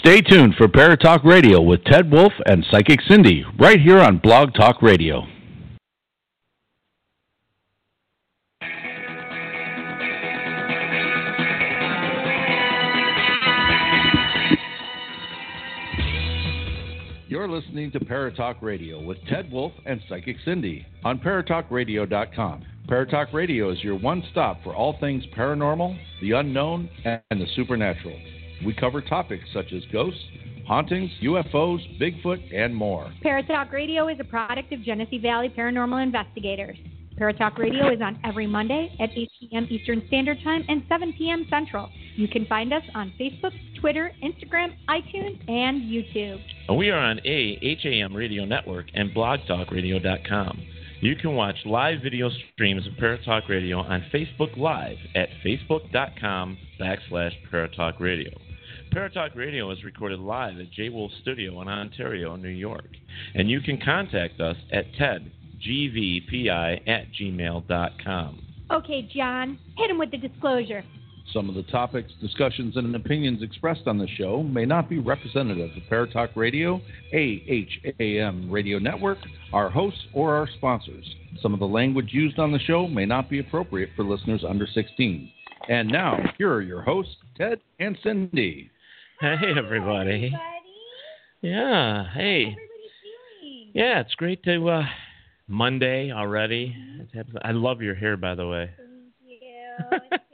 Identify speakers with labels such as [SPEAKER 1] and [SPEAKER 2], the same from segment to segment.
[SPEAKER 1] Stay tuned for Paratalk Radio with Ted Wolf and Psychic Cindy right here on Blog Talk Radio. You're listening to Paratalk Radio with Ted Wolf and Psychic Cindy on paratalkradio.com. Paratalk Radio is your one stop for all things paranormal, the unknown, and the supernatural. We cover topics such as ghosts, hauntings, UFOs, Bigfoot, and more.
[SPEAKER 2] Paratalk Radio is a product of Genesee Valley Paranormal Investigators. Paratalk Radio is on every Monday at 8 p.m. Eastern Standard Time and 7 p.m. Central. You can find us on Facebook, Twitter, Instagram, iTunes, and YouTube.
[SPEAKER 3] And we are on a HAM radio network and blogtalkradio.com. You can watch live video streams of Paratalk Radio on Facebook Live at facebook.com backslash Paratalk Radio. Paratalk Radio is recorded live at J Wolf Studio in Ontario, New York. And you can contact us at E tedgvpi at gmail.com.
[SPEAKER 2] Okay, John, hit him with the disclosure.
[SPEAKER 1] Some of the topics, discussions, and opinions expressed on the show may not be representative of Paratalk Radio, AHAM Radio Network, our hosts, or our sponsors. Some of the language used on the show may not be appropriate for listeners under 16. And now, here are your hosts, Ted and Cindy.
[SPEAKER 3] Hey, everybody. Yeah, hey. Yeah, it's great to uh, Monday already. I love your hair, by the way.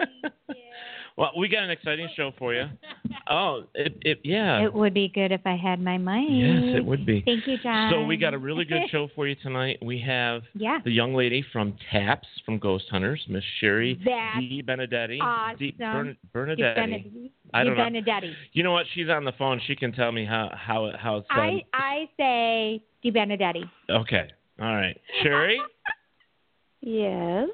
[SPEAKER 3] Well, we got an exciting show for you. Oh, it, it yeah.
[SPEAKER 2] It would be good if I had my mic.
[SPEAKER 3] Yes, it would be.
[SPEAKER 2] Thank you, John.
[SPEAKER 3] So we got a really good show for you tonight. We have
[SPEAKER 2] Yeah.
[SPEAKER 3] the young lady from Taps from Ghost Hunters, Miss Sherry
[SPEAKER 2] That's
[SPEAKER 3] D. Benedetti. D.
[SPEAKER 2] awesome.
[SPEAKER 3] Bern- Bernadetti.
[SPEAKER 2] Benedetti.
[SPEAKER 3] I don't know.
[SPEAKER 2] Benedetti.
[SPEAKER 3] You know what? She's on the phone. She can tell me how how it- how it's
[SPEAKER 2] I,
[SPEAKER 3] done.
[SPEAKER 2] I say Di Benedetti.
[SPEAKER 3] Okay. All right, Sherry.
[SPEAKER 4] Yes.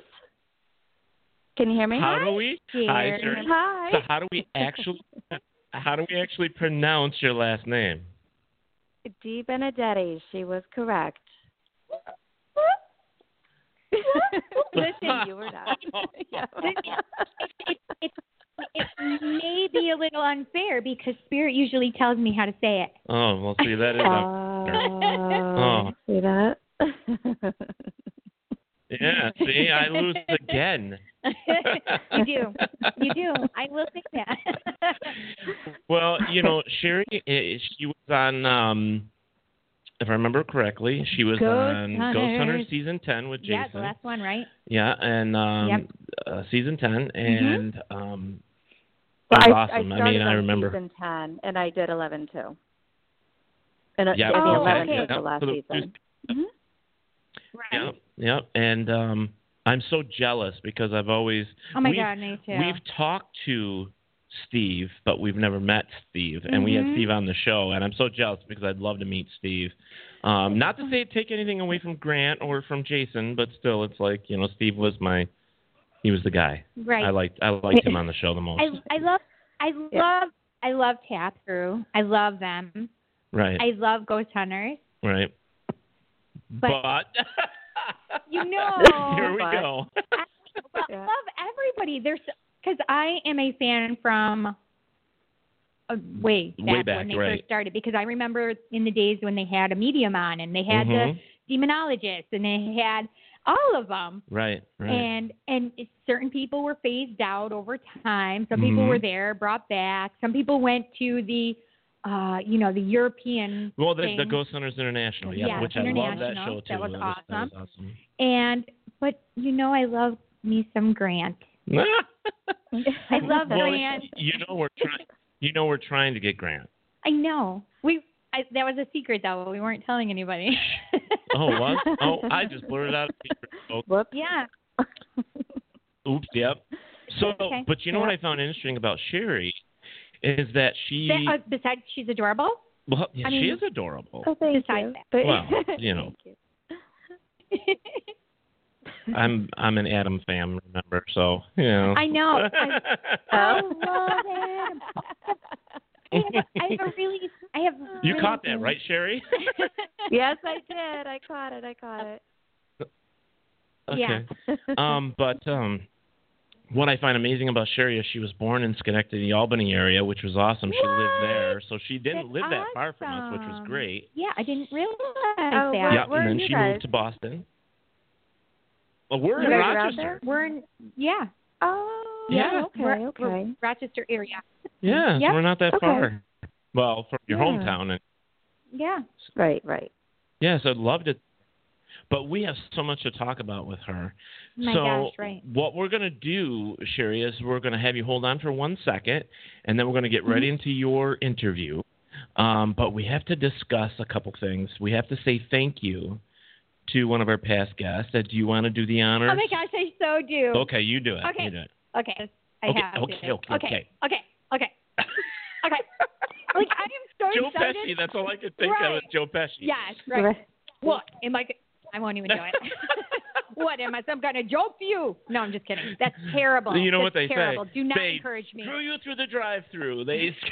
[SPEAKER 4] Can you hear me?
[SPEAKER 3] How do we? Hi,
[SPEAKER 2] Sherry.
[SPEAKER 3] Sherry.
[SPEAKER 4] Hi.
[SPEAKER 3] So how do we actually how do we actually pronounce your last name?
[SPEAKER 4] Dee Benedetti. She was correct. Listen, you were not. Yeah.
[SPEAKER 2] It, it, it may be a little unfair because Spirit usually tells me how to say it.
[SPEAKER 3] Oh, well, see that is a
[SPEAKER 4] Oh, Uh, see that?
[SPEAKER 3] yeah. See, I lose again.
[SPEAKER 2] you do. You do. I will say that.
[SPEAKER 3] Well, you know, Sherry, eh, she was on, um, if I remember correctly, she was
[SPEAKER 2] Ghost
[SPEAKER 3] on Ghost Hunter
[SPEAKER 2] Hunters.
[SPEAKER 3] season ten with
[SPEAKER 2] yeah,
[SPEAKER 3] Jason.
[SPEAKER 2] the last one, right?
[SPEAKER 3] Yeah, and um,
[SPEAKER 2] Yep. Mm-hmm.
[SPEAKER 3] uh, season ten, and um,
[SPEAKER 4] Well,
[SPEAKER 3] that was
[SPEAKER 4] I,
[SPEAKER 3] awesome. I,
[SPEAKER 4] started
[SPEAKER 3] mean, I
[SPEAKER 4] on
[SPEAKER 3] remember.
[SPEAKER 4] season ten, and I did eleven too. And uh,
[SPEAKER 3] yeah,
[SPEAKER 4] the
[SPEAKER 2] okay,
[SPEAKER 4] eleven was
[SPEAKER 3] yeah,
[SPEAKER 4] the last
[SPEAKER 3] so the-
[SPEAKER 4] season.
[SPEAKER 2] Right.
[SPEAKER 3] Yep, yep, and um, I'm so jealous because I've always
[SPEAKER 2] Oh my
[SPEAKER 3] we've-
[SPEAKER 2] God, me too.
[SPEAKER 3] We've talked to Steve, but we've never met Steve, and we had
[SPEAKER 2] Mhm.
[SPEAKER 3] Steve on the show, and I'm so jealous because I'd love to meet Steve. Um, not
[SPEAKER 2] Oh.
[SPEAKER 3] to say take anything away from Grant or from Jason, but still, it's like you know, Steve was my, he was the guy.
[SPEAKER 2] right.
[SPEAKER 3] I liked I liked him on the show the most.
[SPEAKER 2] I I love I love
[SPEAKER 4] Yeah.
[SPEAKER 2] I love Tap Through. I love them.
[SPEAKER 3] right,
[SPEAKER 2] I love Ghost Hunters.
[SPEAKER 3] right.
[SPEAKER 2] But- You know,
[SPEAKER 3] here we
[SPEAKER 4] But-
[SPEAKER 3] go.
[SPEAKER 2] well,
[SPEAKER 4] Yeah.
[SPEAKER 2] I love everybody. There's because I am a fan from uh, way back
[SPEAKER 3] Way back,
[SPEAKER 2] when they
[SPEAKER 3] right.
[SPEAKER 2] first started. Because I remember in the days when they had a medium on and they had
[SPEAKER 3] Mhm.
[SPEAKER 2] the demonologist and they had all of them.
[SPEAKER 3] Right, right.
[SPEAKER 2] And and it- certain people were phased out over time. Some people
[SPEAKER 3] Mhm.
[SPEAKER 2] were there, brought back. Some people went to the, uh, you know, the European
[SPEAKER 3] well, the,
[SPEAKER 2] thing.
[SPEAKER 3] the Ghost Hunters International, yeah,
[SPEAKER 2] Yeah,
[SPEAKER 3] which I love that
[SPEAKER 2] International.
[SPEAKER 3] show too.
[SPEAKER 2] That was
[SPEAKER 3] that was
[SPEAKER 2] and but you know, I love me some Grant.
[SPEAKER 3] awesome.
[SPEAKER 2] I love
[SPEAKER 3] Well,
[SPEAKER 2] Grant.
[SPEAKER 3] You know we're trying. You know we're trying to get Grant.
[SPEAKER 2] I know. We I, that was a secret though. We weren't telling anybody.
[SPEAKER 3] Oh what? Oh, I just blurted out. a secret, folks.
[SPEAKER 4] Whoops.
[SPEAKER 2] yeah.
[SPEAKER 3] Oops. Yep. So,
[SPEAKER 2] Okay.
[SPEAKER 3] but you know what I found interesting about Sherry is that she
[SPEAKER 2] Be- uh, besides, she's adorable.
[SPEAKER 3] well, yeah,
[SPEAKER 2] I
[SPEAKER 3] she
[SPEAKER 2] mean-
[SPEAKER 3] is adorable.
[SPEAKER 4] Oh, thank
[SPEAKER 2] Besides
[SPEAKER 4] you.
[SPEAKER 2] that.
[SPEAKER 4] But-
[SPEAKER 3] Well, you know.
[SPEAKER 4] Thank you.
[SPEAKER 3] I'm I'm an Adam fan, remember? So you know.
[SPEAKER 2] I know. I, I love Adam. I have, a, I have a really, I have.
[SPEAKER 3] you
[SPEAKER 2] really
[SPEAKER 3] caught that right, Sherry?
[SPEAKER 4] Yes, I did. I caught it. I caught it.
[SPEAKER 3] okay.
[SPEAKER 2] Yeah.
[SPEAKER 3] um, but um, what I find amazing about Sherry is she was born in Schenectady, Albany area, which was awesome. She lived
[SPEAKER 2] What?
[SPEAKER 3] there, so she didn't
[SPEAKER 2] That's
[SPEAKER 3] live that far from us, which was
[SPEAKER 2] awesome.
[SPEAKER 3] great.
[SPEAKER 2] Yeah, I didn't realize
[SPEAKER 4] Oh,
[SPEAKER 2] that.
[SPEAKER 4] Where-
[SPEAKER 3] yeah,
[SPEAKER 4] where are
[SPEAKER 3] and then
[SPEAKER 4] you
[SPEAKER 3] she
[SPEAKER 4] guys?
[SPEAKER 3] moved to Boston. Well, we're
[SPEAKER 4] You
[SPEAKER 3] in
[SPEAKER 4] guys are out
[SPEAKER 3] Rochester.
[SPEAKER 2] We're in, yeah,
[SPEAKER 4] Oh,
[SPEAKER 3] Yeah.
[SPEAKER 4] okay,
[SPEAKER 2] We're-
[SPEAKER 4] okay.
[SPEAKER 2] we're Rochester area.
[SPEAKER 3] Yeah,
[SPEAKER 2] Yeah.
[SPEAKER 3] we're not that
[SPEAKER 4] Okay.
[SPEAKER 3] far. Well, from your
[SPEAKER 4] Yeah.
[SPEAKER 3] hometown, and
[SPEAKER 2] Yeah.
[SPEAKER 4] Right, right.
[SPEAKER 3] yeah, so loved it. But we have so much to talk about with her.
[SPEAKER 2] My
[SPEAKER 3] so
[SPEAKER 2] gosh, right.
[SPEAKER 3] what we're going to do, Sherry, is we're going to have you hold on for one second, and then we're going to get right
[SPEAKER 2] Mm-hmm.
[SPEAKER 3] into your interview. Um, but we have to discuss a couple things. We have to say thank you to one of our past guests. Uh, do you want to do the honors?
[SPEAKER 2] Oh my gosh, I so do.
[SPEAKER 3] Okay, you do it.
[SPEAKER 2] Okay.
[SPEAKER 3] You do it.
[SPEAKER 2] Okay. I
[SPEAKER 3] Okay,
[SPEAKER 2] have
[SPEAKER 3] okay,
[SPEAKER 2] to.
[SPEAKER 3] okay, okay.
[SPEAKER 2] Okay. Okay. Okay. like I am so
[SPEAKER 3] Joe
[SPEAKER 2] excited.
[SPEAKER 3] Pesci. That's all I could think of.
[SPEAKER 2] Right.
[SPEAKER 3] Is Joe Pesci.
[SPEAKER 2] Yes, right. What am I? I won't even do it. what am I? Some kind of joke you? No, I'm just kidding. That's terrible.
[SPEAKER 3] You know what they
[SPEAKER 2] That's terrible.
[SPEAKER 3] say?
[SPEAKER 2] Do not
[SPEAKER 3] They
[SPEAKER 2] encourage me.
[SPEAKER 3] Drew you through the drive-through. They.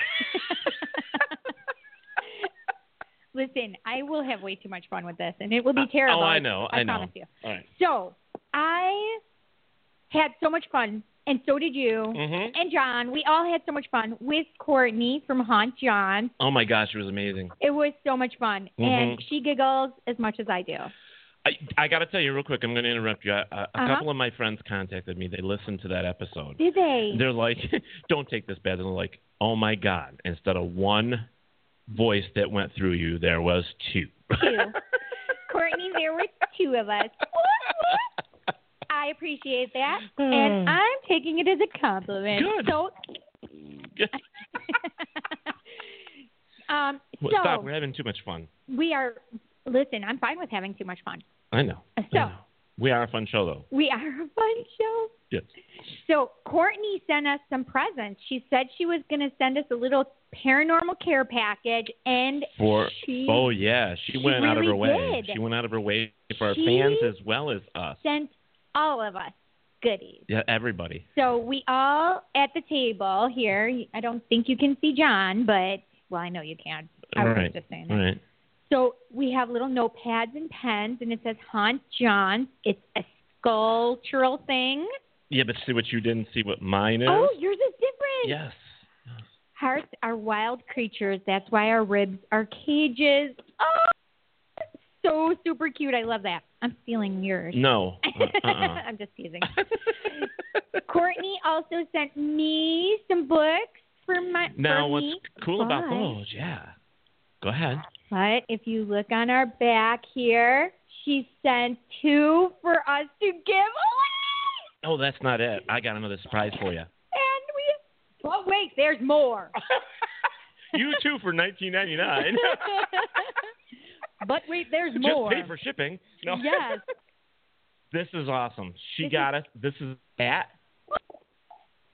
[SPEAKER 2] Listen, I will have way too much fun with this, and it will be terrible.
[SPEAKER 3] Oh, I know. I, know.
[SPEAKER 2] promise you.
[SPEAKER 3] All right.
[SPEAKER 2] So I had so much fun, and so did you.
[SPEAKER 3] Mhm.
[SPEAKER 2] And John, we all had so much fun with Courtney from Haunt John.
[SPEAKER 3] Oh my gosh, it was amazing.
[SPEAKER 2] It was so much fun,
[SPEAKER 3] Mm-hmm.
[SPEAKER 2] and she giggles as much as I do.
[SPEAKER 3] I, I got to tell you real quick. I'm going to interrupt you. I, a a
[SPEAKER 2] Uh-huh.
[SPEAKER 3] couple of my friends contacted me. They listened to that episode.
[SPEAKER 2] Did they?
[SPEAKER 3] They're like, "Don't take this bad." And they're like, "Oh my god!" Instead of one voice that went through you, there was two.
[SPEAKER 2] Two. Courtney, there were two of us. I appreciate that, and I'm taking it as a compliment.
[SPEAKER 3] Good.
[SPEAKER 2] So,
[SPEAKER 3] Good.
[SPEAKER 2] um, so
[SPEAKER 3] Well, Stop. We're having too much fun.
[SPEAKER 2] we are. Listen, I'm fine with having too much fun.
[SPEAKER 3] I know. I
[SPEAKER 2] So-
[SPEAKER 3] know. we are a fun show though.
[SPEAKER 2] We are a fun show.
[SPEAKER 3] Yes.
[SPEAKER 2] So Courtney sent us some presents. She said she was going to send us a little paranormal care package, and
[SPEAKER 3] For
[SPEAKER 2] she
[SPEAKER 3] oh yeah, she,
[SPEAKER 2] she
[SPEAKER 3] went out of her
[SPEAKER 2] really
[SPEAKER 3] way.
[SPEAKER 2] did.
[SPEAKER 3] She went out of her way for our
[SPEAKER 2] She-
[SPEAKER 3] fans as well as us.
[SPEAKER 2] sent all of us goodies.
[SPEAKER 3] Yeah, everybody.
[SPEAKER 2] So we all at the table here. I don't think you can see John, but well, I know you can. I was
[SPEAKER 3] Right.
[SPEAKER 2] just saying that.
[SPEAKER 3] All right.
[SPEAKER 2] So we have little notepads and pens, and it says haunt John. It's a sculptural thing.
[SPEAKER 3] Yeah, but see what you didn't see. What mine is.
[SPEAKER 2] Oh, yours is different.
[SPEAKER 3] Yes.
[SPEAKER 2] Hearts are wild creatures. That's why our ribs are cages. Oh, so super cute. I love that. I'm stealing yours.
[SPEAKER 3] No. Uh, uh-uh.
[SPEAKER 2] I'm just teasing. Courtney also sent me some books for my.
[SPEAKER 3] now,
[SPEAKER 2] for
[SPEAKER 3] what's
[SPEAKER 2] me.
[SPEAKER 3] cool about
[SPEAKER 2] Bye.
[SPEAKER 3] those? Yeah. Go ahead.
[SPEAKER 2] But if you look on our back here, she sent two for us to give away.
[SPEAKER 3] Oh, that's not it. I got another surprise for you.
[SPEAKER 2] And we. Oh wait, there's more.
[SPEAKER 3] You too for 19.99.
[SPEAKER 2] but wait, there's
[SPEAKER 3] Just
[SPEAKER 2] more.
[SPEAKER 3] pay for shipping. No.
[SPEAKER 2] Yes.
[SPEAKER 3] This is awesome. She
[SPEAKER 2] This is-
[SPEAKER 3] got us. This is at.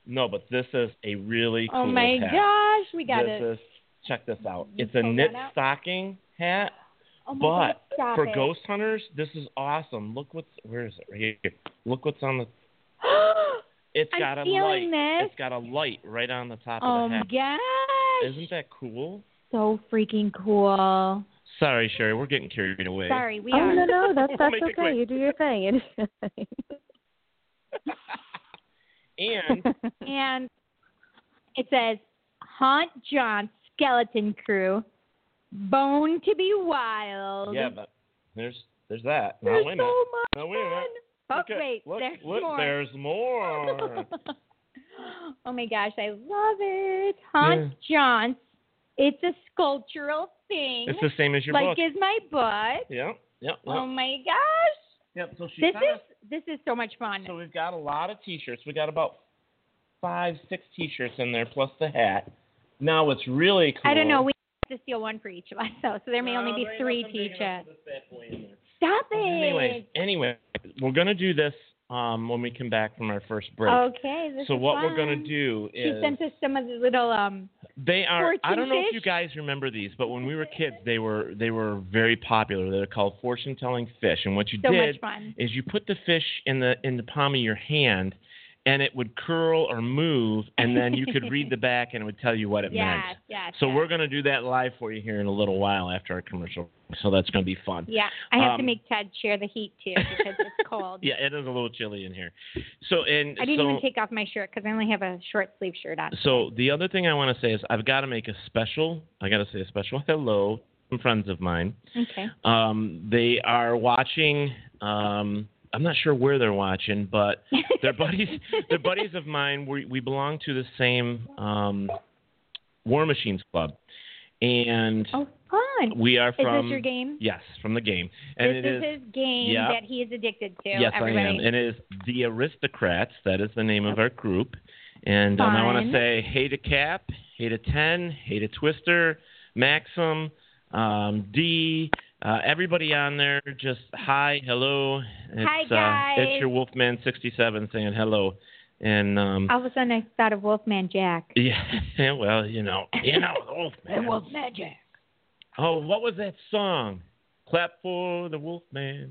[SPEAKER 3] No, but this is a really cool
[SPEAKER 2] Oh my
[SPEAKER 3] hat.
[SPEAKER 2] gosh, we got
[SPEAKER 3] this
[SPEAKER 2] it.
[SPEAKER 3] is- check this out. It's a
[SPEAKER 2] pulled
[SPEAKER 3] knit
[SPEAKER 2] that out?
[SPEAKER 3] stocking hat.
[SPEAKER 2] Oh my God,
[SPEAKER 3] But
[SPEAKER 2] stop
[SPEAKER 3] for
[SPEAKER 2] it.
[SPEAKER 3] ghost hunters, this is awesome. Look what's where is it? Right here. Look what's on the. It's
[SPEAKER 2] I'm
[SPEAKER 3] got a light.
[SPEAKER 2] feeling this.
[SPEAKER 3] It's got a light right on the top
[SPEAKER 2] oh
[SPEAKER 3] of
[SPEAKER 2] my
[SPEAKER 3] the hat.
[SPEAKER 2] gosh,
[SPEAKER 3] Isn't that cool?
[SPEAKER 2] so freaking cool.
[SPEAKER 3] Sorry, Sherry, we're getting carried away.
[SPEAKER 2] Sorry, we
[SPEAKER 4] Oh
[SPEAKER 2] are.
[SPEAKER 4] no, no, that's that's
[SPEAKER 3] Make it quick.
[SPEAKER 4] okay. You do your thing. You do your thing.
[SPEAKER 3] And
[SPEAKER 2] And it says Haunt John Skeleton Crew, Bone to be Wild.
[SPEAKER 3] yeah, but there's there's that.
[SPEAKER 2] There's
[SPEAKER 3] now wait a
[SPEAKER 2] so
[SPEAKER 3] minute.
[SPEAKER 2] much.
[SPEAKER 3] Now wait a minute.
[SPEAKER 2] Oh
[SPEAKER 3] Look at-
[SPEAKER 2] wait,
[SPEAKER 3] look,
[SPEAKER 2] there's
[SPEAKER 3] look,
[SPEAKER 2] more.
[SPEAKER 3] There's more.
[SPEAKER 2] oh my gosh, I love it. Haunt John. It's a sculptural thing.
[SPEAKER 3] it's the same as your
[SPEAKER 2] like
[SPEAKER 3] book.
[SPEAKER 2] is my book.
[SPEAKER 3] Yep. Yep.
[SPEAKER 2] Oh
[SPEAKER 3] Yep.
[SPEAKER 2] my gosh.
[SPEAKER 3] yep. So she
[SPEAKER 2] This
[SPEAKER 3] kinda-
[SPEAKER 2] is this is so much fun.
[SPEAKER 3] So we've got a lot of t-shirts. We got about five, six t-shirts in there plus the hat. Now what's really cool?
[SPEAKER 2] I don't know. We have to steal one for each of us, though, so there may only be three t-shirts. Stop it!
[SPEAKER 3] Anyway, anyway, we're gonna do this um, when we come back from our first break.
[SPEAKER 2] Okay. Oh, This
[SPEAKER 3] so
[SPEAKER 2] is
[SPEAKER 3] what
[SPEAKER 2] fun.
[SPEAKER 3] we're going to do
[SPEAKER 2] She
[SPEAKER 3] is
[SPEAKER 2] sent us some of the little um.
[SPEAKER 3] they are. I don't know if
[SPEAKER 2] fortune
[SPEAKER 3] you
[SPEAKER 2] fish?
[SPEAKER 3] guys remember these, but when we were kids, they were they were very popular. They're called fortune telling fish, and what you
[SPEAKER 2] So much
[SPEAKER 3] did
[SPEAKER 2] fun.
[SPEAKER 3] is you put the fish in the in the palm of your hand. And it would curl or move, and then you could read the back, and it would tell you what it
[SPEAKER 2] Yes,
[SPEAKER 3] meant.
[SPEAKER 2] yes,
[SPEAKER 3] So
[SPEAKER 2] yes.
[SPEAKER 3] we're going to do that live for you here in a little while after our commercial. So that's going to be fun.
[SPEAKER 2] Yeah, I have to
[SPEAKER 3] Um,
[SPEAKER 2] make Ted share the heat too because it's cold.
[SPEAKER 3] Yeah, it is a little chilly in here. So and
[SPEAKER 2] I didn't
[SPEAKER 3] so,
[SPEAKER 2] even take off my shirt because I only have a short sleeve shirt on.
[SPEAKER 3] So the other thing I want to say is I've got to make a special. I got to say a special hello to some friends of mine.
[SPEAKER 2] Okay.
[SPEAKER 3] Um, they are watching. Um, I'm not sure where they're watching, but they're buddies. they're buddies of mine. We we belong to the same um, War Machines Club, and
[SPEAKER 2] Oh, fun.
[SPEAKER 3] we are
[SPEAKER 2] this
[SPEAKER 3] from
[SPEAKER 2] your game?
[SPEAKER 3] Yes, from the game, and
[SPEAKER 2] this
[SPEAKER 3] it
[SPEAKER 2] is,
[SPEAKER 3] is.
[SPEAKER 2] his game
[SPEAKER 3] yeah.
[SPEAKER 2] that he is addicted to.
[SPEAKER 3] Yes,
[SPEAKER 2] everybody.
[SPEAKER 3] I am. And it is The Aristocrats. That is the name of our group. And um, I want
[SPEAKER 2] Fun.
[SPEAKER 3] to say hey to Cap, hey to 10, hey to Twister, Maxim, um, D, uh, everybody on there. Just hi, hello. It's,
[SPEAKER 2] Hi,
[SPEAKER 3] Uh, it's
[SPEAKER 2] guys.
[SPEAKER 3] your Wolfman67 saying hello. And um,
[SPEAKER 2] All of a sudden, I thought of Wolfman Jack.
[SPEAKER 3] yeah, well, you know, you know, Wolfman.
[SPEAKER 2] Wolfman Jack.
[SPEAKER 3] Oh, what was that song? Clap for the Wolfman.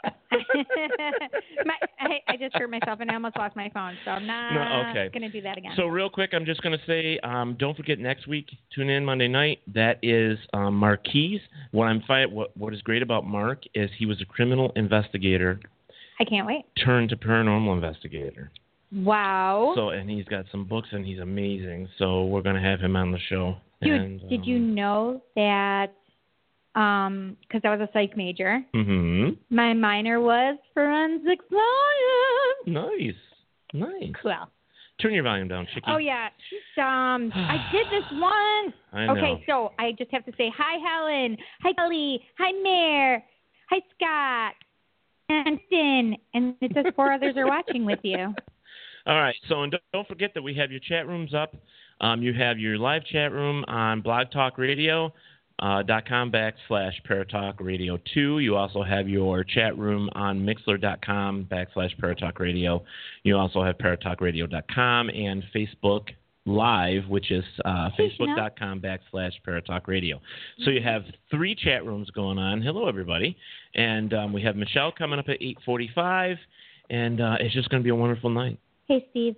[SPEAKER 2] my, I, I just hurt myself and I almost lost my phone, so I'm not
[SPEAKER 3] No, okay.
[SPEAKER 2] going to do that again.
[SPEAKER 3] So real quick, I'm just going to say, um, don't forget next week. Tune in Monday night. That is um, Marquise. What I'm fi- what what is great about Mark is he was a criminal investigator
[SPEAKER 2] I can't wait.
[SPEAKER 3] turned to paranormal investigator.
[SPEAKER 2] Wow.
[SPEAKER 3] So and he's got some books and he's amazing. So we're going to have him on the show.
[SPEAKER 2] Dude,
[SPEAKER 3] And,
[SPEAKER 2] did you know that? Um, because I was a psych major,
[SPEAKER 3] Um,
[SPEAKER 2] my minor was forensic science.
[SPEAKER 3] hmm Nice, nice.
[SPEAKER 2] Well,
[SPEAKER 3] Turn your volume down, Chicky.
[SPEAKER 2] oh yeah, um, I did this once.
[SPEAKER 3] I know.
[SPEAKER 2] Okay, so I just have to say hi, Helen. Hi, Kelly. Hi, Mayor. Hi, Scott. Anton. And it says four others are watching with you.
[SPEAKER 3] All right. So and don't, don't forget that we have your chat rooms up. Um, you have your live chat room on blogtalkradio.com uh, dot com backslash paratalkradio 2. You also have your chat room on mixler.com backslash paratalkradio. You also have paratalkradio.com and Facebook Live, which is uh, facebook.com backslash paratalkradio. So you have three chat rooms going on. Hello, everybody. And um, we have Michelle coming up at 845. And uh, it's just going to be a wonderful night.
[SPEAKER 2] Hey, Steve.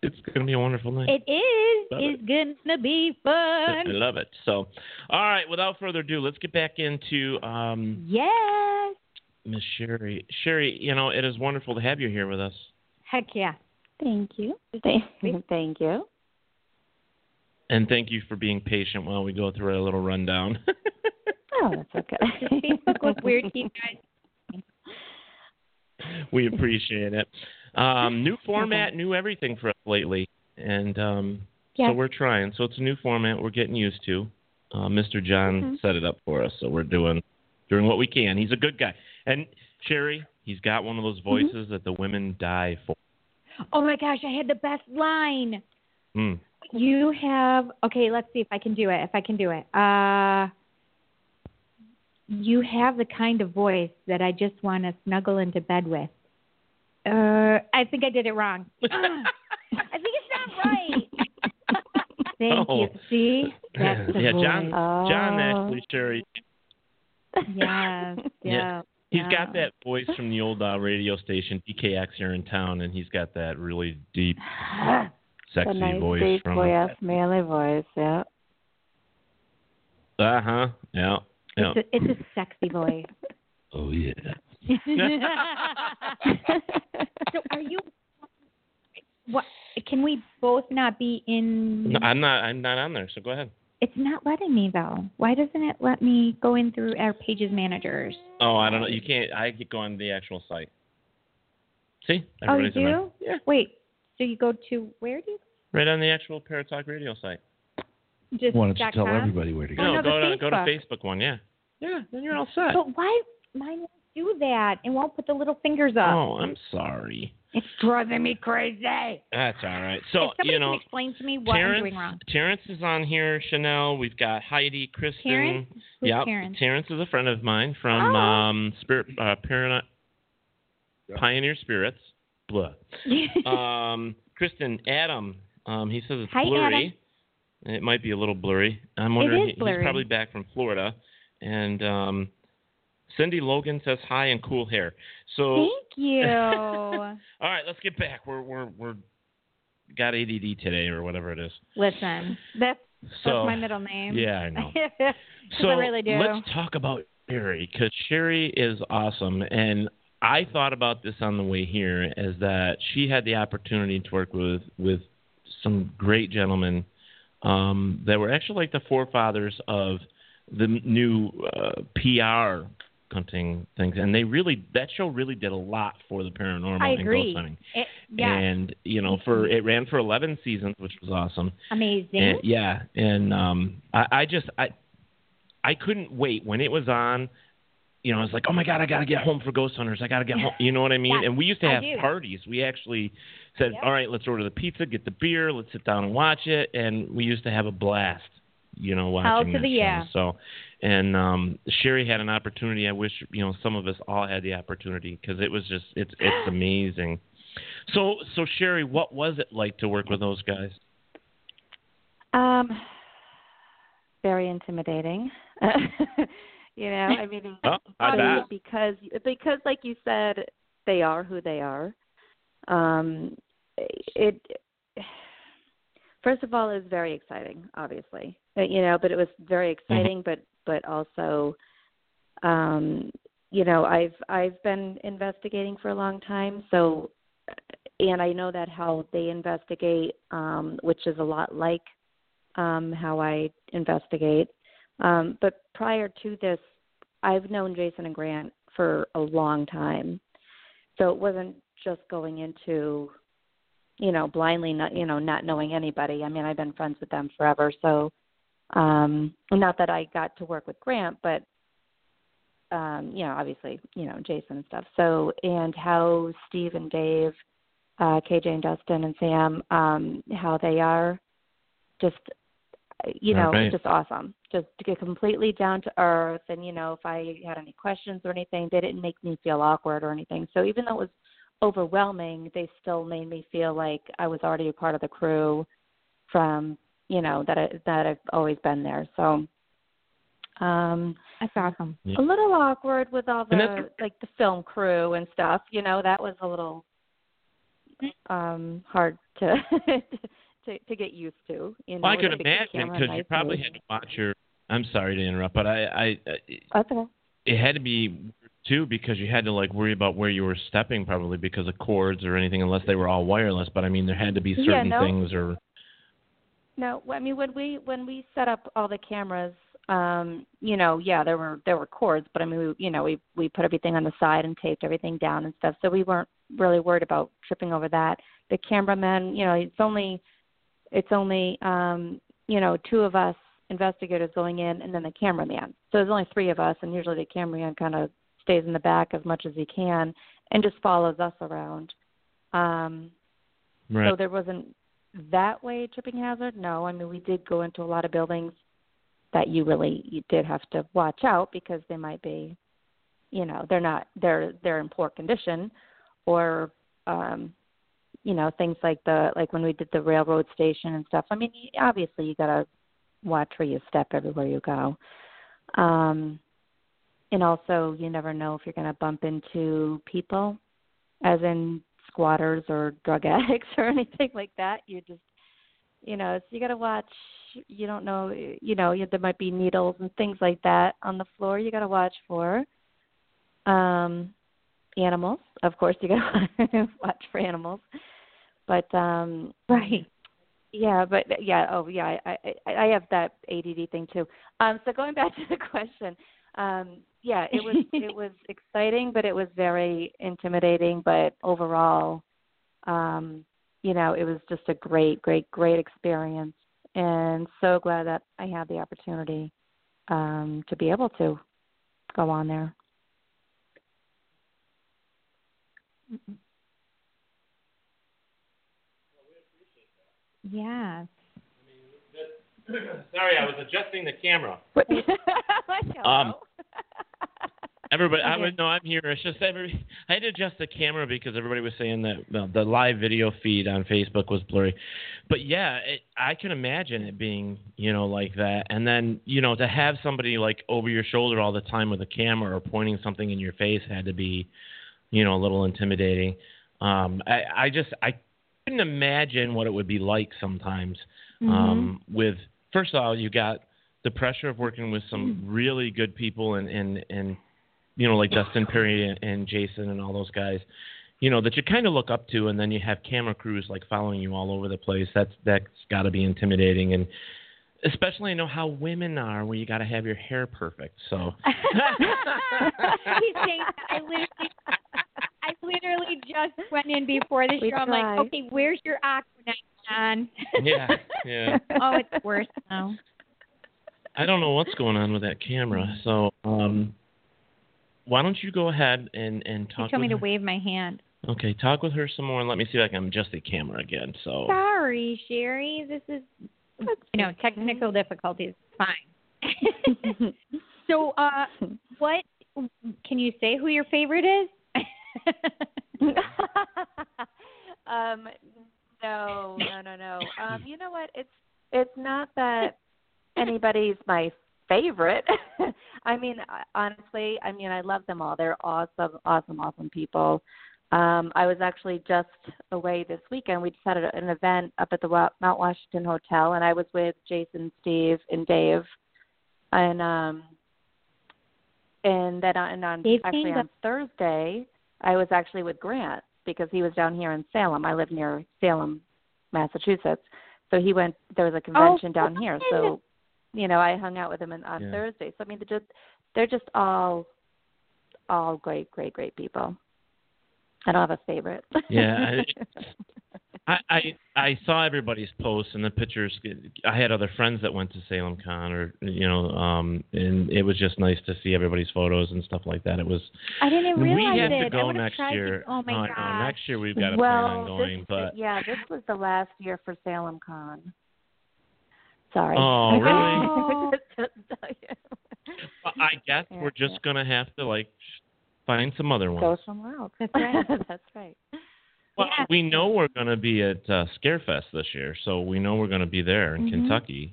[SPEAKER 3] It's going to be a wonderful night.
[SPEAKER 2] It is.
[SPEAKER 3] Love
[SPEAKER 2] It's gonna be
[SPEAKER 3] I
[SPEAKER 2] fun.
[SPEAKER 3] love it. So, all right, without further ado, let's get back into um,
[SPEAKER 2] Yes.
[SPEAKER 3] Miss Sherry. Sherry, you know, it is wonderful to have you here with us.
[SPEAKER 2] Heck yeah.
[SPEAKER 4] Thank you. Thank you.
[SPEAKER 3] And thank you for being patient while we go through our little rundown.
[SPEAKER 4] Oh, that's okay.
[SPEAKER 2] Facebook look weird to you guys.
[SPEAKER 3] we appreciate it. Um, new format, new everything for us lately. And um,
[SPEAKER 2] Yeah.
[SPEAKER 3] so we're trying. So it's a new format we're getting used to. Uh, Mr. John
[SPEAKER 2] Mm-hmm.
[SPEAKER 3] set it up for us, so we're doing doing what we can. He's a good guy. And Sherry, he's got one of those
[SPEAKER 2] Mm-hmm.
[SPEAKER 3] voices that the women die for.
[SPEAKER 2] Oh my gosh, I had the best line.
[SPEAKER 3] Mm.
[SPEAKER 2] You have okay, let's see if I can do it. If I can do it. Uh you have the kind of voice that I just want to snuggle into bed with. Uh I think I did it wrong. Ah, I think it's not right. Thank
[SPEAKER 3] Oh.
[SPEAKER 2] you. See? That's the
[SPEAKER 3] yeah, John.
[SPEAKER 2] voice.
[SPEAKER 3] John
[SPEAKER 4] Oh.
[SPEAKER 3] actually, Sherry.
[SPEAKER 2] Yes,
[SPEAKER 3] Yeah.
[SPEAKER 2] yeah.
[SPEAKER 3] He's
[SPEAKER 2] yeah.
[SPEAKER 3] got that voice from the old uh, radio station DKX here in town, and he's got that really deep,
[SPEAKER 4] a
[SPEAKER 3] sexy
[SPEAKER 4] nice
[SPEAKER 3] voice
[SPEAKER 4] deep
[SPEAKER 3] from.
[SPEAKER 4] voice, manly voice. Yeah.
[SPEAKER 3] Uh huh. Yeah. Yeah.
[SPEAKER 2] It's, a, it's a sexy voice.
[SPEAKER 3] Oh yeah.
[SPEAKER 2] so are you what can we both not be in
[SPEAKER 3] No, I'm not. I'm not on there. So go ahead.
[SPEAKER 2] It's not letting me though. Why doesn't it let me go in through our pages managers?
[SPEAKER 3] Oh, I don't know. You can't. I could go on the actual site. See, everybody's
[SPEAKER 2] oh,
[SPEAKER 3] in
[SPEAKER 2] you
[SPEAKER 3] there.
[SPEAKER 2] do? Wait. So you go to where do you
[SPEAKER 3] Right on the actual Paratalk Radio site.
[SPEAKER 2] just
[SPEAKER 1] Why don't you
[SPEAKER 2] dot
[SPEAKER 1] tell
[SPEAKER 2] com?
[SPEAKER 1] everybody where to go?
[SPEAKER 2] Oh, no,
[SPEAKER 3] go
[SPEAKER 2] the
[SPEAKER 3] to go to
[SPEAKER 2] Facebook. Oh,
[SPEAKER 3] Facebook one. Yeah. Yeah. Then you're all set.
[SPEAKER 2] But why mine won't do that and won't put the little fingers up?
[SPEAKER 3] oh, I'm sorry.
[SPEAKER 2] It's driving me crazy.
[SPEAKER 3] That's all right. So
[SPEAKER 2] if somebody
[SPEAKER 3] you know.
[SPEAKER 2] can explain to me what
[SPEAKER 3] Terrence,
[SPEAKER 2] I'm doing wrong.
[SPEAKER 3] Terrence is on here. Chanel. We've got Heidi, Kristen.
[SPEAKER 2] Terrence? Who's
[SPEAKER 3] Yep.
[SPEAKER 2] Terrence?
[SPEAKER 3] is a friend of mine from
[SPEAKER 2] Oh.
[SPEAKER 3] um, Spirit uh, Parano- Pioneer Spirits. Blah. um, Kristen, Adam, um, he says it's
[SPEAKER 5] Hi,
[SPEAKER 3] blurry. It might be a little blurry. I'm wondering,
[SPEAKER 5] is
[SPEAKER 3] he- he's
[SPEAKER 5] blurry.
[SPEAKER 3] probably back from Florida. And um, Cindy Logan says hi and cool hair. So,
[SPEAKER 5] Thank you.
[SPEAKER 3] all right, let's get back. We're, we're, we're got ADD today or whatever it is.
[SPEAKER 5] Listen, that's,
[SPEAKER 3] So,
[SPEAKER 5] that's my middle name.
[SPEAKER 3] yeah, I know.
[SPEAKER 5] 'Cause
[SPEAKER 3] so
[SPEAKER 5] I really do.
[SPEAKER 3] let's talk about Sherry because Sherry is awesome, and I thought about this on the way here is that she had the opportunity to work with with some great gentlemen um, that were actually like the forefathers of the new uh, PR hunting things, and they really that show really did a lot for the paranormal
[SPEAKER 5] I
[SPEAKER 3] and ghost
[SPEAKER 5] agree. Mm-hmm.
[SPEAKER 3] hunting.
[SPEAKER 5] It, yeah,
[SPEAKER 3] And you know, for it ran for eleven seasons, which was awesome.
[SPEAKER 5] amazing.
[SPEAKER 3] And, yeah, and um, I, I just I I couldn't wait when it was on. You know, I was like, oh my god, I gotta get home for Ghost Hunters. I gotta get home. You know what I mean?
[SPEAKER 5] Yeah,
[SPEAKER 3] and we used to
[SPEAKER 5] I
[SPEAKER 3] have
[SPEAKER 5] do.
[SPEAKER 3] parties. We actually said, all right, let's order the pizza, get the beer, let's sit down and watch it, and we used to have a blast. You know, watching
[SPEAKER 5] to
[SPEAKER 3] that
[SPEAKER 5] Oh, the
[SPEAKER 3] show.
[SPEAKER 5] yeah.
[SPEAKER 3] So, and um, Sherry had an opportunity. I wish you know some of us all had the opportunity because it was just it's it's amazing. So so Sherry, what was it like to work with those guys?
[SPEAKER 4] Um, very intimidating. you know, I mean,
[SPEAKER 3] Oh, I
[SPEAKER 4] probably
[SPEAKER 3] bet.
[SPEAKER 4] because because like you said, they are who they are. Um, it first of all is very exciting, obviously. Uh, You know, but it was very exciting, but but also, um, you know, I've I've been investigating for a long time, so and I know that how they investigate, um, which is a lot like um, how I investigate. Um, but prior to this, I've known Jason and Grant for a long time, so it wasn't just going into, you know, blindly not you know not knowing anybody. I mean, I've been friends with them forever, so um, not that I got to work with Grant, but um, you know, obviously, you know, Jason and stuff. So and how Steve and Dave uh, KJ and Dustin and Sam, um, how they are just, you know,
[SPEAKER 3] Alright.
[SPEAKER 4] just awesome. Just to get completely down to earth. And, you know, if I had any questions or anything, they didn't make me feel awkward or anything. So even though it was overwhelming, they still made me feel like I was already a part of the crew from, you know, that, I, that I've always been there. So, um,
[SPEAKER 5] That's awesome.
[SPEAKER 3] Yeah.
[SPEAKER 4] a little awkward with all
[SPEAKER 3] And that's-
[SPEAKER 4] the like the film crew and stuff. You know, that was a little um hard to to, to get used to. You know,
[SPEAKER 3] Well, I could
[SPEAKER 4] with the big
[SPEAKER 3] imagine
[SPEAKER 4] camera
[SPEAKER 3] because you
[SPEAKER 4] lights
[SPEAKER 3] probably
[SPEAKER 4] and-
[SPEAKER 3] had to watch your. I'm sorry to interrupt, but I, I it-
[SPEAKER 4] That's okay.
[SPEAKER 3] it had to be weird, too because you had to like worry about where you were stepping probably because of cords or anything unless they were all wireless. But I mean, there had to be
[SPEAKER 4] Yeah,
[SPEAKER 3] certain
[SPEAKER 4] no.
[SPEAKER 3] things or
[SPEAKER 4] No, I mean when we when we set up all the cameras, um, you know, yeah, there were there were cords, but I mean, we, you know, we we put everything on the side and taped everything down and stuff, so we weren't really worried about tripping over that. The cameramen, you know, it's only it's only um, you know two of us investigators going in, and then the cameraman. So there's only three of us, and usually the cameraman kind of stays in the back as much as he can and just follows us around. Um,
[SPEAKER 3] right.
[SPEAKER 4] so there wasn't that way a tripping hazard. No, I mean we did go into a lot of buildings that you really you did have to watch out because they might be, you know, they're not they're they're in poor condition, or um, you know things like the like when we did the railroad station and stuff. I mean you- obviously you gotta watch where you step everywhere you go. Um, and also you never know if you're gonna bump into people as in squatters or drug addicts or anything like that. You just, you know, so you got to watch. You don't know, you know, you- there might be needles and things like that on the floor. You got to watch for. Um, animals, of course, you got to watch for animals. But um,
[SPEAKER 5] Right.
[SPEAKER 4] yeah, but yeah, oh yeah, I I, I have that ADD thing too. Um, so going back to the question, um, yeah, it was it was exciting, but it was very intimidating. But overall, um, you know, it was just a great, great, great experience, and so glad that I had the opportunity um, to be able to go on there.
[SPEAKER 5] Yeah.
[SPEAKER 3] Sorry, I was adjusting the camera.
[SPEAKER 4] But,
[SPEAKER 3] Um, Everybody, I would no. I'm here. It's just every. I had to adjust the camera because everybody was saying that the, the live video feed on Facebook was blurry. But yeah, it, I can imagine it being you know like that, and then you know to have somebody like over your shoulder all the time with a camera or pointing something in your face had to be, you know, a little intimidating. Um, I, I just I couldn't imagine what it would be like sometimes. Um, with first of all, you got the pressure of working with some really good people and and and you know, like Dustin Perry and, and Jason and all those guys, you know, that you kind of look up to, and then you have camera crews like following you all over the place. That's that's got to be intimidating, and especially I know how women are, where you got to have your hair perfect. So
[SPEAKER 5] He's saying that. I literally, I literally just went in before the
[SPEAKER 4] We
[SPEAKER 5] show. I'm
[SPEAKER 4] tried.
[SPEAKER 5] like, okay, where's your Aquanaut on?
[SPEAKER 3] yeah, yeah.
[SPEAKER 5] oh, it's worse now.
[SPEAKER 3] I don't know what's going on with that camera. So um, why don't you go ahead and and
[SPEAKER 5] He
[SPEAKER 3] talk?
[SPEAKER 5] told me
[SPEAKER 3] with
[SPEAKER 5] to
[SPEAKER 3] her-
[SPEAKER 5] wave my hand.
[SPEAKER 3] Okay, talk with her some more and let me see if I can adjust the camera again. So
[SPEAKER 5] Sorry, Sherry. This is, you know, technical difficulties. Fine. so, uh, what can you say? Who your favorite is?
[SPEAKER 4] um, no, no, no, no. Um, you know what? It's it's not that anybody's my favorite. I mean, I- honestly, I mean, I love them all. They're awesome, awesome, awesome people. Um, I was actually just away this weekend. We just had a- an event up at the Wa- Mount Washington Hotel, and I was with Jason, Steve, and Dave, and um, and then on, and on
[SPEAKER 5] Dave
[SPEAKER 4] actually
[SPEAKER 5] Kanga.
[SPEAKER 4] on Thursday, I was actually with Grant because he was down here in Salem. I live near Salem, Massachusetts, so he went. There was a convention down here, so you know I hung out with him on, on
[SPEAKER 3] Yeah.
[SPEAKER 4] Thursday. So I mean, they're just they're just all all great, great, great people. I don't have a favorite.
[SPEAKER 3] Yeah, I, I I saw everybody's posts and the pictures. I had other friends that went to Salem Con, or you know, um, and it was just nice to see everybody's photos and stuff like that. It was.
[SPEAKER 5] I didn't
[SPEAKER 3] we
[SPEAKER 5] realize
[SPEAKER 3] have
[SPEAKER 5] it.
[SPEAKER 3] to
[SPEAKER 5] I
[SPEAKER 3] go
[SPEAKER 5] would've
[SPEAKER 3] next
[SPEAKER 5] tried to-
[SPEAKER 3] year.
[SPEAKER 5] Oh my
[SPEAKER 3] I know,
[SPEAKER 5] gosh.
[SPEAKER 3] next year we've got a
[SPEAKER 4] well,
[SPEAKER 3] plan on going,
[SPEAKER 4] this,
[SPEAKER 3] but
[SPEAKER 4] yeah, this was the last year for Salem Con. Sorry.
[SPEAKER 3] Oh,
[SPEAKER 5] really?
[SPEAKER 3] I guess we're just gonna have to like find some other
[SPEAKER 4] Go
[SPEAKER 3] ones.
[SPEAKER 4] somewhere else.
[SPEAKER 5] That's right.
[SPEAKER 4] That's right.
[SPEAKER 3] Well,
[SPEAKER 5] Yeah.
[SPEAKER 3] we know we're gonna be at uh, Scarefest this year, so we know we're gonna be there in
[SPEAKER 5] Mm-hmm.
[SPEAKER 3] Kentucky.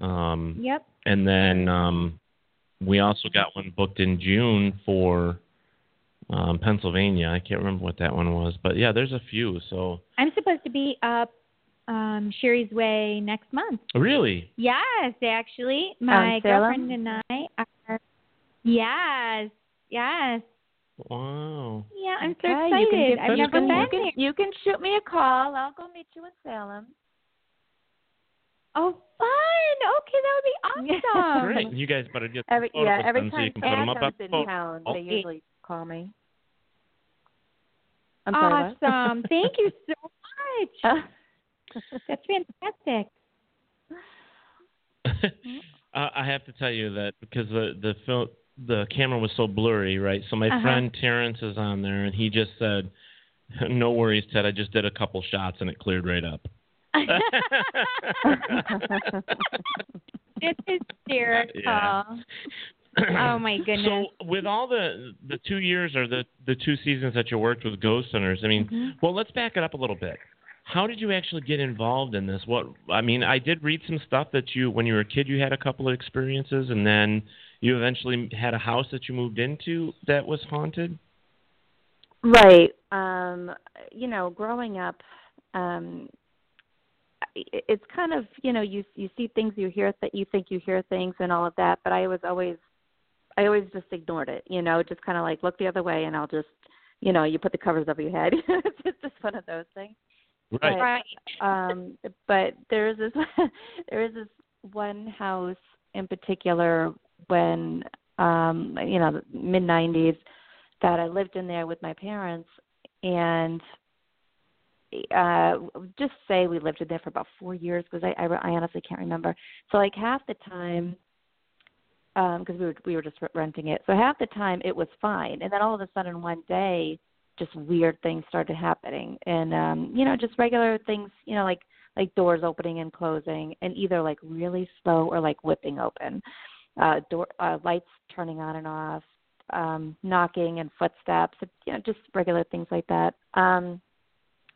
[SPEAKER 3] Um,
[SPEAKER 5] Yep.
[SPEAKER 3] And then um, we also got one booked in June for um, Pennsylvania. I can't remember what that one was, but yeah, there's a few. So
[SPEAKER 5] I'm supposed to be up um, Sherry's Way next month.
[SPEAKER 3] really,
[SPEAKER 5] Yes, actually, my
[SPEAKER 4] Um, Salem?
[SPEAKER 5] girlfriend and I are. Yes, yes,
[SPEAKER 3] wow.
[SPEAKER 5] yeah. I'm so
[SPEAKER 4] Okay, you can
[SPEAKER 5] excited.
[SPEAKER 4] give-
[SPEAKER 5] I've
[SPEAKER 3] That's
[SPEAKER 5] never
[SPEAKER 3] cool.
[SPEAKER 5] been
[SPEAKER 4] You can,
[SPEAKER 5] here.
[SPEAKER 4] you can shoot me a call. I'll go meet you in Salem.
[SPEAKER 5] Oh, fun! Okay, that would be awesome.
[SPEAKER 3] Great. You guys better get some
[SPEAKER 4] Every
[SPEAKER 3] photos
[SPEAKER 4] yeah, every
[SPEAKER 3] done so
[SPEAKER 4] time
[SPEAKER 3] you can put
[SPEAKER 4] Pat
[SPEAKER 3] them up.
[SPEAKER 4] comes
[SPEAKER 3] on-
[SPEAKER 4] in
[SPEAKER 3] oh,
[SPEAKER 4] town,
[SPEAKER 3] oh.
[SPEAKER 4] they usually call me. I'm sorry. what?
[SPEAKER 5] Awesome. Thank you so much. That's fantastic.
[SPEAKER 4] Mm-hmm.
[SPEAKER 3] I I have to tell you that because the the film the camera was so blurry, right? So my
[SPEAKER 5] Uh-huh.
[SPEAKER 3] friend Terrence is on there, and he just said, "No worries, Ted. I just did a couple shots, and it cleared right up."
[SPEAKER 5] It's hysterical. Oh my goodness.
[SPEAKER 3] So with all the the two years or the the two seasons that you worked with Ghost Hunters, I mean,
[SPEAKER 2] Mm-hmm.
[SPEAKER 3] well, let's back it up a little bit. How did you actually get involved in this? What I mean, I did read some stuff that you when you were a kid you had a couple of experiences and then you eventually had a house that you moved into that was haunted.
[SPEAKER 4] Right. Um, you know, growing up, um, i- it's kind of you know you you see things, you hear that you think you hear things, and all of that. But I was always, I always just ignored it. You know, just kind of like look the other way, and I'll just, you know, you put the covers over your head. it's just one of those things. Right. um but there is this there is this one house in particular when um you know mid 90s that I lived in there with my parents and uh just say we lived in there for about 4 years because I, I I honestly can't remember so like half the time um because we were we were just renting it so half the time it was fine and then all of a sudden one day just weird things started happening and um you know just regular things you know like like doors opening and closing and either like really slow or like whipping open uh door uh lights turning on and off um, knocking and footsteps, you know, just regular things like that. Um,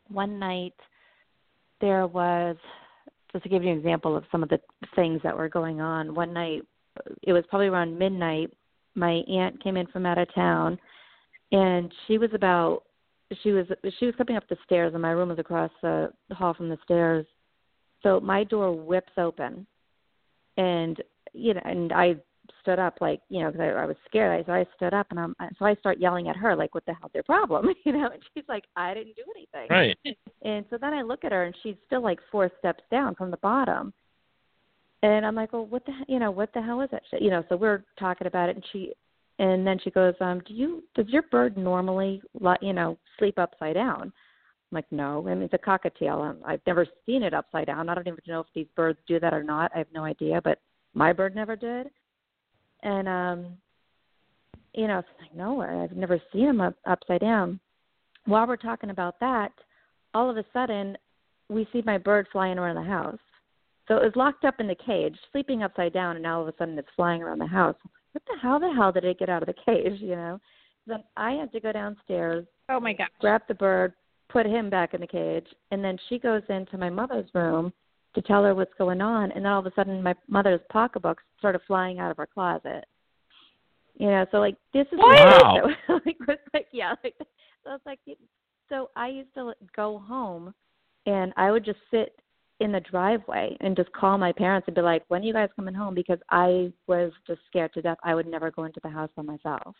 [SPEAKER 4] one night there was just to give you an example of some of the things that were going on. One night it was probably around midnight. My aunt came in from out of town, and she was about she was she was coming up the stairs, and my room was across the hall from the stairs. So my door whips open, and you know, and I stood up like you know because I, I was scared. I so I stood up and I'm so I start yelling at her like, "What the hell's your problem?" You know, and she's like, "I didn't do anything."
[SPEAKER 3] Right.
[SPEAKER 4] And so then I look at her and she's still like four steps down from the bottom. And I'm like, well, what the, he- you know, what the hell is that shit? You know, so we're talking about it and she, and then she goes, um, do you, does your bird normally, li- you know, sleep upside down? I'm like, no, I mean, it's a cockatiel. Um, I've never seen it upside down. I don't even know if these birds do that or not. I have no idea, but my bird never did. And, um, you know, it's like, no, I've never seen them up, upside down. While we're talking about that, all of a sudden we see my bird flying around the house. So it was locked up in the cage, sleeping upside down, and all of a sudden it's flying around the house. What the how the hell did it get out of the cage? You know. Then I had to go downstairs,
[SPEAKER 2] Oh my god.
[SPEAKER 4] grab the bird, put him back in the cage, and then she goes into my mother's room to tell her what's going on. And then all of a sudden, my mother's pocketbook started flying out of her closet. You know, so like this is
[SPEAKER 3] Wow.
[SPEAKER 4] so, like, was like yeah, like so it's like so I used to like, go home and I would just sit in the driveway and just call my parents and be like, "When are you guys coming home?" Because I was just scared to death. I would never go into the house by myself.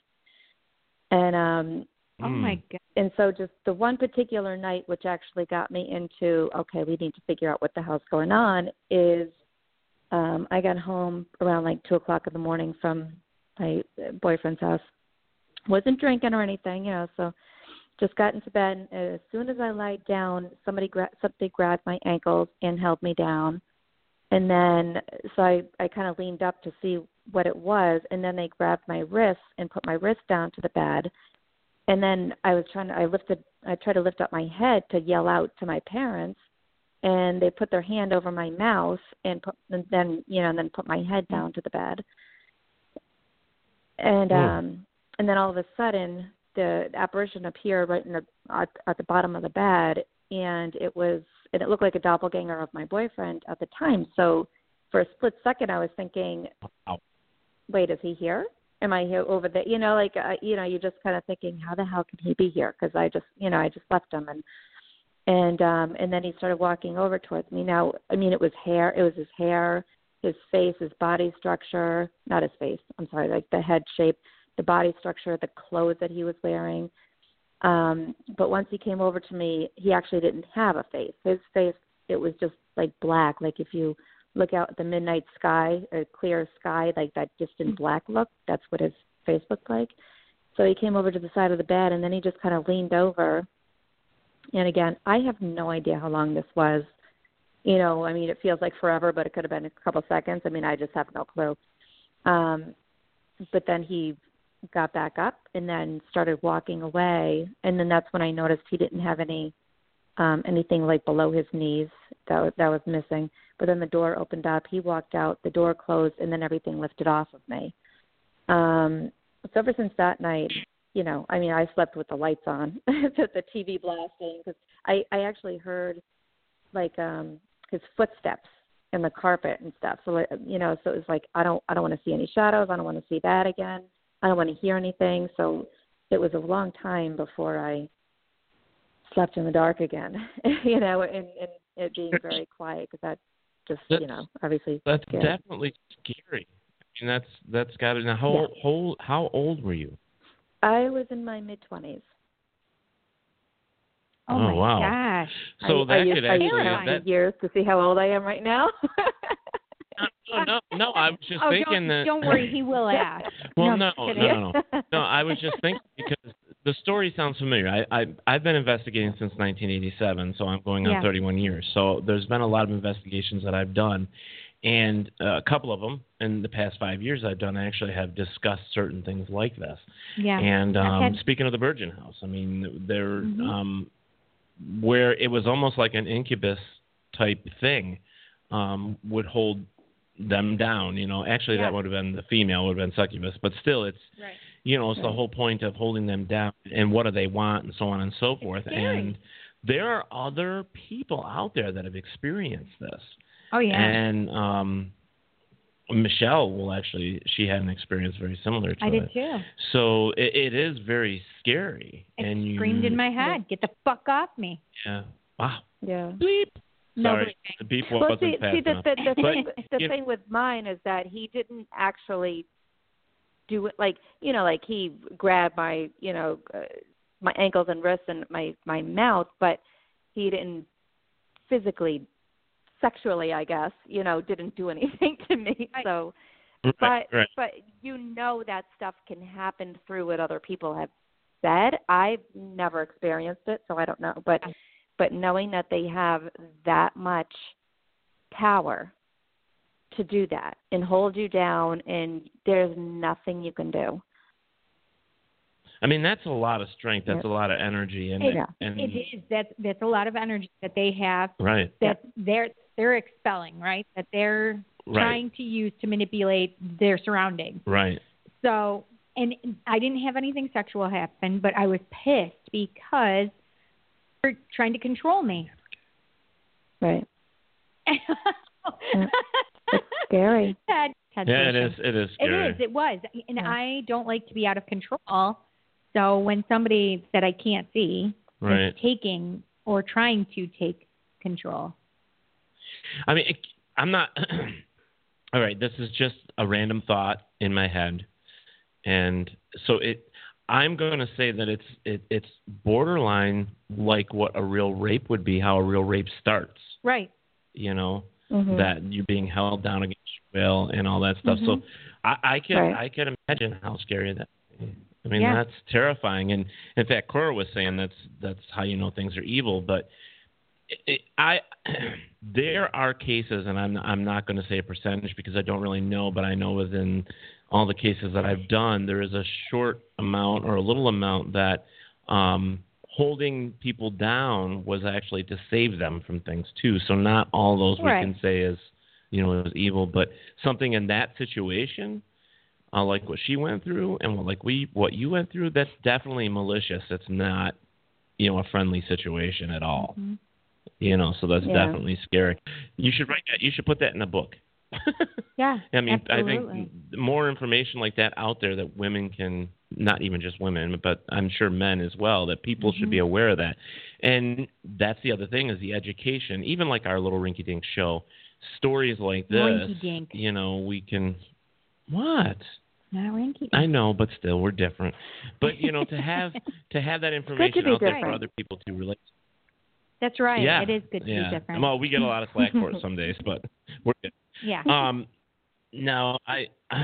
[SPEAKER 4] And um
[SPEAKER 2] Oh my
[SPEAKER 3] Mm.
[SPEAKER 2] god.
[SPEAKER 4] and so just the one particular night which actually got me into okay we need to figure out what the hell's going on is um i got home around like two o'clock in the morning from my boyfriend's house wasn't drinking or anything you know so just got into bed and as soon as i lied down somebody gra- something grabbed my ankles and held me down and then so i i kind of leaned up to see what it was and then they grabbed my wrist and put my wrist down to the bed and then I was trying to I lifted I tried to lift up my head to yell out to my parents and they put their hand over my mouth and put and then you know and then put my head down to the bed and um and then all of a sudden the apparition appeared right in the at, at the bottom of the bed and it was and it looked like a doppelganger of my boyfriend at the time so for a split second I was thinking wait, is he here? Am I here over there? You know, like uh, you know, you're just kind of thinking, how the hell can he be here? Because I just, you know, I just left him, and and um and then he started walking over towards me. Now, I mean, it was hair, it was his hair, his face, his body structure, not his face. I'm sorry, like the head shape, the body structure, the clothes that he was wearing. Um, but once he came over to me, he actually didn't have a face. His face, it was just like black, like if you look out at the midnight sky, a clear sky, like that distant black look. That's what his face looked like. So he came over to the side of the bed and then he just kind of leaned over. And again, I have no idea how long this was. You know, I mean, it feels like forever, but it could have been a couple seconds. I mean, I just have no clue. Um, but then he got back up and then started walking away. And then that's when I noticed he didn't have any um anything like below his knees that was, that was missing but then the door opened up he walked out the door closed and then everything lifted off of me um so ever since that night you know i mean i slept with the lights on the the tv blasting cuz i i actually heard like um his footsteps in the carpet and stuff so like you know so it was like i don't i don't want to see any shadows i don't want to see that again i don't want to hear anything so it was a long time before i slept in the dark again, you know, and, and it being very quiet because that just, you
[SPEAKER 3] That's-
[SPEAKER 4] know, obviously.
[SPEAKER 3] That's
[SPEAKER 4] scared.
[SPEAKER 3] definitely scary. I mean, that's that's got to. Now, how
[SPEAKER 4] Yeah.
[SPEAKER 3] whole, how old were you?
[SPEAKER 4] I was in my mid 20s.
[SPEAKER 2] Oh,
[SPEAKER 3] Oh,
[SPEAKER 2] my
[SPEAKER 3] wow.
[SPEAKER 2] gosh.
[SPEAKER 3] So
[SPEAKER 4] I,
[SPEAKER 3] that
[SPEAKER 4] I used,
[SPEAKER 3] could
[SPEAKER 4] I used
[SPEAKER 3] actually.
[SPEAKER 4] to count
[SPEAKER 3] That,
[SPEAKER 4] the years to see how old I am right now.
[SPEAKER 3] no, no, no, I was just
[SPEAKER 2] oh, don't,
[SPEAKER 3] thinking that.
[SPEAKER 2] don't worry, he will ask.
[SPEAKER 3] Well,
[SPEAKER 2] No,
[SPEAKER 3] no,
[SPEAKER 2] I'm
[SPEAKER 3] no,
[SPEAKER 2] kidding.
[SPEAKER 3] no, no. No, I was just thinking because the story sounds familiar. I, I I've been investigating since 1987, so I'm going on
[SPEAKER 2] Yeah.
[SPEAKER 3] 31 years. So there's been a lot of investigations that I've done, and uh, a couple of them in the past five years I've done actually have discussed certain things like this.
[SPEAKER 2] Yeah. Mm-hmm.
[SPEAKER 3] And um,
[SPEAKER 2] had-
[SPEAKER 3] speaking of the Virgin House, I mean, there, um, where it was almost like an incubus type thing, um, would hold them down. You know, actually,
[SPEAKER 2] Yeah.
[SPEAKER 3] that would have been the female would have been succubus, but still, it's
[SPEAKER 2] Right.
[SPEAKER 3] you know, it's the whole point of holding them down and what do they want and so on and so forth. And there are other people out there that have experienced this.
[SPEAKER 2] Oh yeah.
[SPEAKER 3] And um, Michelle will actually, she had an experience very similar to
[SPEAKER 2] I
[SPEAKER 3] it.
[SPEAKER 2] did too.
[SPEAKER 3] So it, it is very scary.
[SPEAKER 2] It
[SPEAKER 3] and you,
[SPEAKER 2] screamed in my head, "Get the fuck off me!"
[SPEAKER 3] Yeah. Wow.
[SPEAKER 4] Yeah.
[SPEAKER 3] Beep.
[SPEAKER 2] No
[SPEAKER 3] Sorry,
[SPEAKER 2] bleeping.
[SPEAKER 3] the beep
[SPEAKER 4] Well,
[SPEAKER 3] wasn't
[SPEAKER 4] see,
[SPEAKER 3] fast
[SPEAKER 4] see the,
[SPEAKER 3] enough.
[SPEAKER 4] the, the, thing,
[SPEAKER 3] But,
[SPEAKER 4] the
[SPEAKER 3] you know-
[SPEAKER 4] thing with mine is that he didn't actually do it. Like you know, like he grabbed my you know uh, my ankles and wrists and my my mouth, but he didn't physically, sexually, I guess you know, didn't do anything to me.
[SPEAKER 2] Right.
[SPEAKER 4] So,
[SPEAKER 3] Right,
[SPEAKER 4] but
[SPEAKER 3] right.
[SPEAKER 4] but you know that stuff can happen through what other people have said. I've never experienced it, so I don't know. But
[SPEAKER 3] Mm-hmm.
[SPEAKER 4] but knowing that they have that much power to do that and hold you down and there's nothing you can do.
[SPEAKER 3] I mean, that's a lot of strength. That's a lot of energy. And,
[SPEAKER 4] Yeah.
[SPEAKER 3] and
[SPEAKER 2] It is that's that's a lot of energy that they have
[SPEAKER 3] right.
[SPEAKER 2] that they're they're expelling, right? That they're
[SPEAKER 3] Right.
[SPEAKER 2] trying to use to manipulate their surroundings.
[SPEAKER 3] Right.
[SPEAKER 2] So, and I didn't have anything sexual happen, but I was pissed because they're trying to control me.
[SPEAKER 4] Right. Scary.
[SPEAKER 2] Ted- Ted's
[SPEAKER 3] Yeah, it is.
[SPEAKER 2] patient.
[SPEAKER 3] It is
[SPEAKER 2] It
[SPEAKER 3] scary.
[SPEAKER 2] is. It was. And I don't like to be out of control. So when somebody that I can't see
[SPEAKER 3] Right.
[SPEAKER 2] is taking or trying to take control,
[SPEAKER 3] I mean, it, I'm not. all right, this is just a random thought in my head, and so it. I'm going to say that it's it, it's borderline like what a real rape would be, how a real rape starts.
[SPEAKER 2] right?
[SPEAKER 3] You know,
[SPEAKER 4] Mm-hmm.
[SPEAKER 3] that you're being held down against your will and all that stuff. So I, I can
[SPEAKER 4] Right.
[SPEAKER 3] I can imagine how scary that. I mean,
[SPEAKER 2] Yeah.
[SPEAKER 3] that's terrifying. And in fact, Cora was saying that's that's how you know things are evil. But it, it, I there are cases, and I'm I'm not going to say a percentage because I don't really know, but I know within all the cases that I've done, there is a short amount or a little amount that um, holding people down was actually to save them from things too. So not all those
[SPEAKER 2] Right.
[SPEAKER 3] we can say is you know is evil, but something in that situation uh, like what she went through and what like we what you went through that's definitely malicious it's not you know a friendly situation at all
[SPEAKER 2] Mm-hmm.
[SPEAKER 3] you know so that's
[SPEAKER 4] Yeah.
[SPEAKER 3] definitely scary you should write that you should put that in a book
[SPEAKER 2] Yeah.
[SPEAKER 3] i mean i
[SPEAKER 2] absolutely.
[SPEAKER 3] think more information like that out there that women can not even just women but i'm sure men as well that people should
[SPEAKER 2] Mm-hmm.
[SPEAKER 3] be aware of that and that's the other thing is the education even like our little rinky dink show stories like this
[SPEAKER 2] Rinky-dink.
[SPEAKER 3] you know we can what
[SPEAKER 2] Not ranking.
[SPEAKER 3] I know, but still, we're different. But you know, to have to have that information
[SPEAKER 4] be
[SPEAKER 3] out there for
[SPEAKER 4] different.
[SPEAKER 3] other people to relate.
[SPEAKER 2] That's right.
[SPEAKER 3] yeah,
[SPEAKER 2] It is good to
[SPEAKER 3] yeah.
[SPEAKER 2] be different.
[SPEAKER 3] Well, we get a lot of slack for it some days, but we're good.
[SPEAKER 2] yeah.
[SPEAKER 3] Um, now I,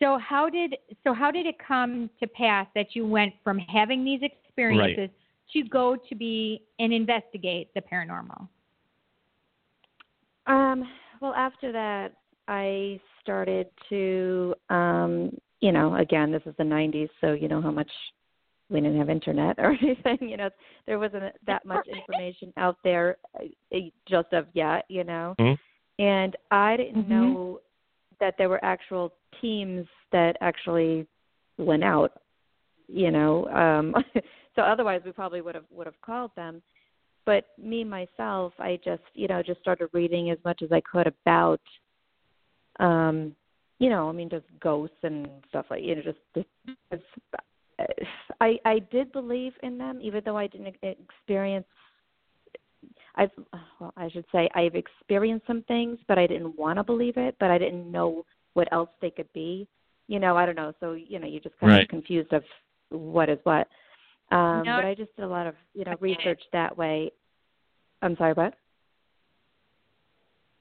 [SPEAKER 2] So how did so how did it come to pass that you went from having these experiences to go to be and investigate the paranormal?
[SPEAKER 4] Um, well, after that, I started to, um, you know, again, this is the 90s, so you know how much we didn't have internet or anything. You know, there wasn't that much information out there uh, uh, just of yet, you know.
[SPEAKER 3] Mhm.
[SPEAKER 4] And I didn't
[SPEAKER 2] Mhm.
[SPEAKER 4] know that there were actual teams that actually went out, you know. Um, so otherwise, we probably would have would have called them but me myself i just you know just started reading as much as i could about um you know i mean just ghosts and stuff like you know just, just, just i i did believe in them even though i didn't e- experience i've well i should say i've experienced some things but i didn't want to believe it but i didn't know what else they could be you know i don't know so you know you're just kind
[SPEAKER 3] Right.
[SPEAKER 4] of confused of what is what um
[SPEAKER 2] No,
[SPEAKER 4] but i just did a lot of you know
[SPEAKER 2] Okay.
[SPEAKER 4] research that way I'm sorry, what?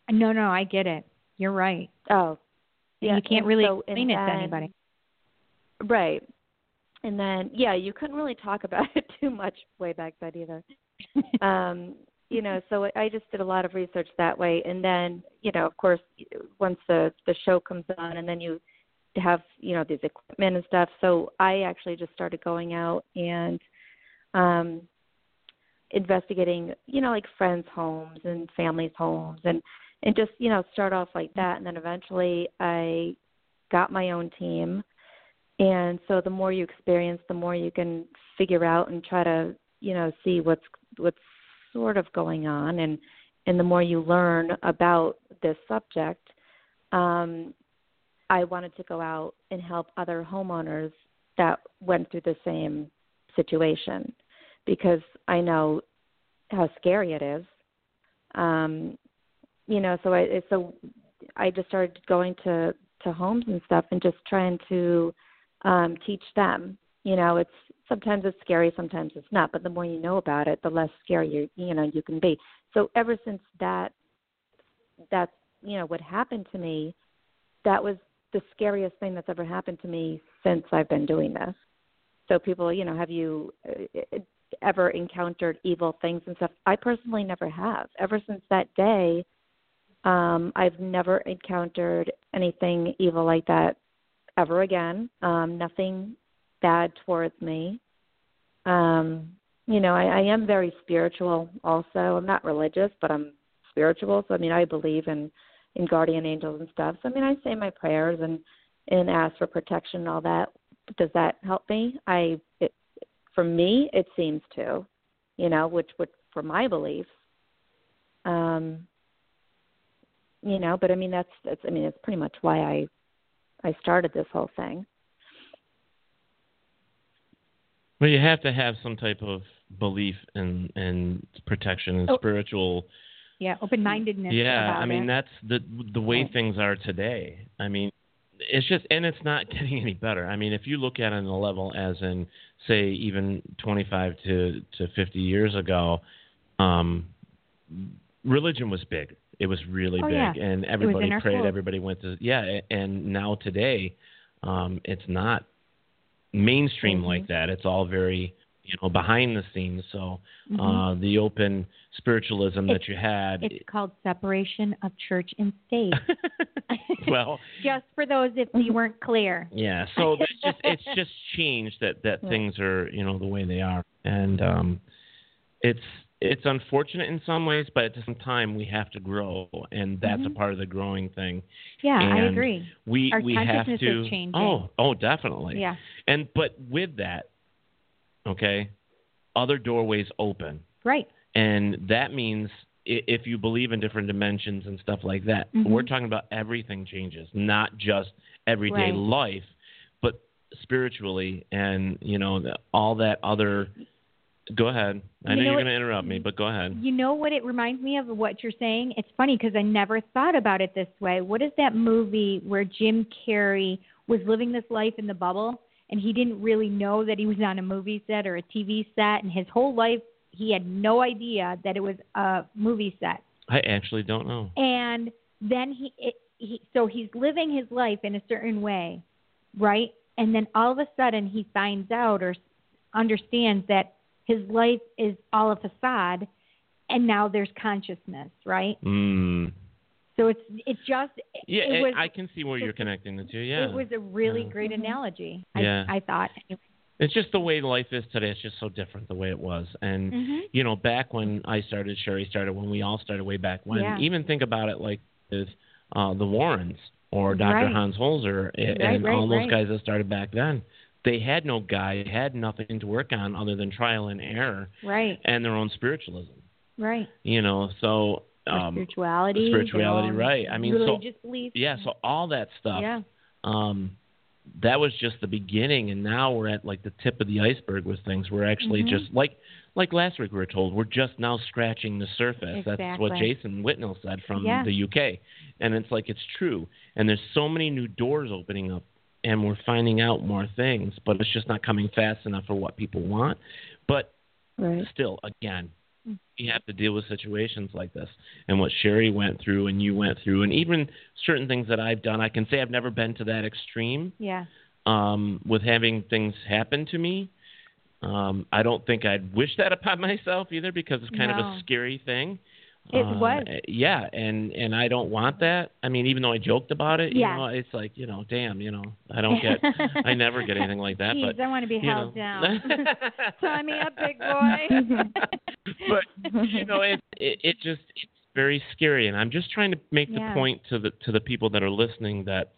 [SPEAKER 2] No, no, I get it. You're right.
[SPEAKER 4] Oh, yeah.
[SPEAKER 2] you can't
[SPEAKER 4] and
[SPEAKER 2] really
[SPEAKER 4] so- and
[SPEAKER 2] explain it to
[SPEAKER 4] then-
[SPEAKER 2] anybody.
[SPEAKER 4] Right. And then, yeah, you couldn't really talk about it too much way back then either. um, you know, so I- I just did a lot of research that way. And then, you know, of course, once the the show comes on, and then you have you know these equipment and stuff. So I actually just started going out and um, investigating, you know, like friends' homes and families' homes, and and just you know start off like that. And then eventually, I got my own team And so the more you experience, the more you can figure out and try to, you know, see what's what's sort of going on and and the more you learn about this subject, um I wanted to go out and help other homeowners that went through the same situation because I know how scary it is. Um, you know, so I so I just started going to to homes and stuff and just trying to um teach them. You know, it's sometimes it's scary, sometimes it's not, but the more you know about it, the less scary you you know you can be. So ever since that that's you know what happened to me, that was the scariest thing that's ever happened to me since I've been doing this. So people, you know, have you uh, ever encountered evil things and stuff? I personally never have. Ever since that day, um, I've never encountered anything evil like that ever again. Um, nothing bad towards me. Um, you know, I, I am very spiritual also. I'm not religious, but I'm spiritual. So I mean I believe in, in guardian angels and stuff. So I mean I say my prayers and, and ask for protection and all that. Does that help me? I it, for me it seems to, you know, which which for my beliefs. Um you know but i mean that's that's i mean it's pretty much why i i started this whole thing
[SPEAKER 3] Well, you have to have some type of belief and and protection and
[SPEAKER 2] Oh.
[SPEAKER 3] spiritual.
[SPEAKER 2] Yeah, open mindedness.
[SPEAKER 3] Yeah, I mean
[SPEAKER 2] it.
[SPEAKER 3] that's the the way things are today. I mean, it's just and it's not getting any better. I mean, if you look at it on a level as in say even 25 to to 50 years ago, um, religion was big. It was really
[SPEAKER 2] Oh,
[SPEAKER 3] big,
[SPEAKER 2] yeah.
[SPEAKER 3] and
[SPEAKER 2] was
[SPEAKER 3] everybody
[SPEAKER 2] in our
[SPEAKER 3] prayed.
[SPEAKER 2] schools.
[SPEAKER 3] Everybody went to yeah, a- and now today, um, it's not mainstream
[SPEAKER 2] Mm-hmm.
[SPEAKER 3] like that. It's all very you know behind the scenes. So
[SPEAKER 2] Mm-hmm.
[SPEAKER 3] uh, the open spiritualism that you had,
[SPEAKER 2] it's called separation of church and state.
[SPEAKER 3] well,
[SPEAKER 2] Just for those if you weren't clear.
[SPEAKER 3] yeah. So it's just it's just changed that that things are you know the way they are, and um, it's it's unfortunate in some ways, but at the same time we have to grow, and that's a part of the growing thing.
[SPEAKER 2] Mm-hmm. Yeah, I
[SPEAKER 3] And
[SPEAKER 2] agree.
[SPEAKER 3] We
[SPEAKER 2] Our
[SPEAKER 3] we have to.
[SPEAKER 2] consciousness is changing.
[SPEAKER 3] Oh, oh, definitely.
[SPEAKER 2] Yeah.
[SPEAKER 3] And but with that, okay, other doorways open.
[SPEAKER 2] Right.
[SPEAKER 3] And that means i- if you believe in different dimensions and stuff like that,
[SPEAKER 2] Mm-hmm.
[SPEAKER 3] we're talking about everything changes, not just everyday
[SPEAKER 2] Right.
[SPEAKER 3] life, but spiritually and, you know, the, all that other. Go ahead. I
[SPEAKER 2] You
[SPEAKER 3] know,
[SPEAKER 2] know
[SPEAKER 3] you're
[SPEAKER 2] what-
[SPEAKER 3] going to interrupt me, but go ahead.
[SPEAKER 2] You know what it reminds me of what you're saying? It's funny because I never thought about it this way. What is that movie where Jim Carrey was living this life in the bubble and he didn't really know that he was on a movie set or a TV set and his whole life he had no idea that it was a movie set.
[SPEAKER 3] I actually don't know.
[SPEAKER 2] and then he, it, he so he's living his life in a certain way right and then all of a sudden he finds out or s- understands that his life is all a facade and now there's consciousness right
[SPEAKER 3] Mm.
[SPEAKER 2] so it's it just
[SPEAKER 3] Yeah,
[SPEAKER 2] it
[SPEAKER 3] and
[SPEAKER 2] was
[SPEAKER 3] I can see where you're
[SPEAKER 2] it-
[SPEAKER 3] connecting the two. Yeah.
[SPEAKER 2] it was a really great analogy
[SPEAKER 3] Yeah.
[SPEAKER 2] I, I thought
[SPEAKER 3] It's just the way life is today. It's just so different the way it was. And
[SPEAKER 2] Mm-hmm.
[SPEAKER 3] you know, back when I started, Sherry started, when we all started way back when.
[SPEAKER 2] Yeah.
[SPEAKER 3] Even think about it like with uh, the Warrens or Dr.
[SPEAKER 2] Right.
[SPEAKER 3] Hans Holzer and,
[SPEAKER 2] Right,
[SPEAKER 3] and
[SPEAKER 2] right,
[SPEAKER 3] all those
[SPEAKER 2] right.
[SPEAKER 3] guys that started back then. They had no guide, had nothing to work on other than trial and error
[SPEAKER 2] right
[SPEAKER 3] and their own spiritualism.
[SPEAKER 2] right
[SPEAKER 3] You know, so
[SPEAKER 2] Or
[SPEAKER 3] um,
[SPEAKER 2] spirituality their
[SPEAKER 3] spirituality,
[SPEAKER 2] own
[SPEAKER 3] right. I mean, so-
[SPEAKER 2] religious beliefs
[SPEAKER 3] yeah, so all that stuff.
[SPEAKER 2] Yeah.
[SPEAKER 3] Um, that was just the beginning, and now we're at like the tip of the iceberg with things. We're actually
[SPEAKER 2] Mm-hmm.
[SPEAKER 3] just like like last week we were told we're just now scratching the surface. That's what
[SPEAKER 2] Exactly.
[SPEAKER 3] Jason Whitnell said from
[SPEAKER 2] Yeah.
[SPEAKER 3] the UK, and it's like it's true. And there's so many new doors opening up, and we're finding out more things, but it's just not coming fast enough for what people want. But
[SPEAKER 4] right
[SPEAKER 3] still, again,
[SPEAKER 2] Mm.
[SPEAKER 3] we have to deal with situations like this and what Sherry went through and you went through, and even certain things that I've done. I can say I've never been to that extreme
[SPEAKER 2] yeah
[SPEAKER 3] um, with having things happen to me. Um, I don't think I'd wish that upon myself either because it's kind of
[SPEAKER 2] No.
[SPEAKER 3] a scary thing. Um, eh,
[SPEAKER 2] It was.
[SPEAKER 3] yeah, and and I don't want that. I mean, even though I joked about it, you
[SPEAKER 2] Yeah.
[SPEAKER 3] know, it's like you know, damn, you know, I don't get, I never get anything like that.
[SPEAKER 2] Jeez,
[SPEAKER 3] but
[SPEAKER 2] I want to be
[SPEAKER 3] you
[SPEAKER 2] held
[SPEAKER 3] know.
[SPEAKER 2] down sign me up big boy
[SPEAKER 3] but
[SPEAKER 2] Mm-hmm.
[SPEAKER 3] you know, it, it it just it's very scary, and I'm just trying to make
[SPEAKER 2] Yeah.
[SPEAKER 3] the point to the to the people that are listening that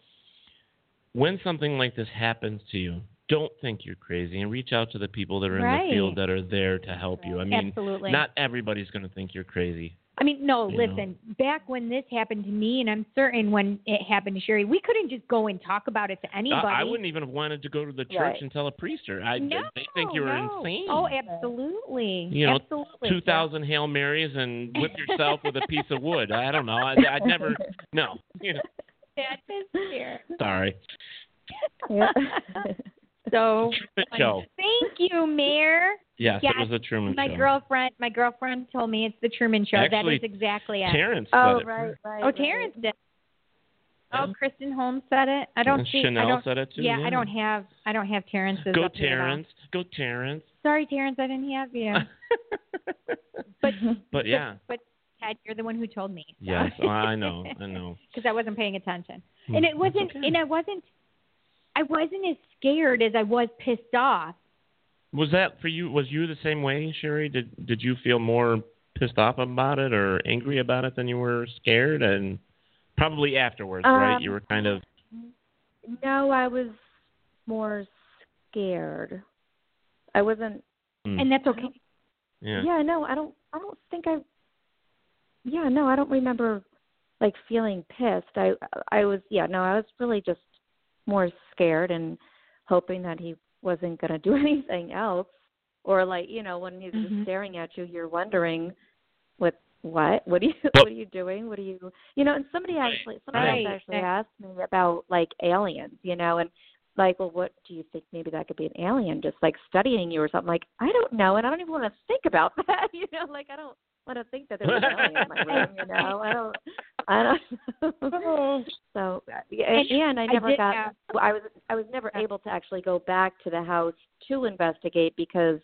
[SPEAKER 3] when something like this happens to you, don't think you're crazy and reach out to the people that are in
[SPEAKER 2] Right.
[SPEAKER 3] the field that are there to help you. I mean,
[SPEAKER 2] Absolutely.
[SPEAKER 3] not everybody's going to think you're crazy.
[SPEAKER 2] I mean, no,
[SPEAKER 3] You know.
[SPEAKER 2] listen, back when this happened to me, and I'm certain when it happened to Sherry, we couldn't just go and talk about it to anybody.
[SPEAKER 3] I, I wouldn't even have wanted to go to the church
[SPEAKER 4] Right.
[SPEAKER 3] and tell a priester. I
[SPEAKER 2] No,
[SPEAKER 3] they think you were
[SPEAKER 2] no.
[SPEAKER 3] insane.
[SPEAKER 2] Oh, absolutely.
[SPEAKER 3] You know,
[SPEAKER 2] absolutely.
[SPEAKER 3] Two thousand Hail Marys and whip yourself with a piece of wood. I don't know. I, I never. No. You know,
[SPEAKER 2] That is fair.
[SPEAKER 3] sorry.
[SPEAKER 4] Yeah.
[SPEAKER 2] So
[SPEAKER 3] Truman Show.
[SPEAKER 2] thank you, Mayor.
[SPEAKER 3] Yes,
[SPEAKER 2] Yes,
[SPEAKER 3] it was the Truman
[SPEAKER 2] My
[SPEAKER 3] Show.
[SPEAKER 2] girlfriend, my girlfriend told me it's the Truman Show.
[SPEAKER 3] Actually,
[SPEAKER 2] that is exactly it.
[SPEAKER 3] Terrence said
[SPEAKER 4] oh
[SPEAKER 3] it.
[SPEAKER 4] right, right.
[SPEAKER 2] oh, Terrence did. Oh, Kristen Holmes said it. I don't
[SPEAKER 3] And
[SPEAKER 2] see.
[SPEAKER 3] Chanel
[SPEAKER 2] I don't,
[SPEAKER 3] said it too.
[SPEAKER 2] Yeah, I don't have. I don't have Terrence's.
[SPEAKER 3] Go
[SPEAKER 2] up here at all.
[SPEAKER 3] Terrence. Go Terrence.
[SPEAKER 2] Sorry, Terrence, I didn't have you.
[SPEAKER 3] But yeah.
[SPEAKER 2] But Ted, you're the one who told me.
[SPEAKER 3] Yes, oh, I know. I know.
[SPEAKER 2] Because I wasn't paying attention,
[SPEAKER 3] Hmm,
[SPEAKER 2] and it
[SPEAKER 3] that's
[SPEAKER 2] wasn't.
[SPEAKER 3] okay.
[SPEAKER 2] And I wasn't. I wasn't as scared as I was pissed off.
[SPEAKER 3] Was that for you? Was you the same way, Sherry? Did Did you feel more pissed off about it or angry about it than you were scared? And probably afterwards, right?
[SPEAKER 4] Um,
[SPEAKER 3] You were kind of
[SPEAKER 4] No, I was more scared. I wasn't.
[SPEAKER 3] Hmm.
[SPEAKER 2] And that's okay.
[SPEAKER 3] yeah.
[SPEAKER 4] Yeah, no, I don't. I don't think I. Yeah, no, I don't remember like feeling pissed. I I was yeah no, I was really just more scared and hoping that he wasn't going to do anything else or like you know when he's just staring at you you're wondering what what what are you what are you doing what are you you know and somebody actually somebody else
[SPEAKER 2] Right.
[SPEAKER 4] actually asked me about like aliens you know and like well what do you think maybe that could be an alien just like studying you or something like i don't know and i don't even want to think about that you know like i don't want to think that there's an alien in my room you know i don't i don't
[SPEAKER 2] Oh.
[SPEAKER 4] know. so yeah, and, and i
[SPEAKER 2] I
[SPEAKER 4] never
[SPEAKER 2] did
[SPEAKER 4] got
[SPEAKER 2] ask-
[SPEAKER 4] well, I was I was never able to actually go back to the house to investigate because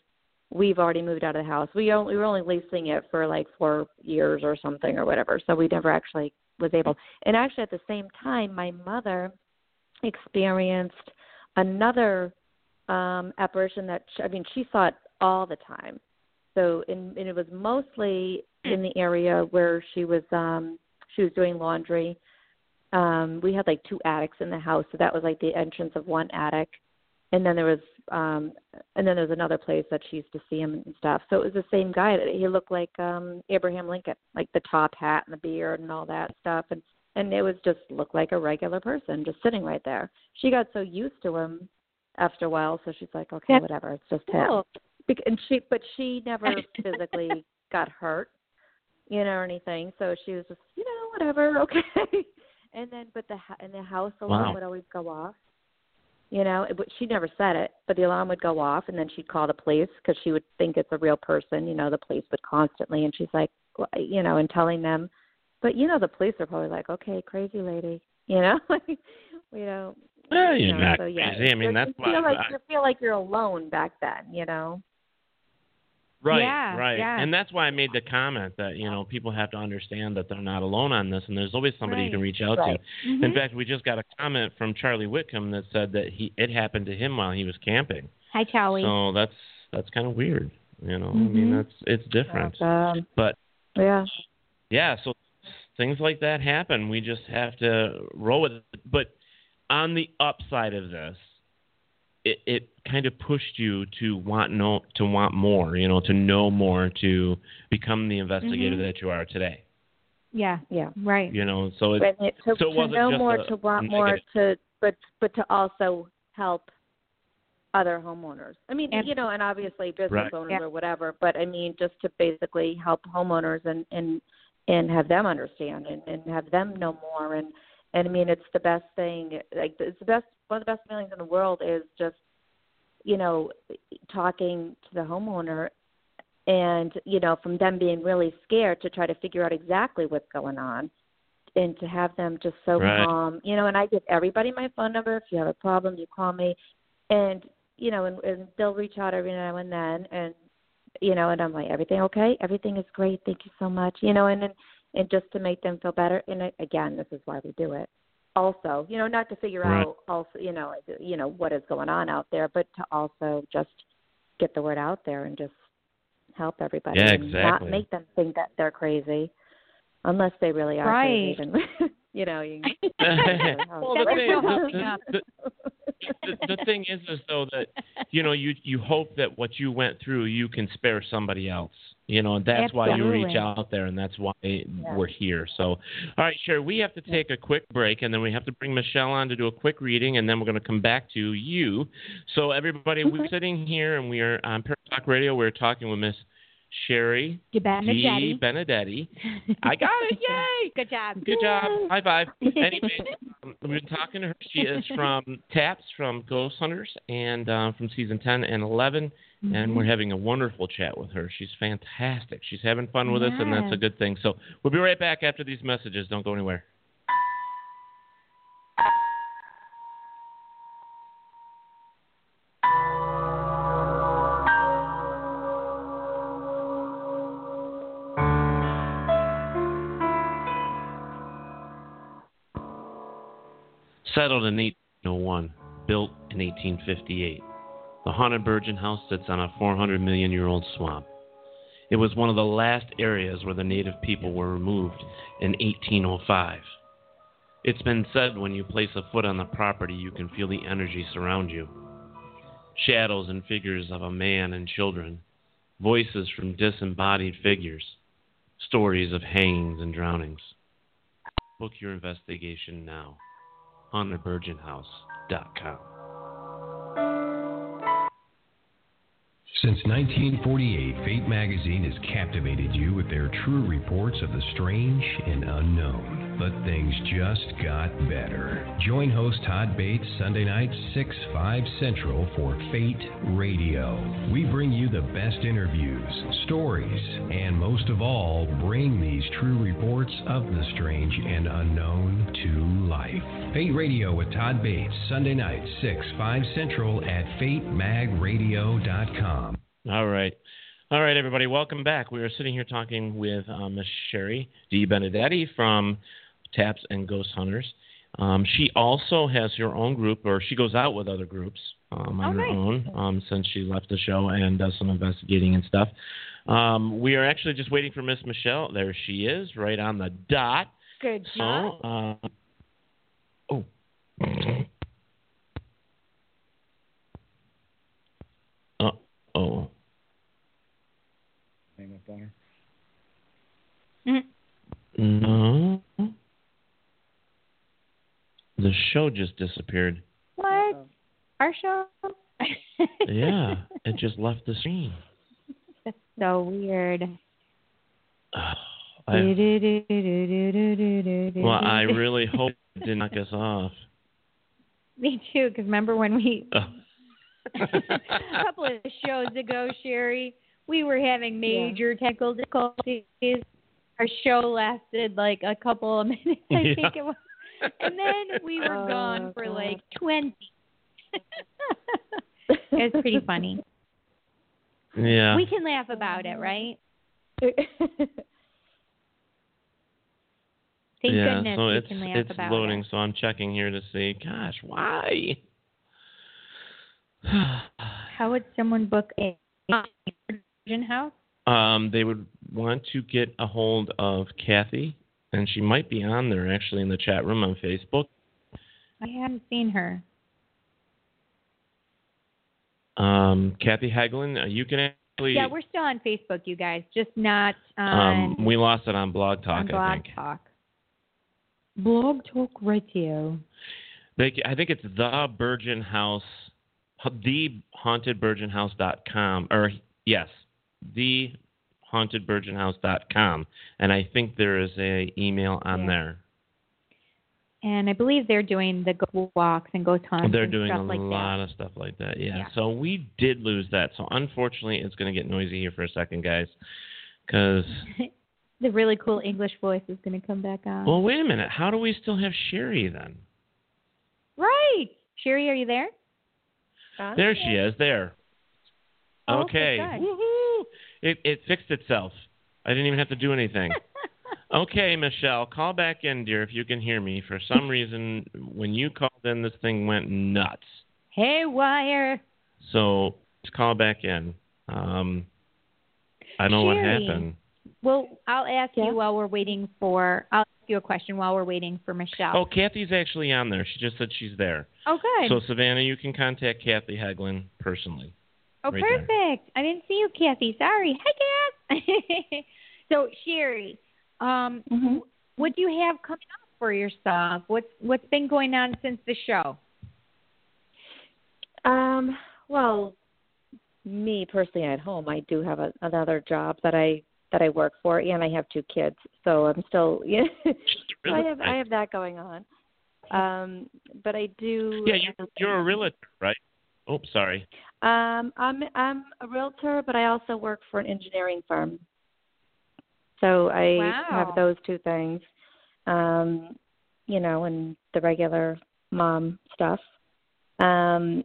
[SPEAKER 4] we've already moved out of the house. We only, we were only leasing it for like four years or something or whatever, so we never actually was able. And actually, at the same time, my mother experienced another um apparition that she, I mean she saw it all the time. So and, and it was mostly in the area where she was um she was doing laundry um we had like two attics in the house so that was like the entrance of one attic and then there was um and then there was another place that she used to see him and stuff so it was the same guy that he looked like um abraham lincoln like the top hat and the beard and all that stuff and and it was just looked like a regular person just sitting right there she got so used to him after a while so she's like okay
[SPEAKER 2] That's
[SPEAKER 4] whatever it's just him
[SPEAKER 2] Cool.
[SPEAKER 4] Bec- and she but she never physically got hurt you know or anything so she was just you know whatever okay and then but the ho- and the house alarm
[SPEAKER 3] Wow.
[SPEAKER 4] would always go off you know it- but she never said it but the alarm would go off and then she'd call the police because she would think it's a real person you know the police would constantly and she's like well, you know and telling them but you know the police are probably like okay crazy lady you know like we don't
[SPEAKER 3] Well, you're
[SPEAKER 4] you know,
[SPEAKER 3] not
[SPEAKER 4] so, yeah.
[SPEAKER 3] crazy. I mean,
[SPEAKER 4] You
[SPEAKER 3] that's
[SPEAKER 4] feel
[SPEAKER 3] why-
[SPEAKER 4] like you feel like you're alone back then, you know.
[SPEAKER 3] Right,
[SPEAKER 2] Yeah,
[SPEAKER 3] right.
[SPEAKER 2] yeah.
[SPEAKER 3] And that's why I made the comment that, you know, people have to understand that they're not alone on this and there's always somebody you can
[SPEAKER 2] Right, Mm-hmm.
[SPEAKER 3] reach out
[SPEAKER 4] right.
[SPEAKER 3] to. In fact, we just got a comment from Charlie Whitcomb that said that he it happened to him while he was camping.
[SPEAKER 2] Hi, Charlie.
[SPEAKER 3] So that's that's kind of weird, you know. I
[SPEAKER 2] Mm-hmm.
[SPEAKER 3] mean, that's it's different.
[SPEAKER 4] Um,
[SPEAKER 3] But
[SPEAKER 4] yeah.
[SPEAKER 3] yeah, so things like that happen. We just have to roll with it. But on the upside of this, it, it kind of pushed you to want no to want more, you know, to know more, to become the investigator that you are today.
[SPEAKER 2] yeah.
[SPEAKER 4] Yeah.
[SPEAKER 2] Right.
[SPEAKER 3] You know, so it,
[SPEAKER 4] But it- to,
[SPEAKER 3] so it
[SPEAKER 4] to
[SPEAKER 3] wasn't
[SPEAKER 4] know
[SPEAKER 3] just
[SPEAKER 4] more,
[SPEAKER 3] a mm,
[SPEAKER 4] to want more,
[SPEAKER 3] negative.
[SPEAKER 4] to but but to also help other homeowners. I mean,
[SPEAKER 2] And-
[SPEAKER 4] you know, and obviously business
[SPEAKER 3] Right.
[SPEAKER 4] owners
[SPEAKER 2] Yeah.
[SPEAKER 4] or whatever. But I mean, just to basically help homeowners and and and have them understand and and have them know more. And and I mean, it's the best thing. Like it's the best one of the best feelings in the world is just you know talking to the homeowner and you know from them being really scared to try to figure out exactly what's going on and to have them just so
[SPEAKER 3] Right.
[SPEAKER 4] calm you know and i give everybody my phone number if you have a problem you call me and you know and, and they'll reach out every now and then and you know and i'm like everything okay everything is great thank you so much you know and and, and just to make them feel better and I- again this is why we do it also you know not to figure
[SPEAKER 3] Right.
[SPEAKER 4] out also you know like, you know what is going on out there but to also just get the word out there and just help everybody
[SPEAKER 3] Yeah,
[SPEAKER 4] and not
[SPEAKER 3] exactly.
[SPEAKER 4] make them think that they're crazy unless they really are
[SPEAKER 2] Right.
[SPEAKER 4] crazy, then, you know you can
[SPEAKER 3] well, the
[SPEAKER 2] That's
[SPEAKER 3] thing,
[SPEAKER 2] what we're helping
[SPEAKER 3] the,
[SPEAKER 2] up.
[SPEAKER 3] the, the, the thing is, is though that you know you you hope that what you went through you can spare somebody else. You know, and that's why you reach
[SPEAKER 2] Absolutely.
[SPEAKER 3] out there, and that's why we're here. So, all right, Sherry, we have to take a quick break, and then we have to bring Michelle on to do a quick reading, and then we're going to come back to you. So, everybody, we're sitting here, and we are on Parrot Talk Radio. We're talking with Miss Sherry
[SPEAKER 2] Benedetti.
[SPEAKER 3] D. Benedetti. I got it! Yay!
[SPEAKER 2] Good job.
[SPEAKER 3] Good job. High five. Anyway, um, we've been talking to her. She is from Taps, from Ghost Hunters, and uh, from season 10 and 11. And we're having a wonderful chat with her. She's fantastic. She's having fun with us, and that's a good thing. So we'll be right back after these messages. Don't go anywhere. Settled in 1801, built in 1858, the haunted Virgin House sits on a 400 million year old swamp. It was one of the last areas where the native people were removed in 1805. It's been said when you place a foot on the property, you can feel the energy surround you. Shadows and figures of a man and children, voices from disembodied figures, stories of hangings and drownings. Book your investigation now on thevirginhouse.com.
[SPEAKER 6] Since 1948, Fate magazine has captivated you with their true reports of the strange and unknown. But things just got better. Join host Todd Bates Sunday night 6 5 Central for Fate Radio. We bring you the best interviews, stories, and most of all, bring these true reports of the strange and unknown to life. Fate Radio with Todd Bates Sunday night 6 5 Central at FateMagRadio.com.
[SPEAKER 3] All right. All right, everybody. Welcome back. We are sitting here talking with uh, Miss Sherry D. Benedetti from Taps and Ghost Hunters. Um, she also has her own group, or she goes out with other groups um, on her own um, since she left the show and does some investigating and stuff. Um, we are actually just waiting for Miss Michelle. There she is, right on the dot.
[SPEAKER 2] Good
[SPEAKER 3] So,
[SPEAKER 2] job.
[SPEAKER 3] uh, oh. Uh oh.
[SPEAKER 1] Hang up on her.
[SPEAKER 3] No. The show just disappeared.
[SPEAKER 2] What? Our show?
[SPEAKER 3] Yeah, it just left the screen.
[SPEAKER 2] That's so weird.
[SPEAKER 3] I, well, I really hope it didn't knock us off.
[SPEAKER 2] Me too, because remember when we,
[SPEAKER 3] Oh.
[SPEAKER 2] a couple of shows ago, Sherry, we were having major technical difficulties. Our show lasted like a couple of minutes, I
[SPEAKER 3] Yeah. Oh,
[SPEAKER 2] think it was. And then we were gone for like 20. it was pretty funny.
[SPEAKER 3] Yeah.
[SPEAKER 2] We can laugh about it, right? Thank
[SPEAKER 3] yeah,
[SPEAKER 2] goodness
[SPEAKER 3] so
[SPEAKER 2] we
[SPEAKER 3] it's
[SPEAKER 2] can laugh
[SPEAKER 3] it's
[SPEAKER 2] about
[SPEAKER 3] loading,
[SPEAKER 2] it.
[SPEAKER 3] so I'm checking here to see. Gosh, why?
[SPEAKER 2] How would someone book a virgin house?
[SPEAKER 3] Um, they would want to get a hold of Kathy, and she might be on there actually in the chat room on Facebook.
[SPEAKER 2] I haven't seen her.
[SPEAKER 3] Um, Kathy Hagelin, uh, you can actually.
[SPEAKER 2] Yeah, we're still on Facebook, you guys, just not on,
[SPEAKER 3] um, we lost it on Blog Talk,
[SPEAKER 2] on
[SPEAKER 3] I
[SPEAKER 2] Blog
[SPEAKER 3] think.
[SPEAKER 2] Talk. Blog Talk Radio.
[SPEAKER 3] They, I think it's the Virgin House, the hauntedvirginhouse.com, or yes, the hauntedvirginhouse.com, and I think there is a email on
[SPEAKER 2] Yeah.
[SPEAKER 3] there.
[SPEAKER 2] And I believe they're doing the ghost walks and ghost hunts.
[SPEAKER 3] They're
[SPEAKER 2] and
[SPEAKER 3] doing
[SPEAKER 2] stuff
[SPEAKER 3] a
[SPEAKER 2] like
[SPEAKER 3] lot of stuff like that. Yeah.
[SPEAKER 2] Yeah.
[SPEAKER 3] So we did lose that. So unfortunately, it's going to get noisy here for a second, guys. Because
[SPEAKER 2] That. The really cool English voice is going to come back on.
[SPEAKER 3] well, wait a minute. How do we still have Sherry then?
[SPEAKER 2] Right. Sherry, are you there?
[SPEAKER 3] There she is. There.
[SPEAKER 2] Oh,
[SPEAKER 3] Okay.
[SPEAKER 2] good.
[SPEAKER 3] Woohoo! It it fixed itself. I didn't even have to do anything. okay, Michelle, call back in, dear, if you can hear me. For some reason, when you called in, this thing went nuts.
[SPEAKER 2] Hey, wire.
[SPEAKER 3] So let's call back in. Um, I don't know
[SPEAKER 2] Sherry.
[SPEAKER 3] what happened.
[SPEAKER 2] Well, I'll ask you while we're waiting for. I'll ask you a question while we're waiting for
[SPEAKER 4] Ah.
[SPEAKER 2] Michelle.
[SPEAKER 3] Oh, Kathy's actually on there. She just said she's there.
[SPEAKER 2] Oh, good.
[SPEAKER 3] So, Savannah, you can contact Kathy Heglin personally.
[SPEAKER 2] oh,
[SPEAKER 3] right there.
[SPEAKER 2] perfect. I didn't see you, Kathy. Sorry. Hi, Kath. so, Sherry, um, what do you have coming up for yourself? What's What's been going on since the show?
[SPEAKER 4] Um, well, me personally at home, I do have a, another job that I that I work for, and I have two kids, so I'm still yeah. so Oh, I have I have that going on. Um, but I do.
[SPEAKER 3] Yeah, you're, you're a realtor, right? Oh, sorry.
[SPEAKER 4] Um, I'm I'm a realtor, but I also work for an engineering firm. So I
[SPEAKER 2] Wow.
[SPEAKER 4] have those two things, um, you know, and the regular mom stuff. Um,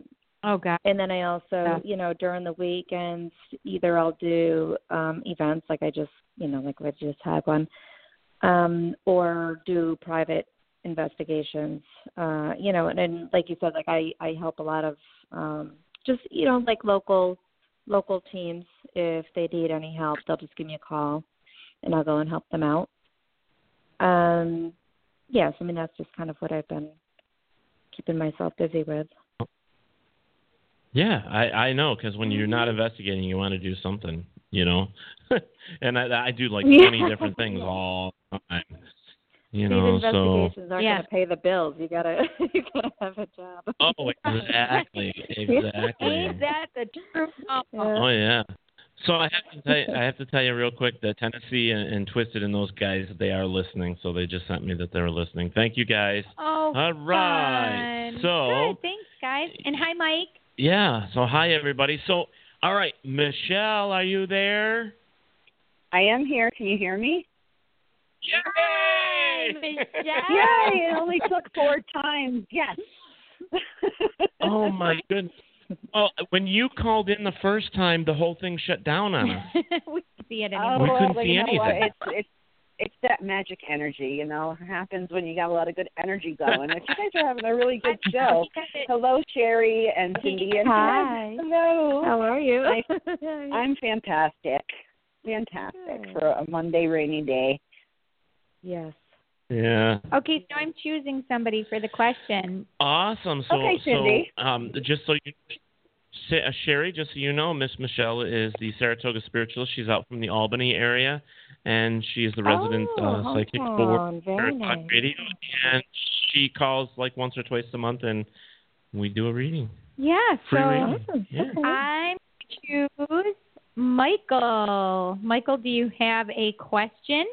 [SPEAKER 2] Oh, God.
[SPEAKER 4] and then I also,
[SPEAKER 2] Yeah.
[SPEAKER 4] you know, during the weekends, either I'll do um events like I just, you know, like I just had one, um, or do private investigations. Uh, you know, and, and like you said, like I I help a lot of um just you know like local local teams if they need any help, they'll just give me a call, and I'll go and help them out. Um, yes, I mean that's just kind of what I've been keeping myself busy with.
[SPEAKER 3] Yeah, I, I know, because when you're
[SPEAKER 4] Mm-hmm.
[SPEAKER 3] not investigating, you want to do something, you know? and I, I do like 20
[SPEAKER 4] Yeah.
[SPEAKER 3] different things all the time. You
[SPEAKER 4] These
[SPEAKER 3] know, so.
[SPEAKER 4] investigations aren't
[SPEAKER 2] Yeah.
[SPEAKER 4] going to pay the bills. You gotta, you gotta have a job.
[SPEAKER 3] Oh, exactly. Exactly.
[SPEAKER 2] Ain't that the truth? Oh,
[SPEAKER 3] Oh yeah. So I have to tell you, I have to tell you real quick that Tennessee and, and Twisted and those guys they are listening. So they just sent me that they were listening. Thank you guys.
[SPEAKER 2] oh,
[SPEAKER 3] All right.
[SPEAKER 2] fun.
[SPEAKER 3] So-
[SPEAKER 2] Good. Thanks, guys. And hi, Mike.
[SPEAKER 3] Yeah. So hi everybody. So all right, Michelle, are you there?
[SPEAKER 7] I am here. Can you hear me?
[SPEAKER 2] Hi, Michelle.
[SPEAKER 7] Yay! It only took four times. Yes.
[SPEAKER 3] oh my goodness. Well, when you called in the first time, the whole thing shut down on us.
[SPEAKER 2] we can't see it
[SPEAKER 7] Oh,
[SPEAKER 2] anymore.
[SPEAKER 3] We couldn't
[SPEAKER 7] well,
[SPEAKER 3] see
[SPEAKER 7] you know what?
[SPEAKER 3] anything.
[SPEAKER 7] It's, it's, it's that magic energy, you know. It happens when you got a lot of good energy going. But you guys are having a really good show. Hello, Sherry and Cindy and
[SPEAKER 4] Hi.
[SPEAKER 7] Hello.
[SPEAKER 4] How are you?
[SPEAKER 7] I-
[SPEAKER 4] I'm,
[SPEAKER 7] I'm fantastic. Fantastic for a Monday rainy day.
[SPEAKER 4] yes.
[SPEAKER 3] Yeah.
[SPEAKER 2] Okay, so I'm choosing somebody for the question.
[SPEAKER 3] Awesome. So,
[SPEAKER 7] Okay, Cindy.
[SPEAKER 3] so um, just so you, Sa- uh, Sherry, just so you know, Miss Michelle is the Saratoga spiritualist. She's out from the Albany area, and she is the resident
[SPEAKER 4] oh,
[SPEAKER 3] uh, psychic for
[SPEAKER 4] hometown. Very
[SPEAKER 3] Parrot Talk
[SPEAKER 4] nice.
[SPEAKER 3] Radio. And she calls like once or twice a month, and we do a reading,
[SPEAKER 2] Yeah,
[SPEAKER 3] free
[SPEAKER 2] so
[SPEAKER 3] reading. Yeah.
[SPEAKER 2] I'm gonna choose Michael. Michael, do you have a question?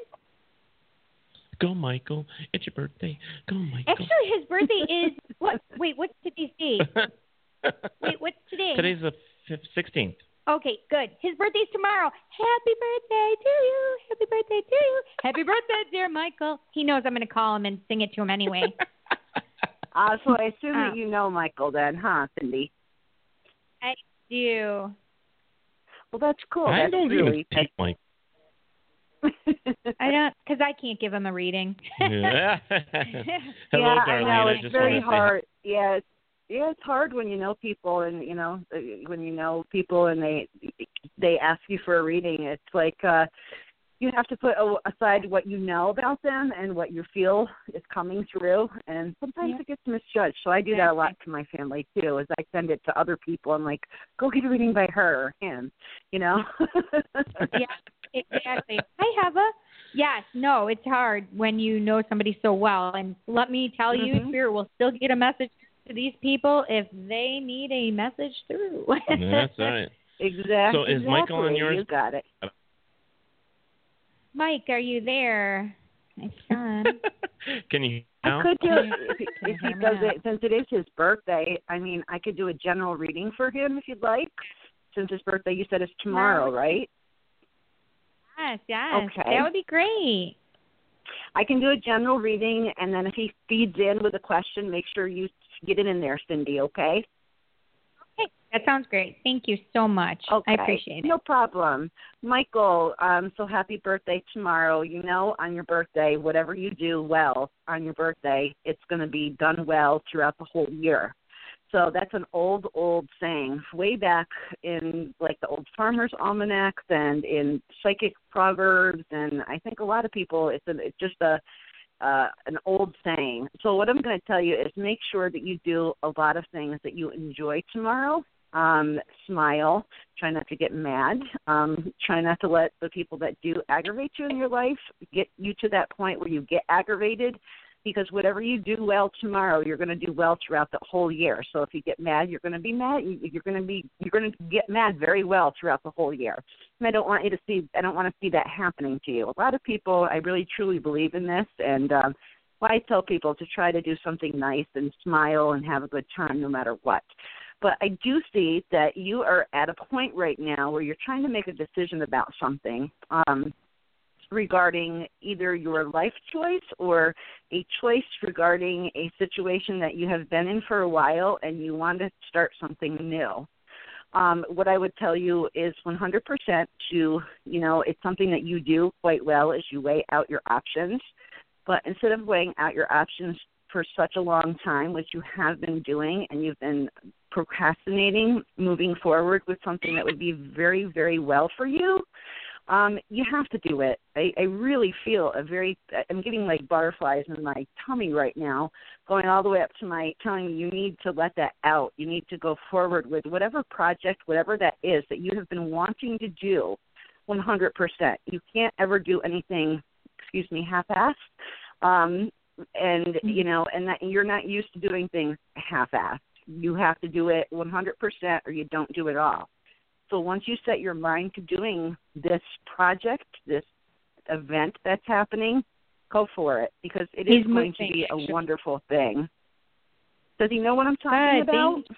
[SPEAKER 3] Go, Michael! It's your birthday. Go, Michael!
[SPEAKER 2] Actually, his birthday is what? Wait, what's today's date? Wait, what's today?
[SPEAKER 3] Today's the fif- 16th.
[SPEAKER 2] Okay, good. His birthday's tomorrow. Happy birthday to you. Happy birthday to you. Happy birthday, dear Michael. He knows I'm gonna call him and sing it to him anyway.
[SPEAKER 7] Uh, so I assume
[SPEAKER 2] Ah.
[SPEAKER 7] that you know Michael then, huh, Cindy?
[SPEAKER 2] Do
[SPEAKER 7] Well, that's cool.
[SPEAKER 3] I
[SPEAKER 7] that's
[SPEAKER 3] don't
[SPEAKER 7] really
[SPEAKER 3] even think like
[SPEAKER 2] I don't? Because I can't give him a reading.
[SPEAKER 3] Yeah. Hello,
[SPEAKER 7] yeah,
[SPEAKER 3] darling.
[SPEAKER 7] I know
[SPEAKER 3] I
[SPEAKER 7] it's
[SPEAKER 3] just
[SPEAKER 7] very
[SPEAKER 3] wanna say hi.
[SPEAKER 7] hard. Yeah, it's, yeah, it's hard when you know people, and you know uh, when you know people, and they they ask you for a reading. It's like uh you have to put a- aside what you know about them and what you feel is coming through, and sometimes
[SPEAKER 2] Yeah.
[SPEAKER 7] it gets misjudged. So I do that a lot to my family too. Is I send it to other people. I'm like, go get a reading by her or him. You know.
[SPEAKER 2] yeah, exactly. Hi, Hava. Yes, no, it's hard when you know somebody so well. And let me tell you,
[SPEAKER 7] Mhm.
[SPEAKER 2] Spirit will still get a message to these people if they need a message through.
[SPEAKER 3] That's all right.
[SPEAKER 7] Exactly.
[SPEAKER 3] So is Michael on
[SPEAKER 7] exactly.
[SPEAKER 3] yours?
[SPEAKER 7] You got it.
[SPEAKER 2] Mike, are you there? My son.
[SPEAKER 3] Can you hear me
[SPEAKER 7] I
[SPEAKER 3] now?
[SPEAKER 7] could do if, he-
[SPEAKER 2] Can you
[SPEAKER 7] if he
[SPEAKER 2] hear me
[SPEAKER 7] does
[SPEAKER 2] now?
[SPEAKER 7] it since it is his birthday. I mean, I could do a general reading for him if you'd like. Since his birthday, you said it's tomorrow,
[SPEAKER 2] Tomorrow.
[SPEAKER 7] right?
[SPEAKER 2] Yes, yes.
[SPEAKER 7] Okay.
[SPEAKER 2] That would be great.
[SPEAKER 7] I can do a general reading, and then if he feeds in with a question, make sure you get it in there, Cindy. Okay?
[SPEAKER 2] Okay, that sounds great. Thank you so much.
[SPEAKER 7] Okay.
[SPEAKER 2] I appreciate it.
[SPEAKER 7] No problem, Michael. Um, so happy birthday tomorrow. You know, on your birthday, whatever you do well on your birthday, it's going to be done well throughout the whole year. So that's an old, old saying, way back in like the old farmers' almanacs and in psychic proverbs, and I think a lot of people. It's, a, it's just a uh, an old saying. So what I'm going to tell you is make sure that you do a lot of things that you enjoy tomorrow. Um, smile. Try not to get mad. Um, try not to let the people that do aggravate you in your life get you to that point where you get aggravated. Because whatever you do well tomorrow, you're going to do well throughout the whole year. So if you get mad, you're going to be mad. You- You're going to be you're going to get mad very well throughout the whole year. And I don't want you to see I don't want to see that happening to you. A lot of people, I really truly believe in this, and um, why I tell people to try to do something nice and smile and have a good time no matter what. But I do see that you are at a point right now where you're trying to make a decision about something um, regarding either your life choice or a choice regarding a situation that you have been in for a while and you want to start something new um, what I would tell you is 100% to, you know, it's something that you do quite well is you weigh out your options. But instead of weighing out your options for such a long time, which you have been doing and you've been procrastinating moving forward with something that would be very, very well for you, um, you have to do it. I, I really feel a very, I'm getting like butterflies in my tummy right now, going all the way up to my telling you, you need to let that out. You need to go forward with whatever project, whatever that is that you have been wanting to do 100%. You can't ever do anything, excuse me, half assed. Um, and,
[SPEAKER 2] Mm-hmm.
[SPEAKER 7] you know, and that you're not used to doing things half assed. You have to do it 100% or you don't do it all. So once you set your mind to doing this project, this event that's happening, go for it because it is
[SPEAKER 2] He's
[SPEAKER 7] going to
[SPEAKER 2] moving,
[SPEAKER 7] be a
[SPEAKER 2] actually.
[SPEAKER 7] wonderful thing. Does he know what I'm talking
[SPEAKER 2] Good,
[SPEAKER 7] about?
[SPEAKER 2] thank you.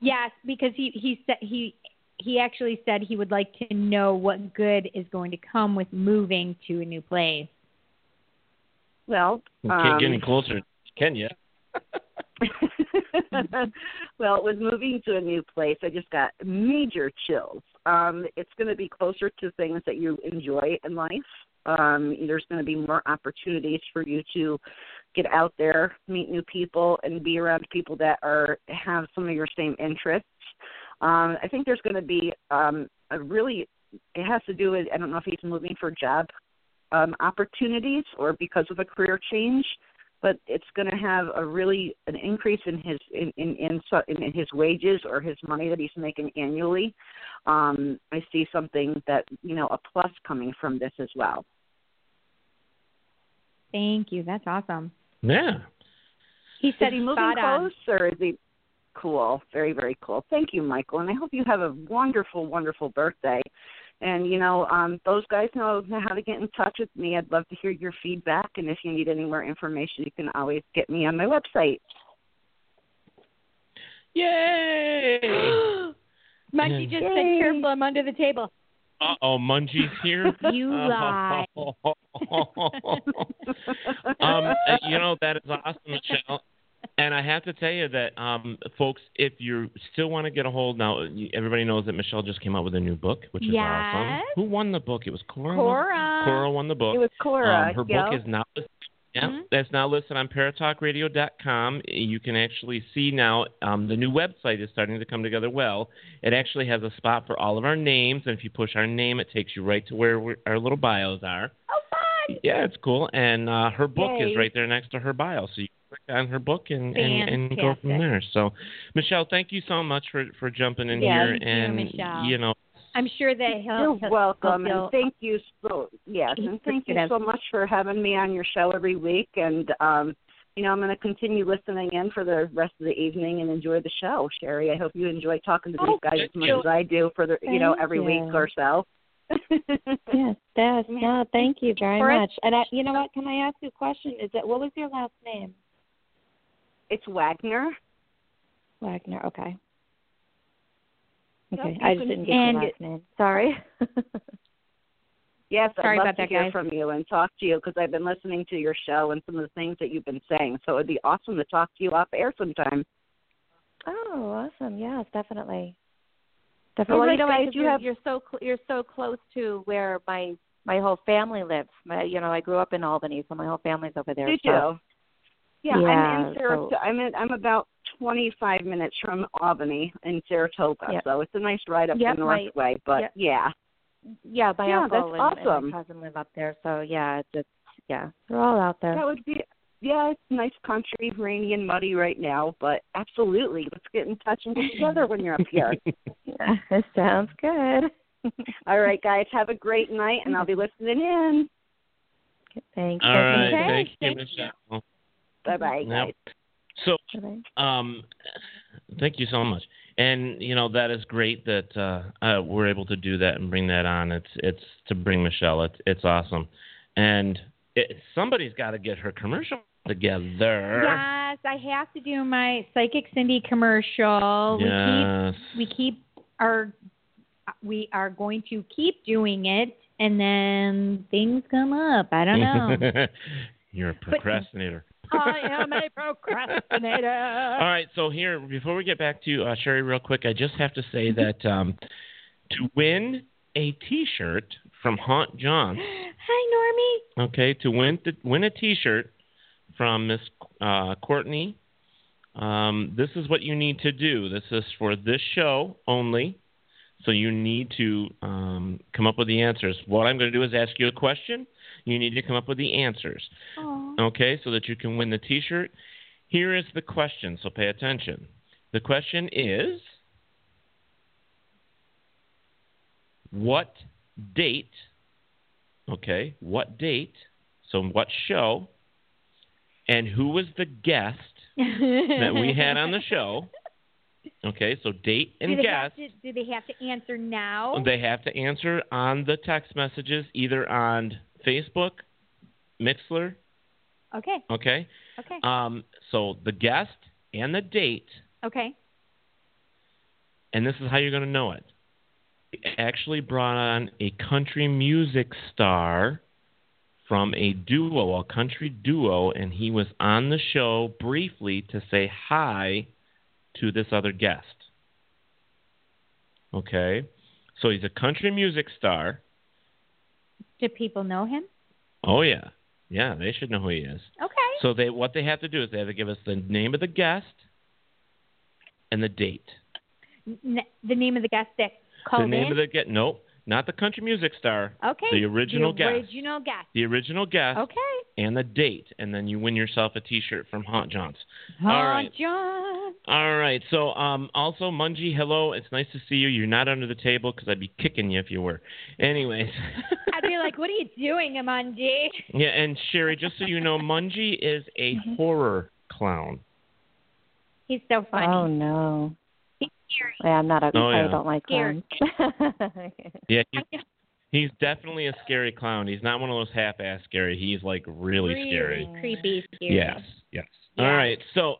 [SPEAKER 2] Yes, because he he said he he actually said he would like to know what good is going to come with moving to a new place.
[SPEAKER 7] Well,
[SPEAKER 3] Can't get
[SPEAKER 7] um,
[SPEAKER 3] any closer, can you?
[SPEAKER 7] well, with moving to a new place, I just got major chills. Um, it's going to be closer to things that you enjoy in life. Um, there's going to be more opportunities for you to get out there, meet new people, and be around people that are have some of your same interests. Um, I think there's going to be um, a really. It has to do with I don't know if he's moving for job um, opportunities or because of a career change but it's going to have a really an increase in his in in in, so- in in his wages or his money that he's making annually. Um, I see something that you know a plus coming from this as well.
[SPEAKER 2] Thank you. That's awesome.
[SPEAKER 3] Yeah.
[SPEAKER 2] He
[SPEAKER 7] Is
[SPEAKER 2] said
[SPEAKER 7] he moving
[SPEAKER 2] spot on.
[SPEAKER 7] close or is he cool? Very very cool. Thank you, Michael, and I hope you have a wonderful wonderful birthday. And you know, um, those guys know how to get in touch with me. I'd love to hear your feedback, and if you need any more information, you can always get me on my website.
[SPEAKER 3] Yay!
[SPEAKER 2] Munchie just said careful, I'm under the table.
[SPEAKER 3] Uh oh, Mungie's here.
[SPEAKER 2] You lie.
[SPEAKER 3] um, uh, you know that is awesome, Michelle. And I have to tell you that, um, folks, if you still want to get a hold now, you- everybody knows that Michelle just came out with a new book, which is awesome.
[SPEAKER 2] Yes.
[SPEAKER 3] Who won the book? It was Cora.
[SPEAKER 2] Cora.
[SPEAKER 3] Cora won the book.
[SPEAKER 7] It was Cora.
[SPEAKER 3] Um, her
[SPEAKER 7] yo.
[SPEAKER 3] book is now listed. Yeah,
[SPEAKER 2] Mm-hmm.
[SPEAKER 3] that's now listed on paratalkradio.com. You can actually see now um, the new website is starting to come together well. It actually has a spot for all of our names, and if you push our name, it takes you right to where we our little bios are.
[SPEAKER 2] Oh, fun.
[SPEAKER 3] Yeah, it's cool. And uh, her book
[SPEAKER 2] Yay.
[SPEAKER 3] is right there next to her bio, so you click on her book and, and, and go
[SPEAKER 2] Fantastic.
[SPEAKER 3] from there. So, Michelle, thank you so much for, for jumping in
[SPEAKER 2] Yeah,
[SPEAKER 3] here.
[SPEAKER 2] thank you,
[SPEAKER 3] and
[SPEAKER 2] Michelle.
[SPEAKER 3] you know,
[SPEAKER 2] I'm sure that he'll.
[SPEAKER 7] You're
[SPEAKER 2] he'll-
[SPEAKER 7] welcome,
[SPEAKER 2] he'll-
[SPEAKER 7] and thank you so yes,
[SPEAKER 2] He's
[SPEAKER 7] and thank you
[SPEAKER 2] appreciative.
[SPEAKER 7] so much for having me on your show every week. And um, you know, I'm going to continue listening in for the rest of the evening and enjoy the show, Sherry. I hope you enjoy talking to these
[SPEAKER 2] Oh,
[SPEAKER 7] guys as
[SPEAKER 3] thank
[SPEAKER 7] much
[SPEAKER 3] you.
[SPEAKER 7] as I do for the you know
[SPEAKER 8] Thank
[SPEAKER 7] every
[SPEAKER 8] you.
[SPEAKER 7] week or so.
[SPEAKER 8] Yes, yes. No, thank you very
[SPEAKER 2] For us-
[SPEAKER 8] much. And I, you know what? Can I ask you a question? Is that what was your last name?
[SPEAKER 7] it's Wagner.
[SPEAKER 8] Wagner. Okay.
[SPEAKER 7] Yep,
[SPEAKER 8] Okay.
[SPEAKER 7] you
[SPEAKER 8] I just
[SPEAKER 7] can-
[SPEAKER 8] didn't get your
[SPEAKER 2] and-
[SPEAKER 8] last name. Sorry.
[SPEAKER 7] Yes,
[SPEAKER 2] Sorry
[SPEAKER 7] I'd love to
[SPEAKER 2] about that,
[SPEAKER 7] hear
[SPEAKER 2] guys.
[SPEAKER 7] from you and talk to you because I've been listening to your show and some of the things that you've been saying. So it'd be awesome to talk to you off air sometime.
[SPEAKER 8] oh, awesome. Yes, definitely. Definitely.
[SPEAKER 7] All
[SPEAKER 8] Well,
[SPEAKER 7] right,
[SPEAKER 8] you know
[SPEAKER 7] guys,
[SPEAKER 8] what? 'cause
[SPEAKER 7] you
[SPEAKER 8] you're,
[SPEAKER 7] have-
[SPEAKER 8] you're so cl- you're so close to where my my whole family lives. My, you know, I grew up in Albany, so my whole family's over there.
[SPEAKER 7] Did
[SPEAKER 8] so-
[SPEAKER 7] you? Yeah, I'm
[SPEAKER 8] Yeah,
[SPEAKER 7] in Saratoga.
[SPEAKER 8] so-
[SPEAKER 7] I'm in, I'm about 25 minutes from Albany in Saratoga,
[SPEAKER 8] Yep.
[SPEAKER 7] so it's a nice ride up
[SPEAKER 8] Yep,
[SPEAKER 7] the
[SPEAKER 8] my-
[SPEAKER 7] North Way. But
[SPEAKER 8] yep.
[SPEAKER 7] yeah,
[SPEAKER 8] Yeah, my
[SPEAKER 7] Yeah,
[SPEAKER 8] uncle
[SPEAKER 7] that's
[SPEAKER 8] and, and
[SPEAKER 7] awesome.
[SPEAKER 8] my cousin live up there, so yeah, it's, it's
[SPEAKER 4] yeah, they're all out there.
[SPEAKER 7] That would be yeah, it's nice country, rainy and muddy right now, but absolutely, let's get in touch and get together when you're up here.
[SPEAKER 4] yeah, that sounds good.
[SPEAKER 7] All right, guys, have a great night, and I'll be listening in.
[SPEAKER 4] Thanks.
[SPEAKER 3] All right.
[SPEAKER 7] Okay,
[SPEAKER 3] Thank you,
[SPEAKER 7] thank
[SPEAKER 3] Michelle.
[SPEAKER 7] Bye bye, guys.
[SPEAKER 3] Yep. So, um, thank you so much. And you know that is great that uh, uh, we're able to do that and bring that on. It's it's to bring Michelle. It's it's awesome, and it, somebody's got to get her commercial together.
[SPEAKER 2] Yes, I have to do my psychic Cindy commercial.
[SPEAKER 3] Yes.
[SPEAKER 2] We keep we keep our we are going to keep doing it, and then things come up. I don't know.
[SPEAKER 3] You're a procrastinator.
[SPEAKER 2] I am a procrastinator.
[SPEAKER 3] All right, so here before we get back to uh, Sherry, real quick, I just have to say
[SPEAKER 2] Mm-hmm.
[SPEAKER 3] that um, to win a T-shirt from Haunt John,
[SPEAKER 2] Hi, Normie.
[SPEAKER 3] okay, to win to win a T-shirt from Miss uh, Courtney, um, this is what you need to do. This is for this show only. So you need to um, come up with the answers. What I'm going to do is ask you a question. You need to come up with the answers. Okay, so that you can win the t shirt. Here is the question, so pay attention. The question is What date, okay, what date, so what show, and who was the guest that we had on the show? Okay, so date and
[SPEAKER 2] do they
[SPEAKER 3] guest.
[SPEAKER 2] Have to, do they have to answer now?
[SPEAKER 3] They have to answer on the text messages, either on Facebook, Mixler,
[SPEAKER 2] okay.
[SPEAKER 3] okay?
[SPEAKER 2] Okay.
[SPEAKER 3] Um, so the guest and the date,
[SPEAKER 2] okay.
[SPEAKER 3] and this is how you're going to know it. We actually brought on a country music star from a duo, a country duo, and he was on the show briefly to say hi to this other guest. Okay? So he's a country music star.
[SPEAKER 2] Do people know him?
[SPEAKER 3] Oh, yeah. Yeah, they should know who he is.
[SPEAKER 2] Okay.
[SPEAKER 3] So they what they have to do is they have to give us the name of the guest and the date.
[SPEAKER 2] N- the name of the guest that called
[SPEAKER 3] the name
[SPEAKER 2] in.
[SPEAKER 3] of the guest. Nope, not the country music star.
[SPEAKER 2] okay.
[SPEAKER 3] The original
[SPEAKER 2] the
[SPEAKER 3] guest.
[SPEAKER 2] Original guest.
[SPEAKER 3] the original guest.
[SPEAKER 2] Okay.
[SPEAKER 3] And the date, and then you win yourself a T-shirt from Haunt Johns. All
[SPEAKER 2] Haunt
[SPEAKER 3] right.
[SPEAKER 2] John.
[SPEAKER 3] All right. So, um, also Mungie, hello. It's nice to see you. You're not under the table because I'd be kicking you if you were. Anyways.
[SPEAKER 2] I'd be like, what are you doing, Amanji?
[SPEAKER 3] Yeah, and Sherry, just so you know, Mungie is a
[SPEAKER 2] Mm-hmm.
[SPEAKER 3] horror clown.
[SPEAKER 2] He's so funny.
[SPEAKER 4] Oh no.
[SPEAKER 2] He's scary.
[SPEAKER 4] Yeah, I'm not a.
[SPEAKER 3] Oh, yeah.
[SPEAKER 4] I don't like
[SPEAKER 2] Scary.
[SPEAKER 4] clowns.
[SPEAKER 3] Yeah, he's, he's definitely a scary clown. He's not one of those half-ass scary. He's like really, scary.
[SPEAKER 2] Creepy, scary.
[SPEAKER 3] Yes, yes. All right. So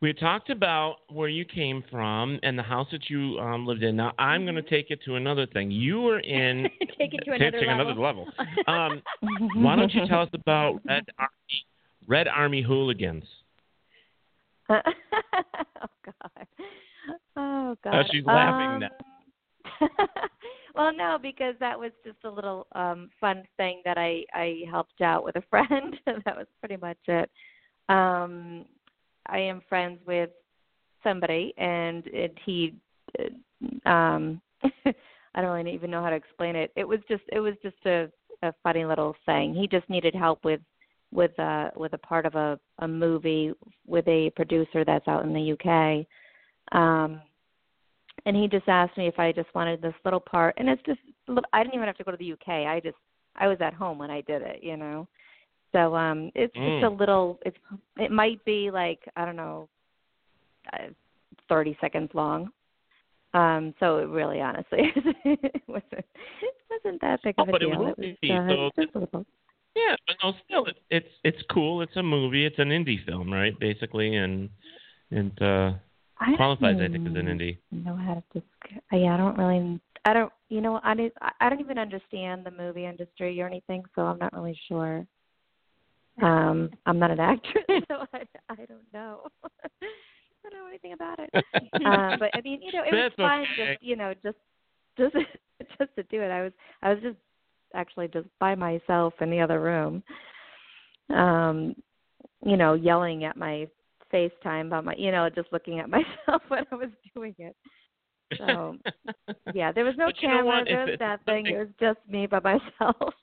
[SPEAKER 3] we talked about where you came from and the house that you um, lived in. Now I'm going to take it to another thing. You were in
[SPEAKER 2] Take it to
[SPEAKER 3] take
[SPEAKER 2] another
[SPEAKER 3] it to
[SPEAKER 2] level.
[SPEAKER 3] another level. Um, why don't you tell us about Red Army, Red Army hooligans?
[SPEAKER 4] oh god. Oh god.
[SPEAKER 3] Oh, she's laughing
[SPEAKER 4] Um, well, no, because that was just a little um fun thing that I I helped out with a friend. that was pretty much it. Um I am friends with somebody and it, he uh, um I don't really even know how to explain it. It was just it was just a a funny little thing. He just needed help with with uh with a part of a a movie with a producer that's out in the UK. Um and he just asked me if I just wanted this little part and it's just I didn't even have to go to the UK. I just I was at home when I did it, you know. So um it's just a
[SPEAKER 3] Mm.
[SPEAKER 4] little it's it might be like I don't know uh, 30 seconds long. Um so it really honestly it wasn't it wasn't that big
[SPEAKER 3] Oh,
[SPEAKER 4] of a
[SPEAKER 3] but it
[SPEAKER 4] deal.
[SPEAKER 3] was
[SPEAKER 4] it
[SPEAKER 3] easy,
[SPEAKER 4] was, uh,
[SPEAKER 3] so-
[SPEAKER 4] just a little
[SPEAKER 3] Yeah, but no, still, it, it's it's cool. It's a movie. It's an indie film, right? Basically, and and uh,
[SPEAKER 4] I don't
[SPEAKER 3] qualifies, I
[SPEAKER 4] know.
[SPEAKER 3] think, as an indie.
[SPEAKER 4] know how to describe. Yeah, I don't really. I don't. You know, I don't. I don't even understand the movie industry or anything, so I'm not really sure. Um, I'm not an actress, so I, I don't know. I don't know anything about it. uh, but I mean, you know, it was
[SPEAKER 3] That's
[SPEAKER 4] fun.
[SPEAKER 3] okay.
[SPEAKER 4] Just you know, just just just to do it. I was I was just actually just by myself in the other room. Um, you know, yelling at my FaceTime about my, you know, just looking at myself when I was doing it. So yeah, there was no
[SPEAKER 3] But you know
[SPEAKER 4] camera,
[SPEAKER 3] what?
[SPEAKER 4] there
[SPEAKER 3] It's-
[SPEAKER 4] was
[SPEAKER 3] it's
[SPEAKER 4] nothing.
[SPEAKER 3] something-
[SPEAKER 4] It was just me by myself.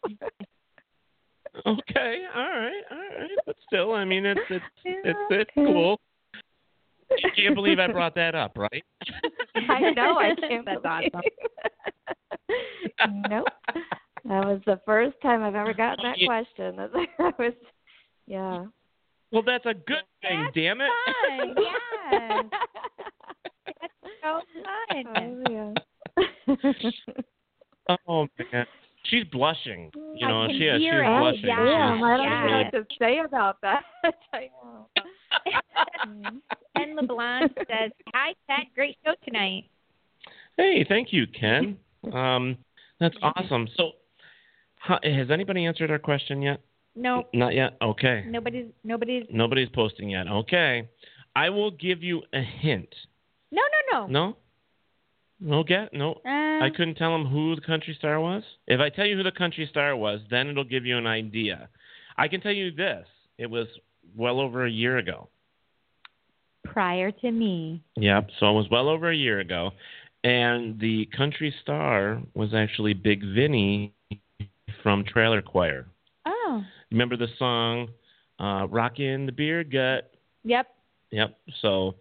[SPEAKER 3] okay, all right, all right, but still, I mean, it's it's it's, it's cool. You can't believe I brought that up, right?
[SPEAKER 8] I know. I can't. That's awesome. nope. That was the first time I've ever gotten that
[SPEAKER 3] Yeah.
[SPEAKER 8] question. That's like, I was, yeah.
[SPEAKER 3] Well, that's a good thing, damn it.
[SPEAKER 5] Fun, yeah.
[SPEAKER 8] That's
[SPEAKER 5] so fun.
[SPEAKER 8] yeah.
[SPEAKER 3] Oh man, she's blushing. You
[SPEAKER 5] I
[SPEAKER 3] know,
[SPEAKER 5] can
[SPEAKER 3] she is. She's
[SPEAKER 5] hear it.
[SPEAKER 3] blushing.
[SPEAKER 5] Yeah,
[SPEAKER 3] She's-
[SPEAKER 5] I
[SPEAKER 3] she's
[SPEAKER 5] don't
[SPEAKER 3] really-
[SPEAKER 5] know.
[SPEAKER 8] What to say about that? I know.
[SPEAKER 4] Mm-hmm.
[SPEAKER 2] Ken LeBlanc says, "Hi, Ted. Great show tonight."
[SPEAKER 3] Hey, thank you, Ken. Um, that's awesome. So, ha- has anybody answered our question yet?
[SPEAKER 2] No,
[SPEAKER 3] Not yet. Okay.
[SPEAKER 2] nobody's nobody's.
[SPEAKER 3] Nobody's posting yet. Okay. I will give you a hint.
[SPEAKER 2] No, no, no.
[SPEAKER 3] No. No get no.
[SPEAKER 2] Uh,
[SPEAKER 3] I couldn't tell him who the country star was. If I tell you who the country star was, then it'll give you an idea. I can tell you this. It was well over a year ago.
[SPEAKER 2] prior to me.
[SPEAKER 3] Yep. So it was well over a year ago, and the country star was actually Big Vinny from Trailer Choir.
[SPEAKER 2] Oh,
[SPEAKER 3] Remember the song uh, "Rockin' the Beer Gut"?
[SPEAKER 2] yep.
[SPEAKER 3] Yep. So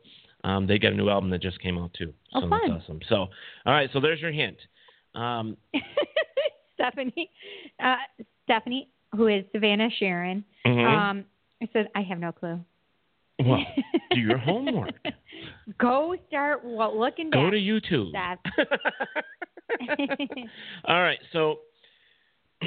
[SPEAKER 3] um, they got a new album that just came out too.
[SPEAKER 2] Oh,
[SPEAKER 3] So that's
[SPEAKER 2] fun.
[SPEAKER 3] awesome. So all right. So there's your hint. Um,
[SPEAKER 2] Stephanie, uh, Stephanie, who is Savannah Sharon,
[SPEAKER 3] Mhm.
[SPEAKER 2] um, I said, "I have no clue."
[SPEAKER 3] well, do your homework.
[SPEAKER 2] Go start wa- looking
[SPEAKER 3] Go
[SPEAKER 2] back.
[SPEAKER 3] to YouTube.
[SPEAKER 2] Steph.
[SPEAKER 3] All right. So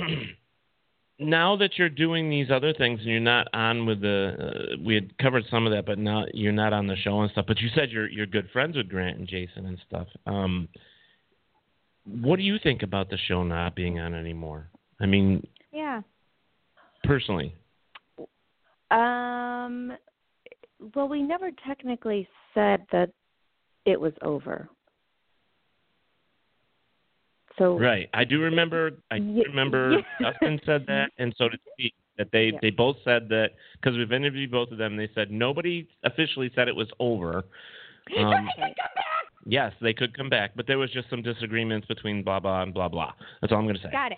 [SPEAKER 3] now that you're doing these other things and you're not on with the, uh, we had covered some of that, but now you're not on the show and stuff. But you said you're you're good friends with Grant and Jason and stuff. Um, what do you think about the show not being on anymore? I mean,
[SPEAKER 2] yeah.
[SPEAKER 3] personally.
[SPEAKER 4] Um, well, we never technically said that it was over. So
[SPEAKER 3] Right. I do remember. I do
[SPEAKER 4] Ye-
[SPEAKER 3] remember.
[SPEAKER 4] yeah.
[SPEAKER 3] Dustin said that, and so did Steve. That they
[SPEAKER 4] Yeah.
[SPEAKER 3] they both said that because we've interviewed both of them. They said nobody officially said it was over. Um, yes, they could come back, but there was just some disagreements between blah blah and blah blah. That's all I'm gonna say.
[SPEAKER 2] Got it.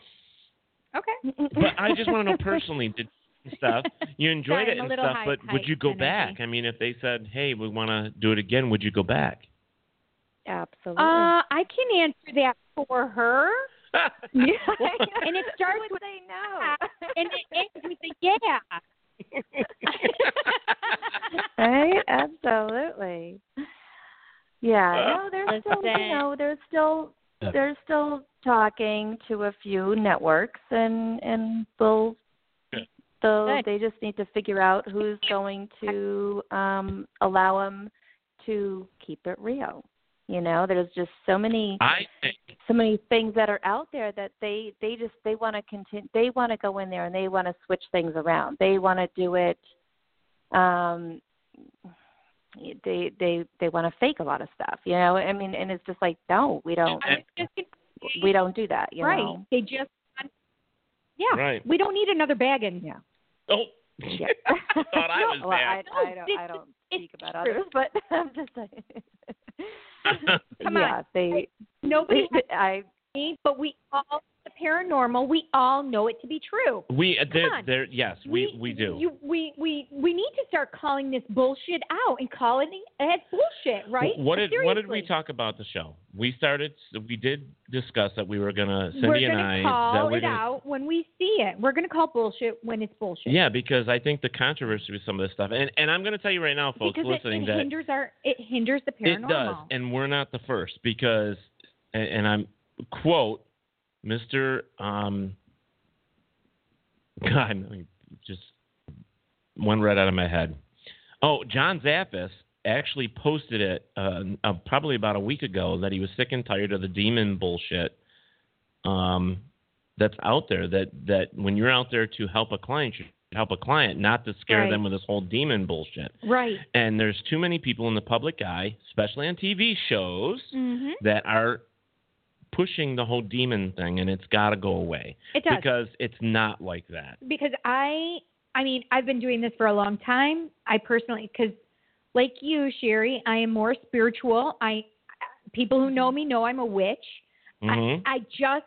[SPEAKER 2] Okay.
[SPEAKER 3] But I just want to know personally, did and stuff you enjoyed
[SPEAKER 2] Sorry,
[SPEAKER 3] it
[SPEAKER 2] I'm a
[SPEAKER 3] and
[SPEAKER 2] little
[SPEAKER 3] stuff,
[SPEAKER 2] high
[SPEAKER 3] but would
[SPEAKER 2] type
[SPEAKER 3] you go
[SPEAKER 2] energy.
[SPEAKER 3] back? I mean, if they said, "Hey, we want to do it again," would you go back?
[SPEAKER 4] Absolutely.
[SPEAKER 2] Uh, I can answer that for her, and it starts
[SPEAKER 8] would
[SPEAKER 2] with
[SPEAKER 8] say no.
[SPEAKER 2] and it ends with a yeah.
[SPEAKER 4] right? Absolutely. Yeah. No, there's still
[SPEAKER 2] Listen.
[SPEAKER 4] you know, there's still
[SPEAKER 3] Uh, Yeah.
[SPEAKER 4] there's still talking to a few networks and and we'll
[SPEAKER 3] Good.
[SPEAKER 4] so
[SPEAKER 2] Good.
[SPEAKER 4] they just need to figure out who's going to um allow them to keep it real. You know, there's just so many
[SPEAKER 3] I think
[SPEAKER 4] so many things that are out there that they they just they want to continue they want to go in there and they want to switch things around they want to do it um they they they want to fake a lot of stuff you know i mean and it's just like no we don't
[SPEAKER 3] And-
[SPEAKER 4] we don't do that you
[SPEAKER 2] right.
[SPEAKER 4] know
[SPEAKER 2] They just. Yeah.
[SPEAKER 3] Right.
[SPEAKER 2] We don't need another bag in.
[SPEAKER 4] Yeah.
[SPEAKER 3] Oh,
[SPEAKER 4] Yeah.
[SPEAKER 3] thought I was
[SPEAKER 4] well,
[SPEAKER 3] there.
[SPEAKER 4] I, I don't I don't speak about others but i'm just saying
[SPEAKER 2] Come
[SPEAKER 4] yeah,
[SPEAKER 2] on.
[SPEAKER 4] they
[SPEAKER 2] Nobody has
[SPEAKER 4] i
[SPEAKER 2] me, but we all the paranormal. We all know it to be true.
[SPEAKER 3] We uh, there,
[SPEAKER 2] on.
[SPEAKER 3] there yes, we we do.
[SPEAKER 2] You, we we we need to start calling this bullshit out and calling it as bullshit, right?
[SPEAKER 3] What did what did we
[SPEAKER 2] Seriously.
[SPEAKER 3] talk about the show? We started we did discuss that we were gonna Cindy
[SPEAKER 2] We're
[SPEAKER 3] and
[SPEAKER 2] gonna
[SPEAKER 3] I that
[SPEAKER 2] call
[SPEAKER 3] we're
[SPEAKER 2] it
[SPEAKER 3] gonna,
[SPEAKER 2] out when we see it. We're gonna call bullshit when it's bullshit.
[SPEAKER 3] Yeah, because I think the controversy with some of this stuff and, and I'm gonna tell you right now, folks
[SPEAKER 2] because it,
[SPEAKER 3] listening
[SPEAKER 2] it
[SPEAKER 3] that
[SPEAKER 2] hinders our it hinders the
[SPEAKER 3] it does.
[SPEAKER 2] paranormal.
[SPEAKER 3] And we're not the first because and, and I'm quote Mr um God I mean, just one right out of my head. Oh, John Zaffis actually posted it uh, uh, probably about a week ago that he was sick and tired of the demon bullshit um, that's out there. That that when you're out there to help a client, you should help a client, not to scare
[SPEAKER 2] Right.
[SPEAKER 3] them with this whole demon bullshit.
[SPEAKER 2] Right.
[SPEAKER 3] And there's too many people in the public eye, especially on TV shows,
[SPEAKER 2] Mhm.
[SPEAKER 3] that are pushing the whole demon thing, and it's got to go away
[SPEAKER 2] It does.
[SPEAKER 3] because it's not like that.
[SPEAKER 2] because I I mean I've been doing this for a long time. I personally because like you, Sherry, I am more spiritual. I people who know me know I'm a witch.
[SPEAKER 3] Mhm.
[SPEAKER 2] I, I just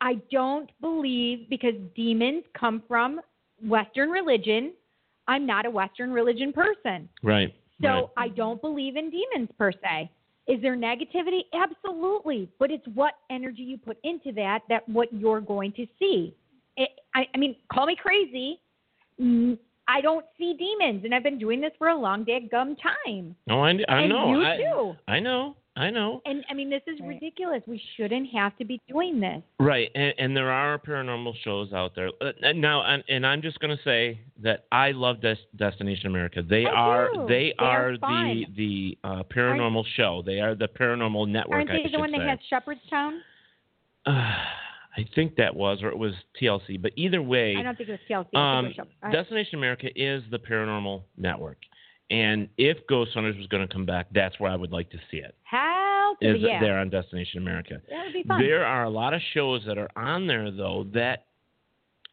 [SPEAKER 2] I don't believe because demons come from Western religion. I'm not a Western religion person.
[SPEAKER 3] Right.
[SPEAKER 2] So
[SPEAKER 3] right.
[SPEAKER 2] I don't believe in demons per se. Is there negativity? Absolutely. But it's what energy you put into that that what you're going to see. It, I, I mean, call me crazy. Mm, I don't see demons, and I've been doing this for a long gum time.
[SPEAKER 3] No, I, I
[SPEAKER 2] and
[SPEAKER 3] know.
[SPEAKER 2] You
[SPEAKER 3] I,
[SPEAKER 2] do.
[SPEAKER 3] I know. I know.
[SPEAKER 2] And I mean, this is ridiculous. We shouldn't have to be doing this.
[SPEAKER 3] Right, and, and there are paranormal shows out there Uh, and now, and, and I'm just going to say that I love Des- Destination America. They
[SPEAKER 2] I
[SPEAKER 3] are
[SPEAKER 2] do.
[SPEAKER 3] they,
[SPEAKER 2] They are
[SPEAKER 3] the
[SPEAKER 2] fun.
[SPEAKER 3] the uh, paranormal show. They are the paranormal network.
[SPEAKER 2] Aren't
[SPEAKER 3] I
[SPEAKER 2] they the
[SPEAKER 3] should
[SPEAKER 2] one
[SPEAKER 3] say.
[SPEAKER 2] that has Shepherdstown?
[SPEAKER 3] Uh, I think that was, or it was TLC. But either way,
[SPEAKER 2] I don't think it was TLC. I
[SPEAKER 3] um,
[SPEAKER 2] think it was Uh, Shep- I-
[SPEAKER 3] Destination America is the paranormal network, and if Ghost Hunters was going to come back, that's where I would like to see it.
[SPEAKER 2] Hell to
[SPEAKER 3] Is
[SPEAKER 2] the yeah.
[SPEAKER 3] there on Destination America?
[SPEAKER 2] That would be fun.
[SPEAKER 3] There are a lot of shows that are on there though that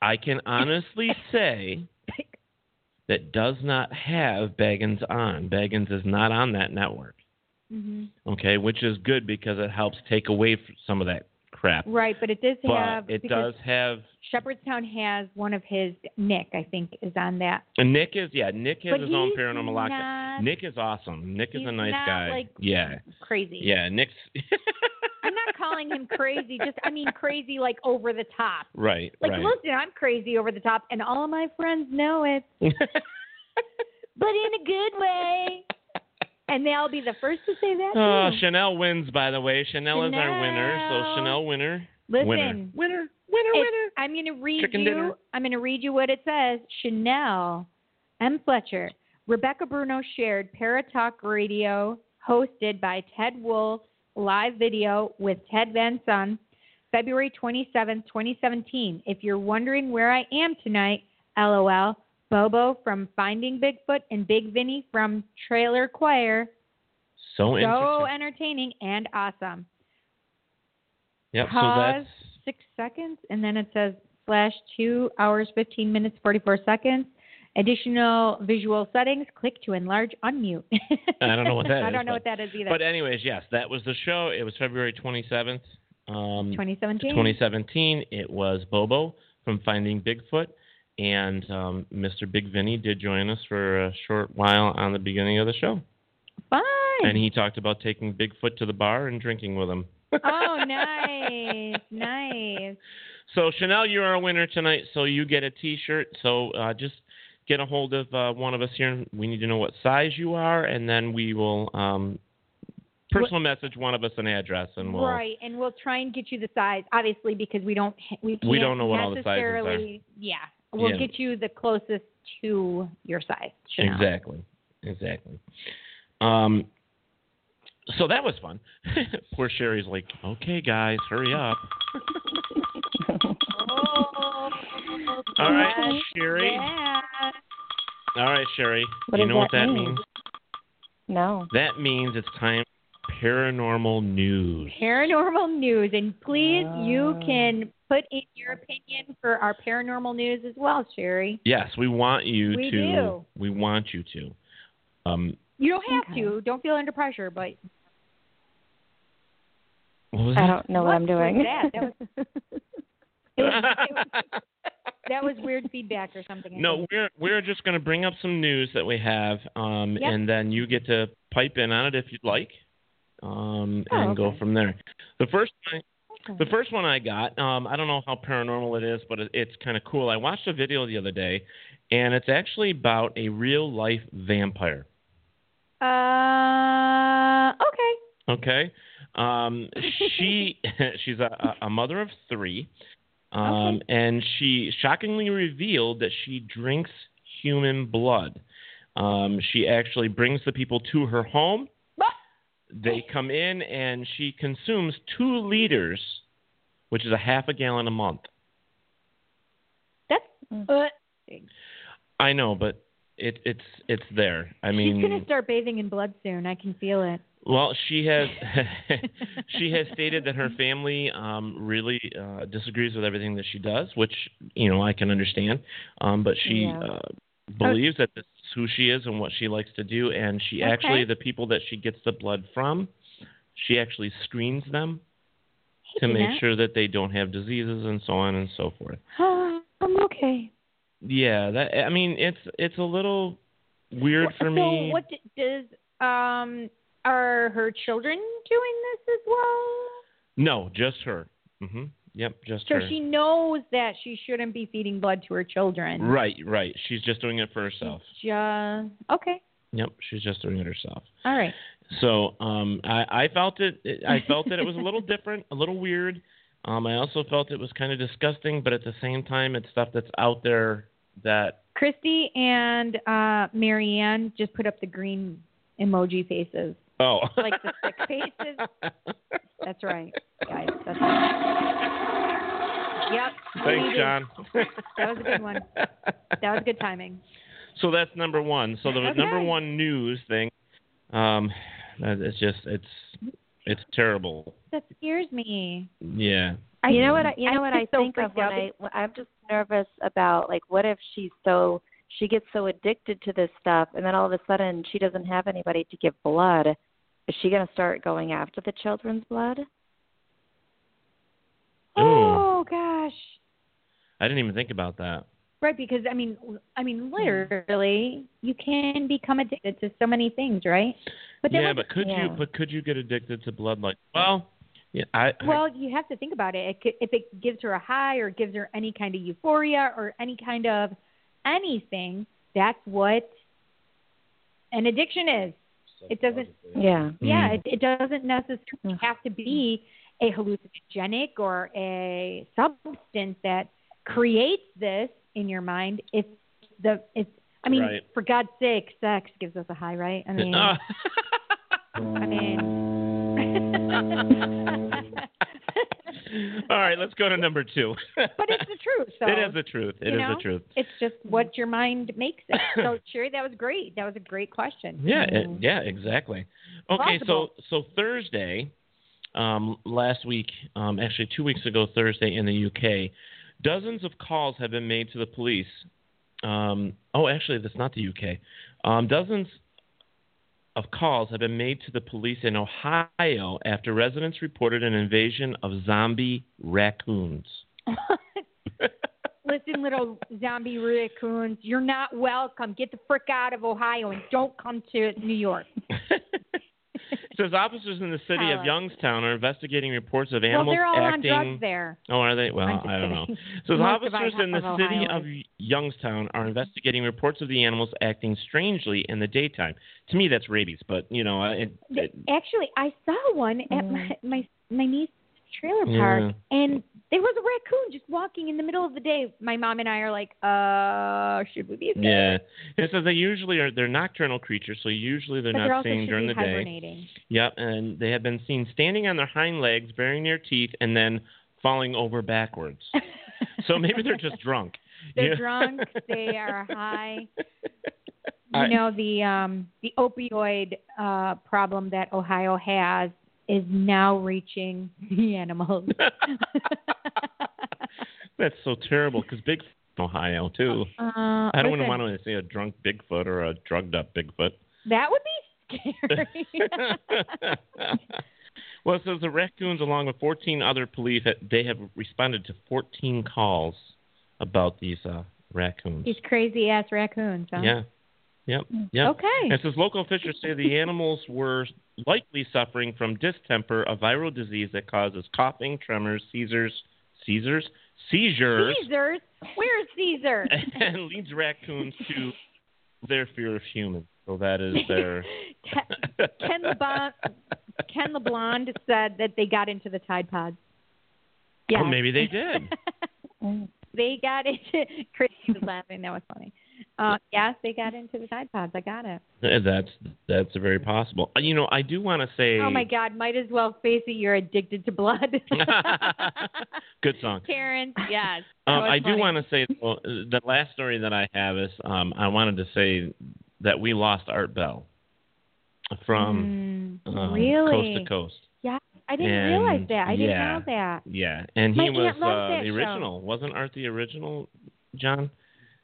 [SPEAKER 3] I can honestly say that does not have Baggins on. Baggins is not on that network.
[SPEAKER 2] Mhm.
[SPEAKER 3] Okay, which is good because it helps take away f- some of that crap.
[SPEAKER 2] Right, but it does
[SPEAKER 3] But
[SPEAKER 2] have.
[SPEAKER 3] it
[SPEAKER 2] because
[SPEAKER 3] does have
[SPEAKER 2] Shepherdstown has one of his Nick, I think, is on that.
[SPEAKER 3] and Nick is yeah, Nick has
[SPEAKER 2] But
[SPEAKER 3] his own
[SPEAKER 2] he's
[SPEAKER 3] paranormal
[SPEAKER 2] not-
[SPEAKER 3] lockdown. Nick is awesome. Nick is
[SPEAKER 2] he's
[SPEAKER 3] a nice
[SPEAKER 2] not,
[SPEAKER 3] guy.
[SPEAKER 2] like,
[SPEAKER 3] yeah.
[SPEAKER 2] Crazy.
[SPEAKER 3] Yeah, Nick's
[SPEAKER 2] I'm not calling him crazy. Just I mean crazy, like over the top.
[SPEAKER 3] right,
[SPEAKER 2] Like,
[SPEAKER 3] right.
[SPEAKER 2] listen, I'm crazy over the top, and all of my friends know it, but in a good way. And they'll be the first to say that.
[SPEAKER 3] Oh,
[SPEAKER 2] too.
[SPEAKER 3] Chanel wins, by the way. Chanel, is our winner. So
[SPEAKER 2] Chanel.
[SPEAKER 3] Chanel winner.
[SPEAKER 2] Listen,
[SPEAKER 3] Winner.
[SPEAKER 2] winner,
[SPEAKER 3] winner.
[SPEAKER 2] I'm going to read
[SPEAKER 3] Chicken
[SPEAKER 2] you.
[SPEAKER 3] dinner.
[SPEAKER 2] I'm going to read you what it says. Chanel M. Fletcher, Rebecca Bruno shared Paratalk Radio, hosted by Ted Wolf, live video with Ted Van Son, February 27, 2017. If you're wondering where I am tonight, LOL. Bobo from Finding Bigfoot and Big Vinny from Trailer Choir.
[SPEAKER 3] So
[SPEAKER 2] So
[SPEAKER 3] Oh, interesting.
[SPEAKER 2] entertaining and awesome
[SPEAKER 3] Yep, so
[SPEAKER 2] pause
[SPEAKER 3] that's
[SPEAKER 2] six seconds, and then it says slash two hours, 15 minutes, 44 seconds. Additional visual settings, click to enlarge, unmute.
[SPEAKER 3] I don't know what that
[SPEAKER 2] I
[SPEAKER 3] is,
[SPEAKER 2] don't know
[SPEAKER 3] but-
[SPEAKER 2] what that is either.
[SPEAKER 3] But anyways, yes, that was the show. It was February 27th, um,
[SPEAKER 2] 2017.
[SPEAKER 3] 2017. It was Bobo from Finding Bigfoot, and um, Mr. Big Vinny did join us for a short while on the beginning of the show,
[SPEAKER 2] Fun.
[SPEAKER 3] and he talked about taking Bigfoot to the bar and drinking with him.
[SPEAKER 2] oh, nice. Nice.
[SPEAKER 3] So Chanel, you are a winner tonight. So you get a T-shirt. So uh, just get a hold of uh, one of us here. and We need to know what size you are, and then we will um, personal message one of us an address, and we'll
[SPEAKER 2] right, and we'll try and get you the size, obviously, because we don't we can't
[SPEAKER 3] We don't know what all the sizes are.
[SPEAKER 2] necessarily, Yeah, we'll
[SPEAKER 3] Yeah.
[SPEAKER 2] get you the closest to your size. Chanel.
[SPEAKER 3] exactly, exactly. Um, so that was fun. Poor Sherry's like, okay, guys, hurry up. All right, Sherry.
[SPEAKER 2] Yeah.
[SPEAKER 3] All right, Sherry.
[SPEAKER 8] What
[SPEAKER 3] you
[SPEAKER 8] does
[SPEAKER 3] know what
[SPEAKER 8] that
[SPEAKER 3] that
[SPEAKER 8] mean?
[SPEAKER 3] means?
[SPEAKER 8] No.
[SPEAKER 3] That means it's time for paranormal news.
[SPEAKER 2] paranormal news and please you
[SPEAKER 8] Ah.
[SPEAKER 2] can put in your opinion for our paranormal news as well sherry
[SPEAKER 3] Yes, we want you
[SPEAKER 2] We
[SPEAKER 3] to.
[SPEAKER 2] do.
[SPEAKER 3] We want you to. Um,
[SPEAKER 2] you don't have to don't feel under pressure but
[SPEAKER 3] what was
[SPEAKER 8] I
[SPEAKER 3] that?
[SPEAKER 8] don't know what, I'm doing.
[SPEAKER 2] that? That was- it was- it was- that was weird feedback or something I
[SPEAKER 3] No,
[SPEAKER 2] think.
[SPEAKER 3] we're we're just going to bring up some news that we have, um,
[SPEAKER 2] Yep.
[SPEAKER 3] and then you get to pipe in on it if you'd like, um,
[SPEAKER 8] Oh,
[SPEAKER 3] and go
[SPEAKER 8] okay.
[SPEAKER 3] from there. The first one,
[SPEAKER 8] Okay.
[SPEAKER 3] the first one I got, um, I don't know how paranormal it is, but it, it's kind of cool. I watched a video the other day, and it's actually about a real life vampire.
[SPEAKER 2] uh okay
[SPEAKER 3] Okay, um, she she's a, a a mother of three, um, and she shockingly revealed that she drinks human blood. Um, she actually brings the people to her home. They come in and she consumes two liters, which is a half a gallon a month.
[SPEAKER 2] that's
[SPEAKER 8] Mm.
[SPEAKER 2] uh,
[SPEAKER 3] I know, but it, it's it's there. I mean,
[SPEAKER 2] she's gonna start bathing in blood soon i can feel it
[SPEAKER 3] Well, she has she has stated that her family um, really uh, disagrees with everything that she does, which you know I can understand. Um, but she
[SPEAKER 8] Yeah.
[SPEAKER 3] uh,
[SPEAKER 2] Oh.
[SPEAKER 3] believes that this is who she is and what she likes to do, and she actually
[SPEAKER 2] Okay.
[SPEAKER 3] the people that she gets the blood from, she actually screens them to
[SPEAKER 2] Hey,
[SPEAKER 3] make
[SPEAKER 2] Jeanette.
[SPEAKER 3] sure that they don't have diseases and so on and so forth.
[SPEAKER 2] i'm okay
[SPEAKER 3] yeah, that I mean, it's it's a little weird for
[SPEAKER 2] so
[SPEAKER 3] me.
[SPEAKER 2] what d- does um are her children doing this as well?
[SPEAKER 3] No, just her. Mhm. Yep, just
[SPEAKER 2] So
[SPEAKER 3] her.
[SPEAKER 2] she knows that she shouldn't be feeding blood to her children.
[SPEAKER 3] Right, right. She's just doing it for herself.
[SPEAKER 2] Just okay.
[SPEAKER 3] Yep, she's just doing it herself.
[SPEAKER 2] All right.
[SPEAKER 3] So um, I, I felt it. I felt that it was a little different, a little weird. Um, I also felt it was kind of disgusting, but at the same time, it's stuff that's out there that
[SPEAKER 2] Christy and uh, Marianne just put up the green emoji faces,
[SPEAKER 3] oh,
[SPEAKER 2] like the sick faces. That's right, guys. That's right. Yep. we
[SPEAKER 3] thanks,
[SPEAKER 2] needed-
[SPEAKER 3] John.
[SPEAKER 2] That was a good one. That was good timing.
[SPEAKER 3] So that's number one. So the
[SPEAKER 2] Okay.
[SPEAKER 3] number one news thing, um, that- it's just it's it's terrible.
[SPEAKER 2] That scares me.
[SPEAKER 3] Yeah.
[SPEAKER 2] I-
[SPEAKER 4] you know what? I, you
[SPEAKER 2] I
[SPEAKER 4] know what I
[SPEAKER 2] just don't
[SPEAKER 4] think of
[SPEAKER 2] freak
[SPEAKER 4] when
[SPEAKER 2] out
[SPEAKER 4] I when- I'm just nervous about like what if she's so she gets so addicted to this stuff and then all of a sudden she doesn't have anybody to give blood. Is she going to start going after the children's blood?
[SPEAKER 3] Ooh,
[SPEAKER 2] Oh gosh.
[SPEAKER 3] I didn't even think about that.
[SPEAKER 2] Right, because I mean, I mean, literally, you can become addicted to so many things, right? then
[SPEAKER 3] yeah,
[SPEAKER 2] what-
[SPEAKER 3] but could you but could you get addicted to blood? Like, well, yeah, I, I-
[SPEAKER 2] Well, you have to think about it. it could, if it gives her a high or gives her any kind of euphoria or any kind of anything, that's what an addiction is. It doesn't.
[SPEAKER 4] Yeah.
[SPEAKER 2] Yeah,
[SPEAKER 4] Mm.
[SPEAKER 2] it, it doesn't necessarily have to be a hallucinogenic or a substance that creates this in your mind. It's the it's. I mean,
[SPEAKER 3] Right.
[SPEAKER 2] for God's sake, sex gives us a high, right? I mean,
[SPEAKER 3] Ah.
[SPEAKER 2] I mean.
[SPEAKER 3] all right, let's go to number two.
[SPEAKER 2] but it's the truth. So,
[SPEAKER 3] it is the truth. It
[SPEAKER 2] you
[SPEAKER 3] is
[SPEAKER 2] know,
[SPEAKER 3] the truth.
[SPEAKER 2] It's just what your mind makes it. So, Sherry, that was great. That was a great question.
[SPEAKER 3] Yeah, it,
[SPEAKER 2] Mm-hmm.
[SPEAKER 3] yeah, exactly. Okay, so so Thursday, um, last week, um, actually two weeks ago, Thursday in the UK, dozens of calls have been made to the police. Um, oh, actually, that's not the UK. Um, dozens of calls have been made to the police in Ohio after residents reported an invasion of zombie raccoons.
[SPEAKER 2] Listen, little zombie raccoons, you're not welcome. Get the frick out of Ohio and don't come to New York.
[SPEAKER 3] It says officers in the city
[SPEAKER 2] Hello.
[SPEAKER 3] of Youngstown are investigating reports of
[SPEAKER 2] well,
[SPEAKER 3] animals
[SPEAKER 2] they're all
[SPEAKER 3] acting.
[SPEAKER 2] on drugs there.
[SPEAKER 3] Oh, are they? Well,
[SPEAKER 2] I'm just
[SPEAKER 3] I don't know.
[SPEAKER 2] kidding.
[SPEAKER 3] So the
[SPEAKER 2] Most of
[SPEAKER 3] officers
[SPEAKER 2] Iowa-
[SPEAKER 3] in the
[SPEAKER 2] of
[SPEAKER 3] city
[SPEAKER 2] Ohio
[SPEAKER 3] of Youngstown are investigating reports of the animals acting strangely in the daytime. To me, that's rabies, but you know, I- it,
[SPEAKER 2] Th-
[SPEAKER 3] it, Mm.
[SPEAKER 2] Actually, I saw one at my my, my niece's trailer park, and there was a raccoon just walking in the middle of the day. My mom and I are like, uh, should we be? scared?
[SPEAKER 3] yeah. It says they usually are they're nocturnal creatures, so usually they're
[SPEAKER 2] but
[SPEAKER 3] not
[SPEAKER 2] they're also
[SPEAKER 3] seen
[SPEAKER 2] should
[SPEAKER 3] during
[SPEAKER 2] be
[SPEAKER 3] the day.
[SPEAKER 2] hibernating.
[SPEAKER 3] Yep, and they have been seen standing on their hind legs, baring their teeth, and then falling over backwards. so maybe they're just drunk.
[SPEAKER 2] They're
[SPEAKER 3] Yeah.
[SPEAKER 2] drunk. They are high.
[SPEAKER 3] I-
[SPEAKER 2] You know the um, the opioid uh, problem that Ohio has is now reaching the animals.
[SPEAKER 3] That's so terrible because Bigfoot in Ohio too.
[SPEAKER 2] Uh,
[SPEAKER 3] I don't
[SPEAKER 2] listen,
[SPEAKER 3] want to see a drunk Bigfoot or a drugged up Bigfoot.
[SPEAKER 2] That would be scary.
[SPEAKER 3] well, it says the raccoons, along with 14 other police, they have responded to 14 calls about these uh, raccoons.
[SPEAKER 2] These crazy ass raccoons. Huh?
[SPEAKER 3] Yeah. Yep. Yep.
[SPEAKER 2] Okay.
[SPEAKER 3] It says local officials say the animals were likely suffering from distemper, a viral disease that causes coughing, tremors, seizures, seizures, seizures,
[SPEAKER 2] Caesar. Where is Caesar?
[SPEAKER 3] and leads raccoons to their fear of humans. So that is their.
[SPEAKER 2] Ken LeBond, Ken LeBlond said that they got into the Tide Pods. Yeah.
[SPEAKER 3] Well, maybe they did.
[SPEAKER 2] They got into. Christy was laughing. That was funny. Uh, yes, they got into the Tide Pods. I got it.
[SPEAKER 3] Uh, that's that's very possible. Uh, You know, I do want to say.
[SPEAKER 2] Oh my God! Might as well face it. You're addicted to blood.
[SPEAKER 3] Good song.
[SPEAKER 2] Terrence, yes. that
[SPEAKER 3] Um,
[SPEAKER 2] was
[SPEAKER 3] I do
[SPEAKER 2] funny.
[SPEAKER 3] want to say though, the last story that I have is um, I wanted to say that we lost Art Bell from um, coast
[SPEAKER 2] Mm, Mm-hmm. really?
[SPEAKER 3] to coast.
[SPEAKER 2] Yeah, I didn't
[SPEAKER 3] And,
[SPEAKER 2] realize that. I didn't
[SPEAKER 3] yeah.
[SPEAKER 2] know that.
[SPEAKER 3] Yeah, and
[SPEAKER 2] My
[SPEAKER 3] he
[SPEAKER 2] aunt
[SPEAKER 3] was
[SPEAKER 2] loves
[SPEAKER 3] uh,
[SPEAKER 2] that
[SPEAKER 3] the
[SPEAKER 2] show.
[SPEAKER 3] original. Wasn't Art the original, John?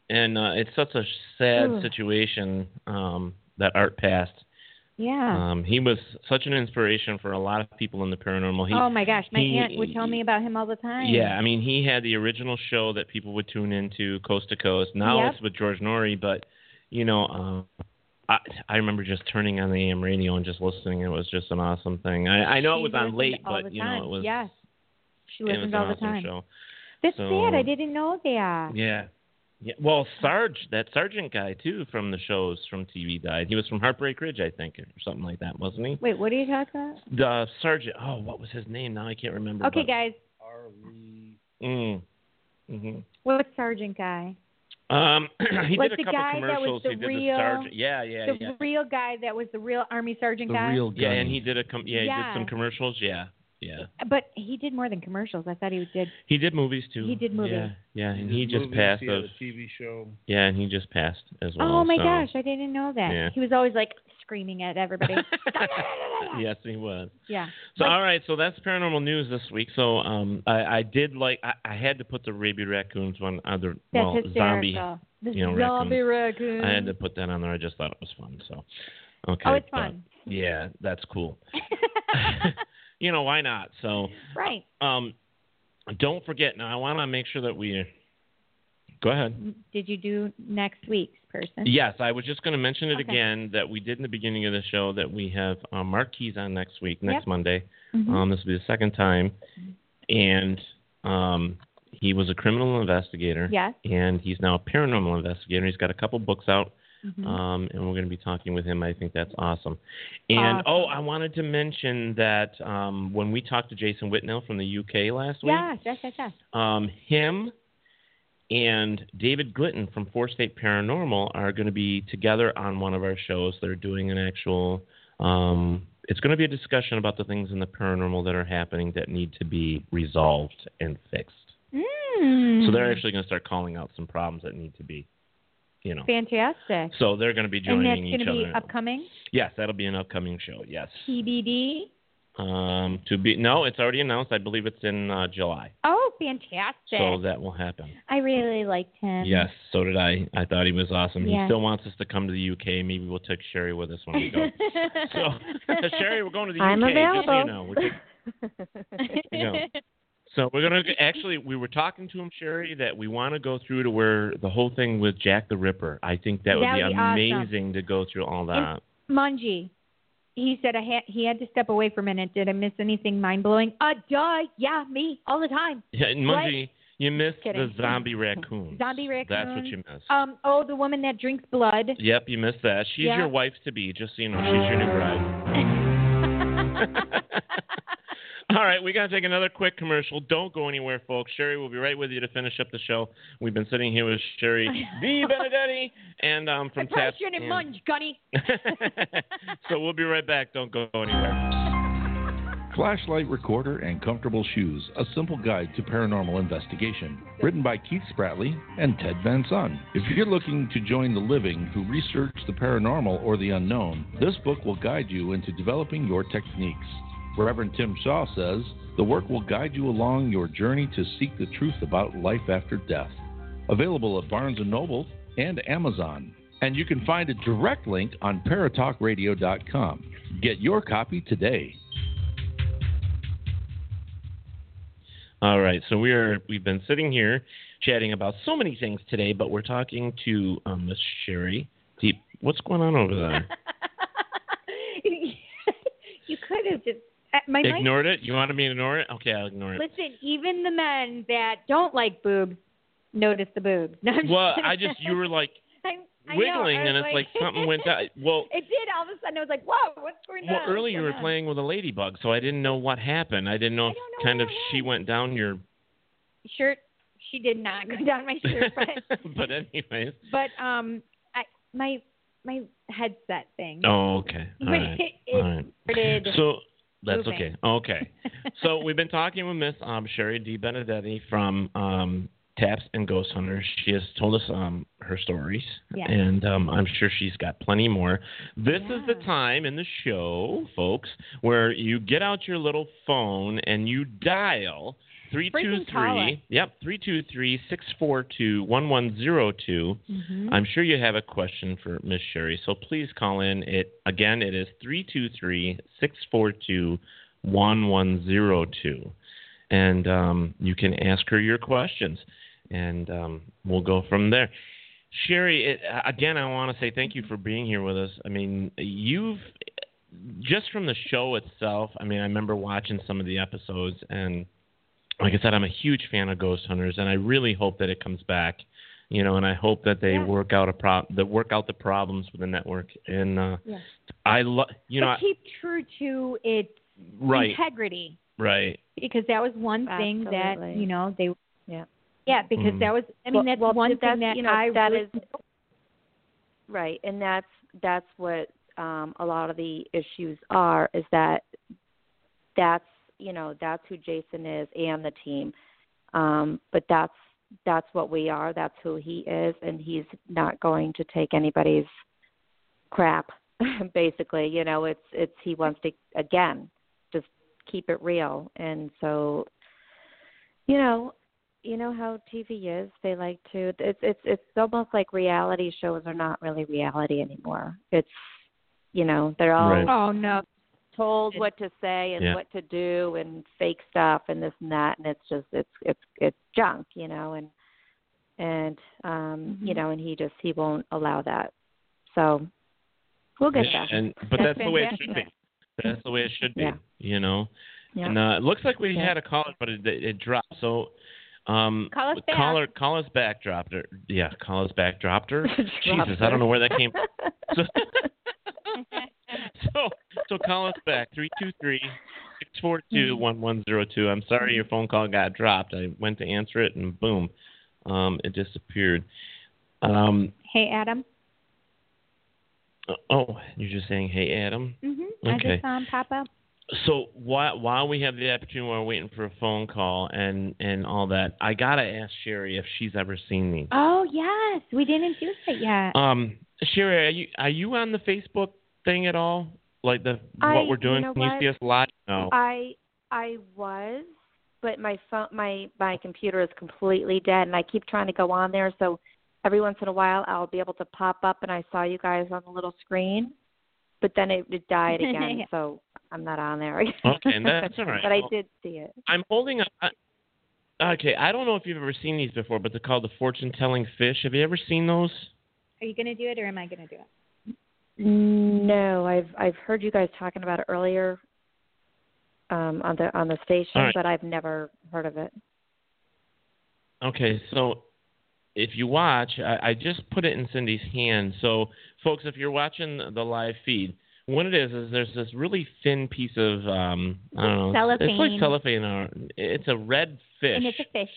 [SPEAKER 3] And uh, it's such a sad
[SPEAKER 2] Ugh.
[SPEAKER 3] situation um, that Art passed.
[SPEAKER 2] Yeah.
[SPEAKER 3] Um, he was such an inspiration for a lot of people in the paranormal. He,
[SPEAKER 2] oh my gosh, my
[SPEAKER 3] he-
[SPEAKER 2] aunt would tell me about him all the time.
[SPEAKER 3] Yeah, I mean, he had the original show that people would tune into coast to coast. Now
[SPEAKER 2] Yep.
[SPEAKER 3] it's with George Norrie, but you know, um, I I remember just turning on the AM radio and just listening. It was just an awesome thing. I, I know
[SPEAKER 2] She
[SPEAKER 3] it was on
[SPEAKER 2] listened
[SPEAKER 3] late,
[SPEAKER 2] all
[SPEAKER 3] but
[SPEAKER 2] the
[SPEAKER 3] you know,
[SPEAKER 2] time.
[SPEAKER 3] it was
[SPEAKER 2] Yes. She
[SPEAKER 3] it was
[SPEAKER 2] listens
[SPEAKER 3] an
[SPEAKER 2] all the
[SPEAKER 3] awesome
[SPEAKER 2] time.
[SPEAKER 3] show.
[SPEAKER 2] That's
[SPEAKER 3] So-
[SPEAKER 2] sad. I didn't know that.
[SPEAKER 3] Yeah. Yeah. Well, Sarge, that sergeant guy too from the shows from TV died. He was from Heartbreak Ridge, I think, or something like that, wasn't he?
[SPEAKER 2] Wait, what are you talking about?
[SPEAKER 3] The sergeant. Oh, what was his name? Now I can't remember.
[SPEAKER 2] Okay,
[SPEAKER 3] but-
[SPEAKER 2] guys.
[SPEAKER 3] Mm. hmm
[SPEAKER 2] What's Sergeant Guy?
[SPEAKER 3] Um, he
[SPEAKER 2] Like
[SPEAKER 3] did
[SPEAKER 2] the
[SPEAKER 3] a couple
[SPEAKER 2] guy that was
[SPEAKER 3] commercials.
[SPEAKER 2] the
[SPEAKER 3] he did
[SPEAKER 2] real-
[SPEAKER 3] the sergeant. Yeah, yeah,
[SPEAKER 2] the
[SPEAKER 3] yeah.
[SPEAKER 2] real guy that was the real Army Sergeant guy?
[SPEAKER 3] yeah, and he did a com- yeah, he
[SPEAKER 2] Yeah.
[SPEAKER 3] did some commercials. Yeah, yeah.
[SPEAKER 2] But he did more than commercials. I thought he did.
[SPEAKER 3] He did movies too.
[SPEAKER 2] He did movies.
[SPEAKER 3] Yeah, yeah, and he,
[SPEAKER 1] did
[SPEAKER 3] just
[SPEAKER 1] movies,
[SPEAKER 3] passed.
[SPEAKER 1] He had
[SPEAKER 3] of-
[SPEAKER 1] a TV show.
[SPEAKER 3] yeah, and he just passed as well.
[SPEAKER 2] oh my
[SPEAKER 3] so-
[SPEAKER 2] gosh, I didn't know that.
[SPEAKER 3] Yeah.
[SPEAKER 2] He was always like screaming at everybody.
[SPEAKER 3] yes, he was.
[SPEAKER 2] yeah.
[SPEAKER 3] So all right, so that's paranormal news this week. So um, I, I did like I, I had to put the rabid raccoons one other
[SPEAKER 2] That's
[SPEAKER 3] well zombie.
[SPEAKER 2] hysterical. the
[SPEAKER 3] you know,
[SPEAKER 2] zombie raccoon.
[SPEAKER 3] I had to put that on there. I just thought it was fun. So okay.
[SPEAKER 2] Mm. oh, it's
[SPEAKER 3] but-
[SPEAKER 2] fun.
[SPEAKER 3] Yeah, that's cool. you know why not? So
[SPEAKER 2] Right.
[SPEAKER 3] um, don't forget. Now I want to make sure that we go ahead.
[SPEAKER 2] Did you do next week's person?
[SPEAKER 3] Yes, I was just going to mention it
[SPEAKER 2] Okay.
[SPEAKER 3] again that we did in the beginning of the show that we have um, Mark Keys on next week, next
[SPEAKER 2] Yep.
[SPEAKER 3] Monday.
[SPEAKER 2] Mhm.
[SPEAKER 3] Um, this will be the second time, and um, he was a criminal investigator.
[SPEAKER 2] Yes.
[SPEAKER 3] And he's now a paranormal investigator. He's got a couple books out,
[SPEAKER 2] Mm-hmm.
[SPEAKER 3] um, and we're going to be talking with him. I think that's awesome. And
[SPEAKER 2] Awesome.
[SPEAKER 3] oh, I wanted to mention that um, when we talked to Jason Whitnell from the UK last week,
[SPEAKER 2] Yes, yes, yes, yes.
[SPEAKER 3] um, him and David Glitton from Four State Paranormal are going to be together on one of our shows. They're doing an actual. Um, it's going to be a discussion about the things in the paranormal that are happening that need to be resolved and fixed.
[SPEAKER 2] Mm.
[SPEAKER 3] So they're actually going to start calling out some problems that need to be, you know.
[SPEAKER 2] fantastic.
[SPEAKER 3] So they're going to be
[SPEAKER 2] and that's
[SPEAKER 3] joining
[SPEAKER 2] going
[SPEAKER 3] each
[SPEAKER 2] to
[SPEAKER 3] other.
[SPEAKER 2] be upcoming
[SPEAKER 3] yes, that'll be an upcoming show. Yes.
[SPEAKER 2] TBD.
[SPEAKER 3] Um, to be no, it's already announced. I believe it's in uh, July,
[SPEAKER 2] Oh, fantastic.
[SPEAKER 3] so that will happen.
[SPEAKER 2] I really liked him.
[SPEAKER 3] Yes, so did I. I thought he was awesome.
[SPEAKER 2] Yeah.
[SPEAKER 3] He still wants us to come to the UK. Maybe we'll take Sherry with us when we go. so, Sherry, we're going to the
[SPEAKER 8] I'm
[SPEAKER 3] UK. Just so you
[SPEAKER 8] available.
[SPEAKER 3] know. We're take- Yeah. so we're gonna actually. We were talking to him, Sherry, that we want to go through to where the whole thing with Jack the Ripper. I think that would
[SPEAKER 2] That
[SPEAKER 3] be,
[SPEAKER 2] would be awesome.
[SPEAKER 3] amazing to go through all that.
[SPEAKER 2] Mungie. He said I ha- he had to step away for a minute. Did I miss anything mind blowing? Uh, duh, yeah, me all the time.
[SPEAKER 3] Yeah, and
[SPEAKER 2] What?
[SPEAKER 3] Mungie, you missed the
[SPEAKER 2] Kidding.
[SPEAKER 3] zombie raccoon.
[SPEAKER 2] Zombie raccoon.
[SPEAKER 3] That's what you missed.
[SPEAKER 2] Um, oh, the woman that drinks blood.
[SPEAKER 3] Yep, you missed that. She's
[SPEAKER 2] Yeah.
[SPEAKER 3] your wife to be, just so you know. She's your new bride. All right, we got to take another quick commercial. Don't go anywhere, folks. Sherry will be right with you to finish up the show. We've been sitting here with Sherry D. Benedetti and um, from Taps.
[SPEAKER 2] Depression and
[SPEAKER 3] and-
[SPEAKER 2] munch, Gunny.
[SPEAKER 3] so we'll be right back. Don't go anywhere.
[SPEAKER 1] Flashlight Recorder and Comfortable Shoes, a simple guide to paranormal investigation, written by Keith Spratley and Ted Van Son. If you're looking to join the living who research the paranormal or the unknown, this book will guide you into developing your techniques. Reverend Tim Shaw says, the work will guide you along your journey to seek the truth about life after death. Available at Barnes & Noble and Amazon. And you can find a direct link on paratalkradio.com. Get your copy today.
[SPEAKER 3] All right, so we are we've been sitting here chatting about so many things today, but we're talking to um, Miss Sherry Deep. What's going on over there?
[SPEAKER 2] you could have just uh, my mic-
[SPEAKER 3] Ignored it? You wanted me to ignore it? Okay, I'll ignore it.
[SPEAKER 2] Listen, even the men that don't like boobs notice the boobs. No, I'm
[SPEAKER 3] Well,
[SPEAKER 2] just-
[SPEAKER 3] I just you were like
[SPEAKER 2] I'm- I know,
[SPEAKER 3] wiggling,
[SPEAKER 2] I
[SPEAKER 3] and
[SPEAKER 2] was
[SPEAKER 3] it's like, something went down. Well,
[SPEAKER 2] It did. All of a sudden, I was like, "Whoa, what's going Uh,
[SPEAKER 3] well,
[SPEAKER 2] on?"
[SPEAKER 3] earlier you
[SPEAKER 2] What's going
[SPEAKER 3] were
[SPEAKER 2] on?
[SPEAKER 3] playing with a ladybug, so I didn't know what happened. I didn't know if
[SPEAKER 2] don't know
[SPEAKER 3] kind
[SPEAKER 2] what
[SPEAKER 3] of she went down your.
[SPEAKER 2] shirt. She did not go down my shirt, but
[SPEAKER 3] but anyways,
[SPEAKER 2] but um, I my my headset thing.
[SPEAKER 3] oh okay, all
[SPEAKER 2] But
[SPEAKER 3] right,
[SPEAKER 2] it-
[SPEAKER 3] all right.
[SPEAKER 2] started
[SPEAKER 3] So that's
[SPEAKER 2] moving.
[SPEAKER 3] okay. Okay, so we've been talking with Miss um, Sherry D. Benedetti from um, Taps and Ghost Hunters. She has told us um, her stories,
[SPEAKER 2] Yeah.
[SPEAKER 3] and um, I'm sure she's got plenty more. This is the time in the show, folks, where you get out your little phone and you dial 323 yep 323-642-1102
[SPEAKER 9] Mhm.
[SPEAKER 3] i'm sure you have a question for miss sherry so please call in it again it is 323-642-1102 and um, you can ask her your questions and um, we'll go from there sherry it, again i want to say thank you for being here with us i mean you've just from the show itself i mean i remember watching some of the episodes and like I said, I'm a huge fan of Ghost Hunters, and I really hope that it comes back. You know, and I hope that they work out a pro- that work out the problems with the network. And uh,
[SPEAKER 2] Yeah.
[SPEAKER 3] I love, you know,
[SPEAKER 2] but keep true to its
[SPEAKER 3] Right.
[SPEAKER 2] integrity
[SPEAKER 3] I- right,
[SPEAKER 2] because that was one thing that
[SPEAKER 4] Absolutely.
[SPEAKER 2] you know they
[SPEAKER 4] yeah
[SPEAKER 2] yeah because
[SPEAKER 3] Mhm.
[SPEAKER 2] that was I mean
[SPEAKER 4] Well-
[SPEAKER 2] that's
[SPEAKER 4] well,
[SPEAKER 2] one
[SPEAKER 4] that's,
[SPEAKER 2] thing that
[SPEAKER 4] you know,
[SPEAKER 2] I
[SPEAKER 4] that
[SPEAKER 2] really-
[SPEAKER 4] is- Right, and that's that's what um, a lot of the issues are. Is that that's you know that's who Jason is and the team, um, but that's that's what we are. That's who he is, and he's not going to take anybody's crap. Basically, you know, it's it's he wants to again just keep it real, and so you know you know how TV is. They like to. It's it's it's almost like reality shows are not really reality anymore. It's you know they're all
[SPEAKER 9] Right.
[SPEAKER 2] oh no
[SPEAKER 4] told what to say and
[SPEAKER 9] Yeah.
[SPEAKER 4] what to do and fake stuff and this and that and it's just it's it's it's junk you know and and um you
[SPEAKER 3] Mm-hmm.
[SPEAKER 4] know and he just he won't allow that. So we'll get
[SPEAKER 3] Yeah,
[SPEAKER 4] there.
[SPEAKER 3] and but that's, the way it should be. That's the way it should be.
[SPEAKER 4] Yeah.
[SPEAKER 3] You know,
[SPEAKER 4] Yeah.
[SPEAKER 3] and uh, it looks like we
[SPEAKER 4] Yeah.
[SPEAKER 3] had a caller, but it, it dropped. So um,
[SPEAKER 4] Call us back.
[SPEAKER 3] Caller, call us back. Dropped her. Yeah, call us back. Dropped her. Jesus, I
[SPEAKER 9] her.
[SPEAKER 3] don't know where that came. So, so, so call us back
[SPEAKER 4] Mm-hmm.
[SPEAKER 3] 323-642-1102. I'm sorry your phone call got dropped. I went to answer it and boom, um, it disappeared. Um,
[SPEAKER 2] hey Adam
[SPEAKER 3] oh, you're just saying, hey Adam.
[SPEAKER 2] hmm I
[SPEAKER 3] Okay.
[SPEAKER 2] just saw him pop up
[SPEAKER 3] So while while we have the opportunity, while we're waiting for a phone call and and all that, I gotta ask Sherry if she's ever seen these.
[SPEAKER 2] oh yes we didn't do it yet
[SPEAKER 3] Um, Sherry, are you are you on the Facebook thing at all? Like the
[SPEAKER 4] I-
[SPEAKER 3] what we're doing?
[SPEAKER 4] you know
[SPEAKER 3] Can you
[SPEAKER 4] what? Uh,
[SPEAKER 3] see us live? No.
[SPEAKER 4] I I was, but my phone my my computer is completely dead, and I keep trying to go on there. So every once in a while, I'll be able to pop up, and I saw you guys on the little screen, but then it, it died again.
[SPEAKER 3] Yeah.
[SPEAKER 4] So I'm not on there. again.
[SPEAKER 3] Okay, and that's all right.
[SPEAKER 4] but I
[SPEAKER 3] Well-
[SPEAKER 4] did see it.
[SPEAKER 3] I'm holding up. I- Okay, I don't know if you've ever seen these before, but they're called the fortune telling fish. Have you ever seen those?
[SPEAKER 2] are you gonna do it or am I gonna do it
[SPEAKER 4] No, I've I've heard you guys talking about it earlier um, on the on the station,
[SPEAKER 3] All right.
[SPEAKER 4] but I've never heard of it.
[SPEAKER 3] Okay, so if you watch, I, I just put it in Cindy's hand. So, folks, if you're watching the live feed, what it is is there's this really thin piece of um, I don't know, it's
[SPEAKER 2] Cellophane.
[SPEAKER 3] like cellophane. Or, it's a red fish,
[SPEAKER 2] and it's a fish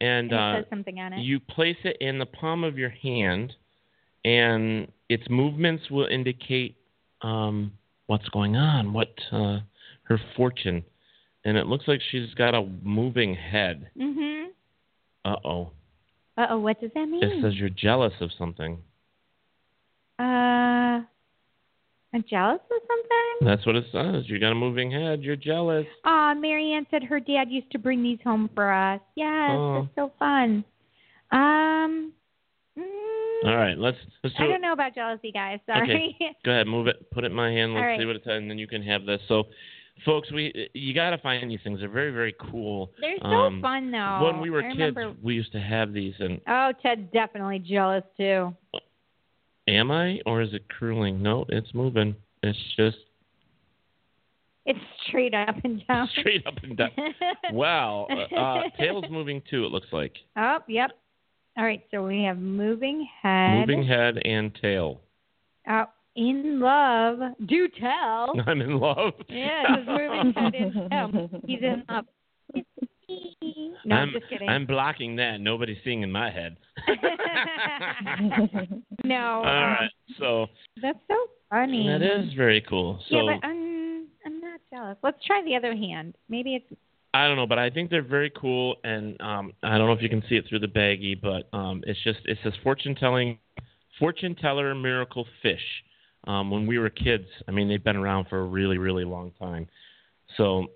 [SPEAKER 3] and,
[SPEAKER 2] and
[SPEAKER 3] uh,
[SPEAKER 2] it says something on it
[SPEAKER 3] you place it in the palm of your hand, and its movements will indicate um, what's going on, what uh, her fortune. And it looks like she's got a moving head.
[SPEAKER 2] mhm
[SPEAKER 3] Uh oh.
[SPEAKER 2] uh oh what does that mean
[SPEAKER 3] It says you're jealous of something.
[SPEAKER 2] uh I'm jealous of something
[SPEAKER 3] That's what it says. You got a moving head. You're jealous.
[SPEAKER 2] Aw, Marianne said her dad used to bring these home for us. Yes,
[SPEAKER 3] Oh.
[SPEAKER 2] that's so fun. Um, mm,
[SPEAKER 3] All right, let's let's do
[SPEAKER 2] I
[SPEAKER 3] it.
[SPEAKER 2] don't know about jealousy, guys. Sorry.
[SPEAKER 3] Okay, go ahead, move it, put it in my hand. Let's
[SPEAKER 2] All right.
[SPEAKER 3] see what it says, and then you can have this. So, folks, we you got to find these things. They're very very cool.
[SPEAKER 2] They're so
[SPEAKER 3] Um,
[SPEAKER 2] fun, though.
[SPEAKER 3] When we were
[SPEAKER 2] I
[SPEAKER 3] kids,
[SPEAKER 2] remember-
[SPEAKER 3] we used to have these. And
[SPEAKER 2] Oh, Ted's definitely jealous too.
[SPEAKER 3] am I or is it curling? No, it's moving. It's just
[SPEAKER 2] It's straight up and down.
[SPEAKER 3] straight up and down. wow, uh, tail's moving too. It looks like
[SPEAKER 2] Oh, yep. All right, so we have moving head.
[SPEAKER 3] moving head and tail.
[SPEAKER 2] Oh, in love. Do tell.
[SPEAKER 3] I'm in love.
[SPEAKER 2] yeah, it says moving head in love. He's in love. No,
[SPEAKER 3] I'm,
[SPEAKER 2] just kidding.
[SPEAKER 3] I'm blocking that. Nobody's seeing in my head.
[SPEAKER 2] no.
[SPEAKER 3] All
[SPEAKER 2] um,
[SPEAKER 3] right. So
[SPEAKER 2] That's so funny.
[SPEAKER 3] uh, that is very cool. So
[SPEAKER 2] yeah, but uh, I'm I'm not jealous. Let's try the other hand. Maybe it's
[SPEAKER 3] I don't know, but I think they're very cool, and um, I don't know if you can see it through the baggie, but um, it's just it says fortune telling, fortune teller miracle fish. Um, when we were kids, I mean they've been around for a really really long time. So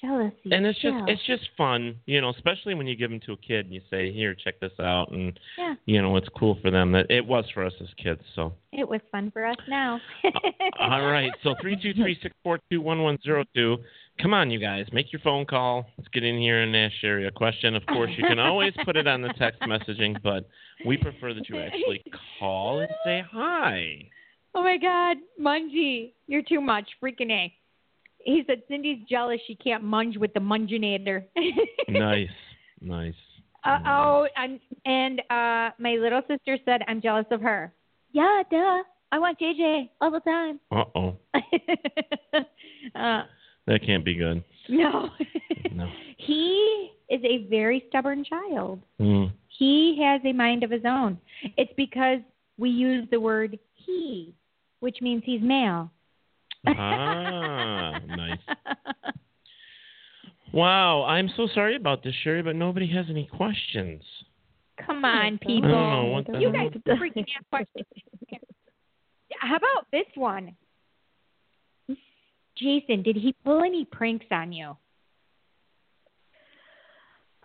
[SPEAKER 2] jealousy.
[SPEAKER 3] and it's just
[SPEAKER 2] yeah.
[SPEAKER 3] it's just fun, you know, especially when you give them to a kid and you say, "Here, check this out," and
[SPEAKER 2] Yeah.
[SPEAKER 3] you know, it's cool for them. That it was for us as kids. So,
[SPEAKER 2] It was fun for us now.
[SPEAKER 3] all right, so three two three six four two one one zero two. Come on, you guys, make your phone call. Let's get in here and ask Sherry a question. Of course, you can always put it on the text messaging, but we prefer that you actually call and say hi.
[SPEAKER 2] Oh my God, Mungie, you're too much. Freaking A. He said Cindy's jealous she can't munge with the munginator.
[SPEAKER 3] Nice, nice.
[SPEAKER 2] uh oh, I'm and uh my little sister said I'm jealous of her. Yeah, duh. I want JJ all the time.
[SPEAKER 3] Uh oh,
[SPEAKER 2] uh,
[SPEAKER 3] that can't be good.
[SPEAKER 2] no.
[SPEAKER 3] No.
[SPEAKER 2] he is a very stubborn child.
[SPEAKER 3] Hmm.
[SPEAKER 2] He has a mind of his own. It's because we use the word he, which means he's male.
[SPEAKER 3] Ah, nice. Wow, I'm so sorry about this, Sherry, but nobody has any questions.
[SPEAKER 2] Come on,
[SPEAKER 3] I
[SPEAKER 2] people.
[SPEAKER 3] don't know what the
[SPEAKER 2] you
[SPEAKER 3] hell.
[SPEAKER 2] guys freaking out questions. How about this one? Jason, did he pull any pranks on you?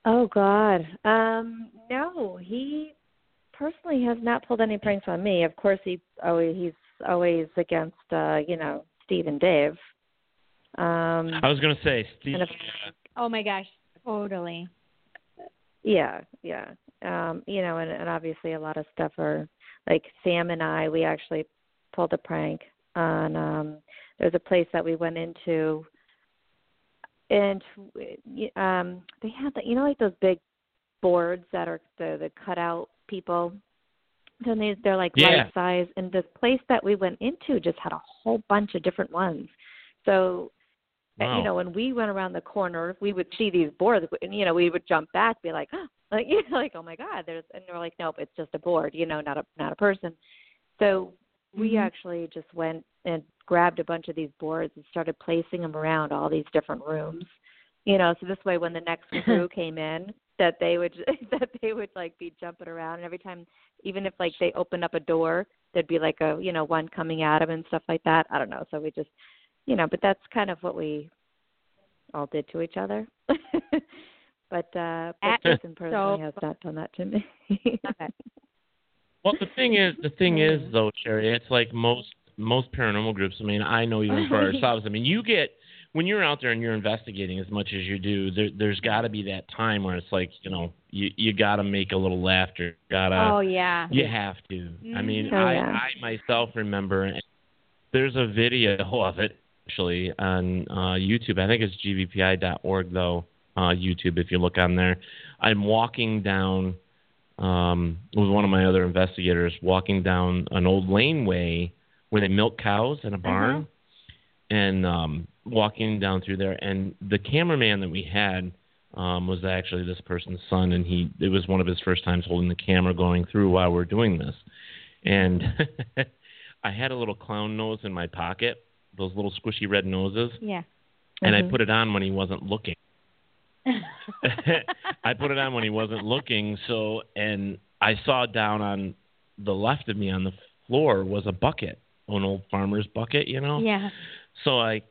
[SPEAKER 4] Oh God. Um, no, he personally has not pulled any pranks on me. Of course, he always he's always against uh, you know Steve and Dave. Um,
[SPEAKER 3] I was gonna say Steve.
[SPEAKER 4] And if-
[SPEAKER 2] Oh my gosh, totally.
[SPEAKER 4] yeah, yeah. Um, you know, and, and obviously a lot of stuff are like Sam and I. We actually pulled a prank on. Um, there's a place that we went into, and y- um, they had the, you know like those big boards that are the the cutout people. Then they they're like
[SPEAKER 3] Yeah.
[SPEAKER 4] life size, and the place that we went into just had a whole bunch of different ones. So and,
[SPEAKER 3] Wow.
[SPEAKER 4] you know, when we went around the corner, we would see these boards, and you know, we would jump back, be like, oh, like, you know, like, oh my god, there's, and we're like, nope, it's just a board, you know, not a not a person. So we
[SPEAKER 2] Mhm.
[SPEAKER 4] actually just went and grabbed a bunch of these boards and started placing them around all these different rooms, you know, so this way when the next crew came in, that they would that they would like be jumping around, and every time, even if like they opened up a door, there'd be like a you know one coming at them and stuff like that. I don't know, so we just you know, but that's kind of what we all did to each other. but uh but
[SPEAKER 2] At-
[SPEAKER 4] Jason
[SPEAKER 2] so-
[SPEAKER 4] personally has not done that to me.
[SPEAKER 3] Well, the thing is, the thing is though, Sherry, it's like most most paranormal groups. I mean, I know even for ourselves. I mean, you get when you're out there and you're investigating as much as you do. There, there's got to be that time where it's like, you know, you you got to make a little laughter. Gotta.
[SPEAKER 2] oh yeah.
[SPEAKER 3] You have to. Mm-hmm. I mean,
[SPEAKER 4] Oh,
[SPEAKER 3] I,
[SPEAKER 4] yeah.
[SPEAKER 3] I myself remember. and There's a video of it actually on uh, YouTube. I think it's gbpi.org though. Uh, YouTube, if you look on there, I'm walking down um, with one of my other investigators, walking down an old laneway where they milk cows in a barn, and um, walking down through there. And the cameraman that we had um, was actually this person's son, and he it was one of his first times holding the camera going through while we're doing this. And I had a little clown nose in my pocket, those little squishy red noses,
[SPEAKER 2] Yeah. Mm-hmm.
[SPEAKER 3] and I put it on when he wasn't looking. I put it on when he wasn't looking. So, and I saw down on the left of me on the floor was a bucket, an old farmer's bucket, you know.
[SPEAKER 2] Yeah.
[SPEAKER 3] So I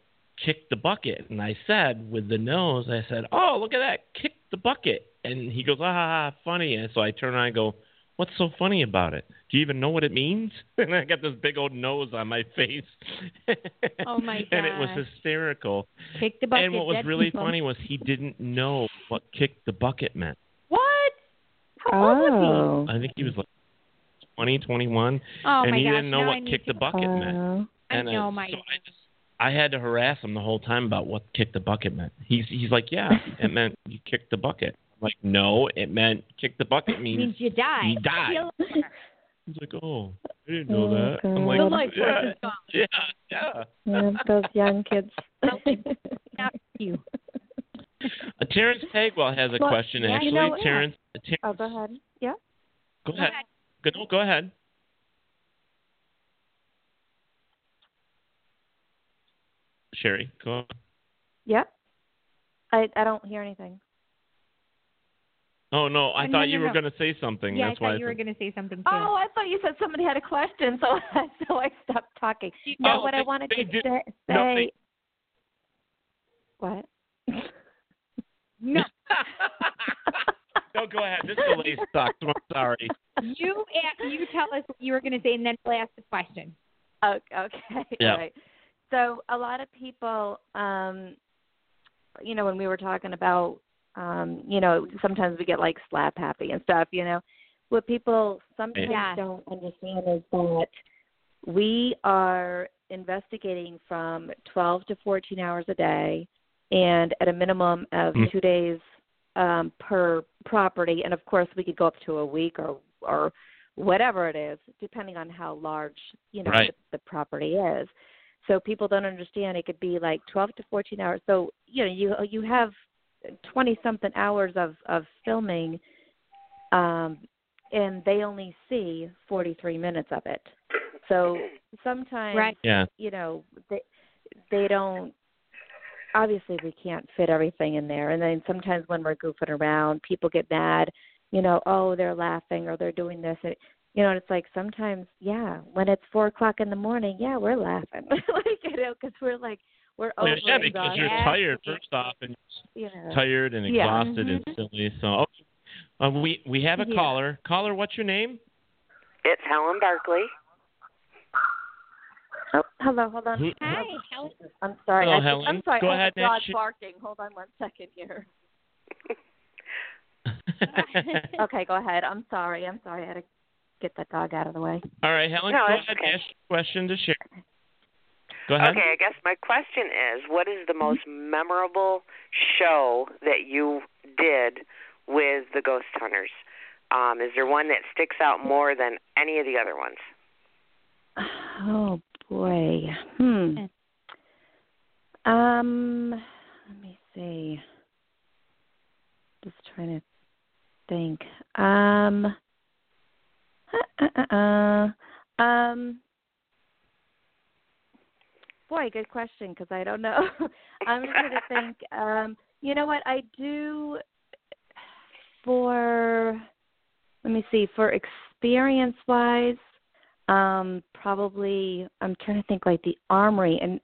[SPEAKER 3] kicked the bucket and I said with the nose, I said, "Oh, look at that! Kick the bucket!" And he goes, "Ah, "Ah, ah, funny!" And so I turn and I go, "What's so funny about it? Do you even know what it means?" And I got this big old nose on my face.
[SPEAKER 2] Oh, my
[SPEAKER 3] And it was
[SPEAKER 2] gosh.
[SPEAKER 3] hysterical.
[SPEAKER 2] Kick the bucket.
[SPEAKER 3] and what was
[SPEAKER 2] dead
[SPEAKER 3] really
[SPEAKER 2] people.
[SPEAKER 3] funny was he didn't know what kick the bucket meant.
[SPEAKER 2] What? How old was
[SPEAKER 4] oh.
[SPEAKER 3] I think he was like 20, 21,
[SPEAKER 2] he? Oh
[SPEAKER 3] and
[SPEAKER 2] my
[SPEAKER 3] he
[SPEAKER 2] gosh.
[SPEAKER 3] didn't know
[SPEAKER 2] now I
[SPEAKER 3] what
[SPEAKER 2] need
[SPEAKER 3] kick
[SPEAKER 2] to-
[SPEAKER 3] the bucket meant.
[SPEAKER 4] Oh.
[SPEAKER 2] I
[SPEAKER 3] And, uh,
[SPEAKER 2] know my
[SPEAKER 3] so I just I had to harass him the whole time about what kick the bucket meant. He's he's like, yeah, it meant you kicked the bucket. I'm like, no, it meant kick the bucket means.
[SPEAKER 2] means you die.
[SPEAKER 3] He died.
[SPEAKER 2] Feel over.
[SPEAKER 3] He's like, oh, I didn't know
[SPEAKER 4] Oh,
[SPEAKER 3] that. I'm
[SPEAKER 4] God.
[SPEAKER 2] The
[SPEAKER 3] like,
[SPEAKER 2] life force
[SPEAKER 3] yeah,
[SPEAKER 2] is gone.
[SPEAKER 3] yeah, yeah.
[SPEAKER 4] Oh, Yeah, those young kids.
[SPEAKER 2] Not you.
[SPEAKER 3] Uh, Terrence Tagwell has a
[SPEAKER 4] Well,
[SPEAKER 3] question
[SPEAKER 4] yeah,
[SPEAKER 3] actually.
[SPEAKER 4] you know what?
[SPEAKER 3] Terrence, Terrence,
[SPEAKER 4] oh, go ahead. Yeah.
[SPEAKER 3] go ahead. Go, no, go ahead. Sherry, go on.
[SPEAKER 4] Yeah. I I don't hear anything.
[SPEAKER 3] Oh no, I
[SPEAKER 2] No,
[SPEAKER 3] thought
[SPEAKER 2] no,
[SPEAKER 3] you
[SPEAKER 2] no,
[SPEAKER 3] were
[SPEAKER 2] no.
[SPEAKER 3] going to say something.
[SPEAKER 2] Yeah, I
[SPEAKER 3] That's why.
[SPEAKER 2] thought you were
[SPEAKER 3] said-
[SPEAKER 2] going to say something too.
[SPEAKER 4] Oh, I thought you said somebody had a question, so so I stopped talking.
[SPEAKER 3] No,
[SPEAKER 4] No, what I
[SPEAKER 3] they-
[SPEAKER 4] wanted
[SPEAKER 3] they
[SPEAKER 4] to
[SPEAKER 3] did-
[SPEAKER 4] say.
[SPEAKER 3] no, they-
[SPEAKER 4] What?
[SPEAKER 2] No.
[SPEAKER 3] no, go ahead. This delay sucks. I'm sorry.
[SPEAKER 2] You a- you tell us what you were going to say, and then we'll ask the question.
[SPEAKER 4] Okay. okay.
[SPEAKER 3] Yeah.
[SPEAKER 4] All right. So a lot of people, um, you know, when we were talking about, um, you know, sometimes we get like slap happy and stuff. You know, what people sometimes
[SPEAKER 2] Yeah.
[SPEAKER 4] don't understand is that we are investigating from 12 to 14 hours a day, and at a minimum of
[SPEAKER 3] Mm.
[SPEAKER 4] two days um, per property. And of course, we could go up to a week or or whatever it is, depending on how large you know
[SPEAKER 3] Right.
[SPEAKER 4] the, the property is. So people don't understand it could be like 12 to 14 hours. So you know you you have 20 something hours of of filming, um, and they only see 43 minutes of it. So sometimes
[SPEAKER 2] Right.
[SPEAKER 3] Yeah.
[SPEAKER 4] you know they they don't obviously we can't fit everything in there and then sometimes when we're goofing around people get mad you know oh they're laughing or they're doing this and, you know and it's like sometimes yeah when it's four o'clock in the morning yeah we're laughing like you know because we're like we're over
[SPEAKER 3] yeah, because you're
[SPEAKER 4] exhausted,
[SPEAKER 3] tired first off, and
[SPEAKER 4] you know.
[SPEAKER 3] tired and
[SPEAKER 4] Yeah.
[SPEAKER 3] exhausted and silly. So okay. uh, we we have a
[SPEAKER 4] Yeah.
[SPEAKER 3] caller. Caller, what's your name?
[SPEAKER 10] It's Helen Barkley.
[SPEAKER 4] oh, hello hold on
[SPEAKER 3] Who-
[SPEAKER 2] Hi, Helen.
[SPEAKER 4] i'm sorry
[SPEAKER 3] Hello,
[SPEAKER 4] I think,
[SPEAKER 3] Helen.
[SPEAKER 4] i'm sorry
[SPEAKER 3] Go
[SPEAKER 4] I
[SPEAKER 3] ahead
[SPEAKER 4] have a
[SPEAKER 3] and
[SPEAKER 4] dog
[SPEAKER 3] sh-
[SPEAKER 4] barking hold on one second here okay go ahead i'm sorry i'm sorry i had to get that dog out of the way
[SPEAKER 3] All right, Helen,
[SPEAKER 10] No,
[SPEAKER 3] go
[SPEAKER 10] that's
[SPEAKER 3] ahead
[SPEAKER 10] okay.
[SPEAKER 3] and ask your question to share. Go
[SPEAKER 4] Mm-hmm.
[SPEAKER 3] ahead.
[SPEAKER 10] Okay, I guess my question is what is the most memorable show that you did with the Ghost Hunters? Um, is there one that sticks out more than any of the other ones?
[SPEAKER 4] Oh boy. Hmm. Um let me see. Just trying to think. Um uh, uh, uh, um Boy, good question cuz I don't know. I'm just going to think um you know what I do for let me see for experience wise um probably i'm trying to think like the armory and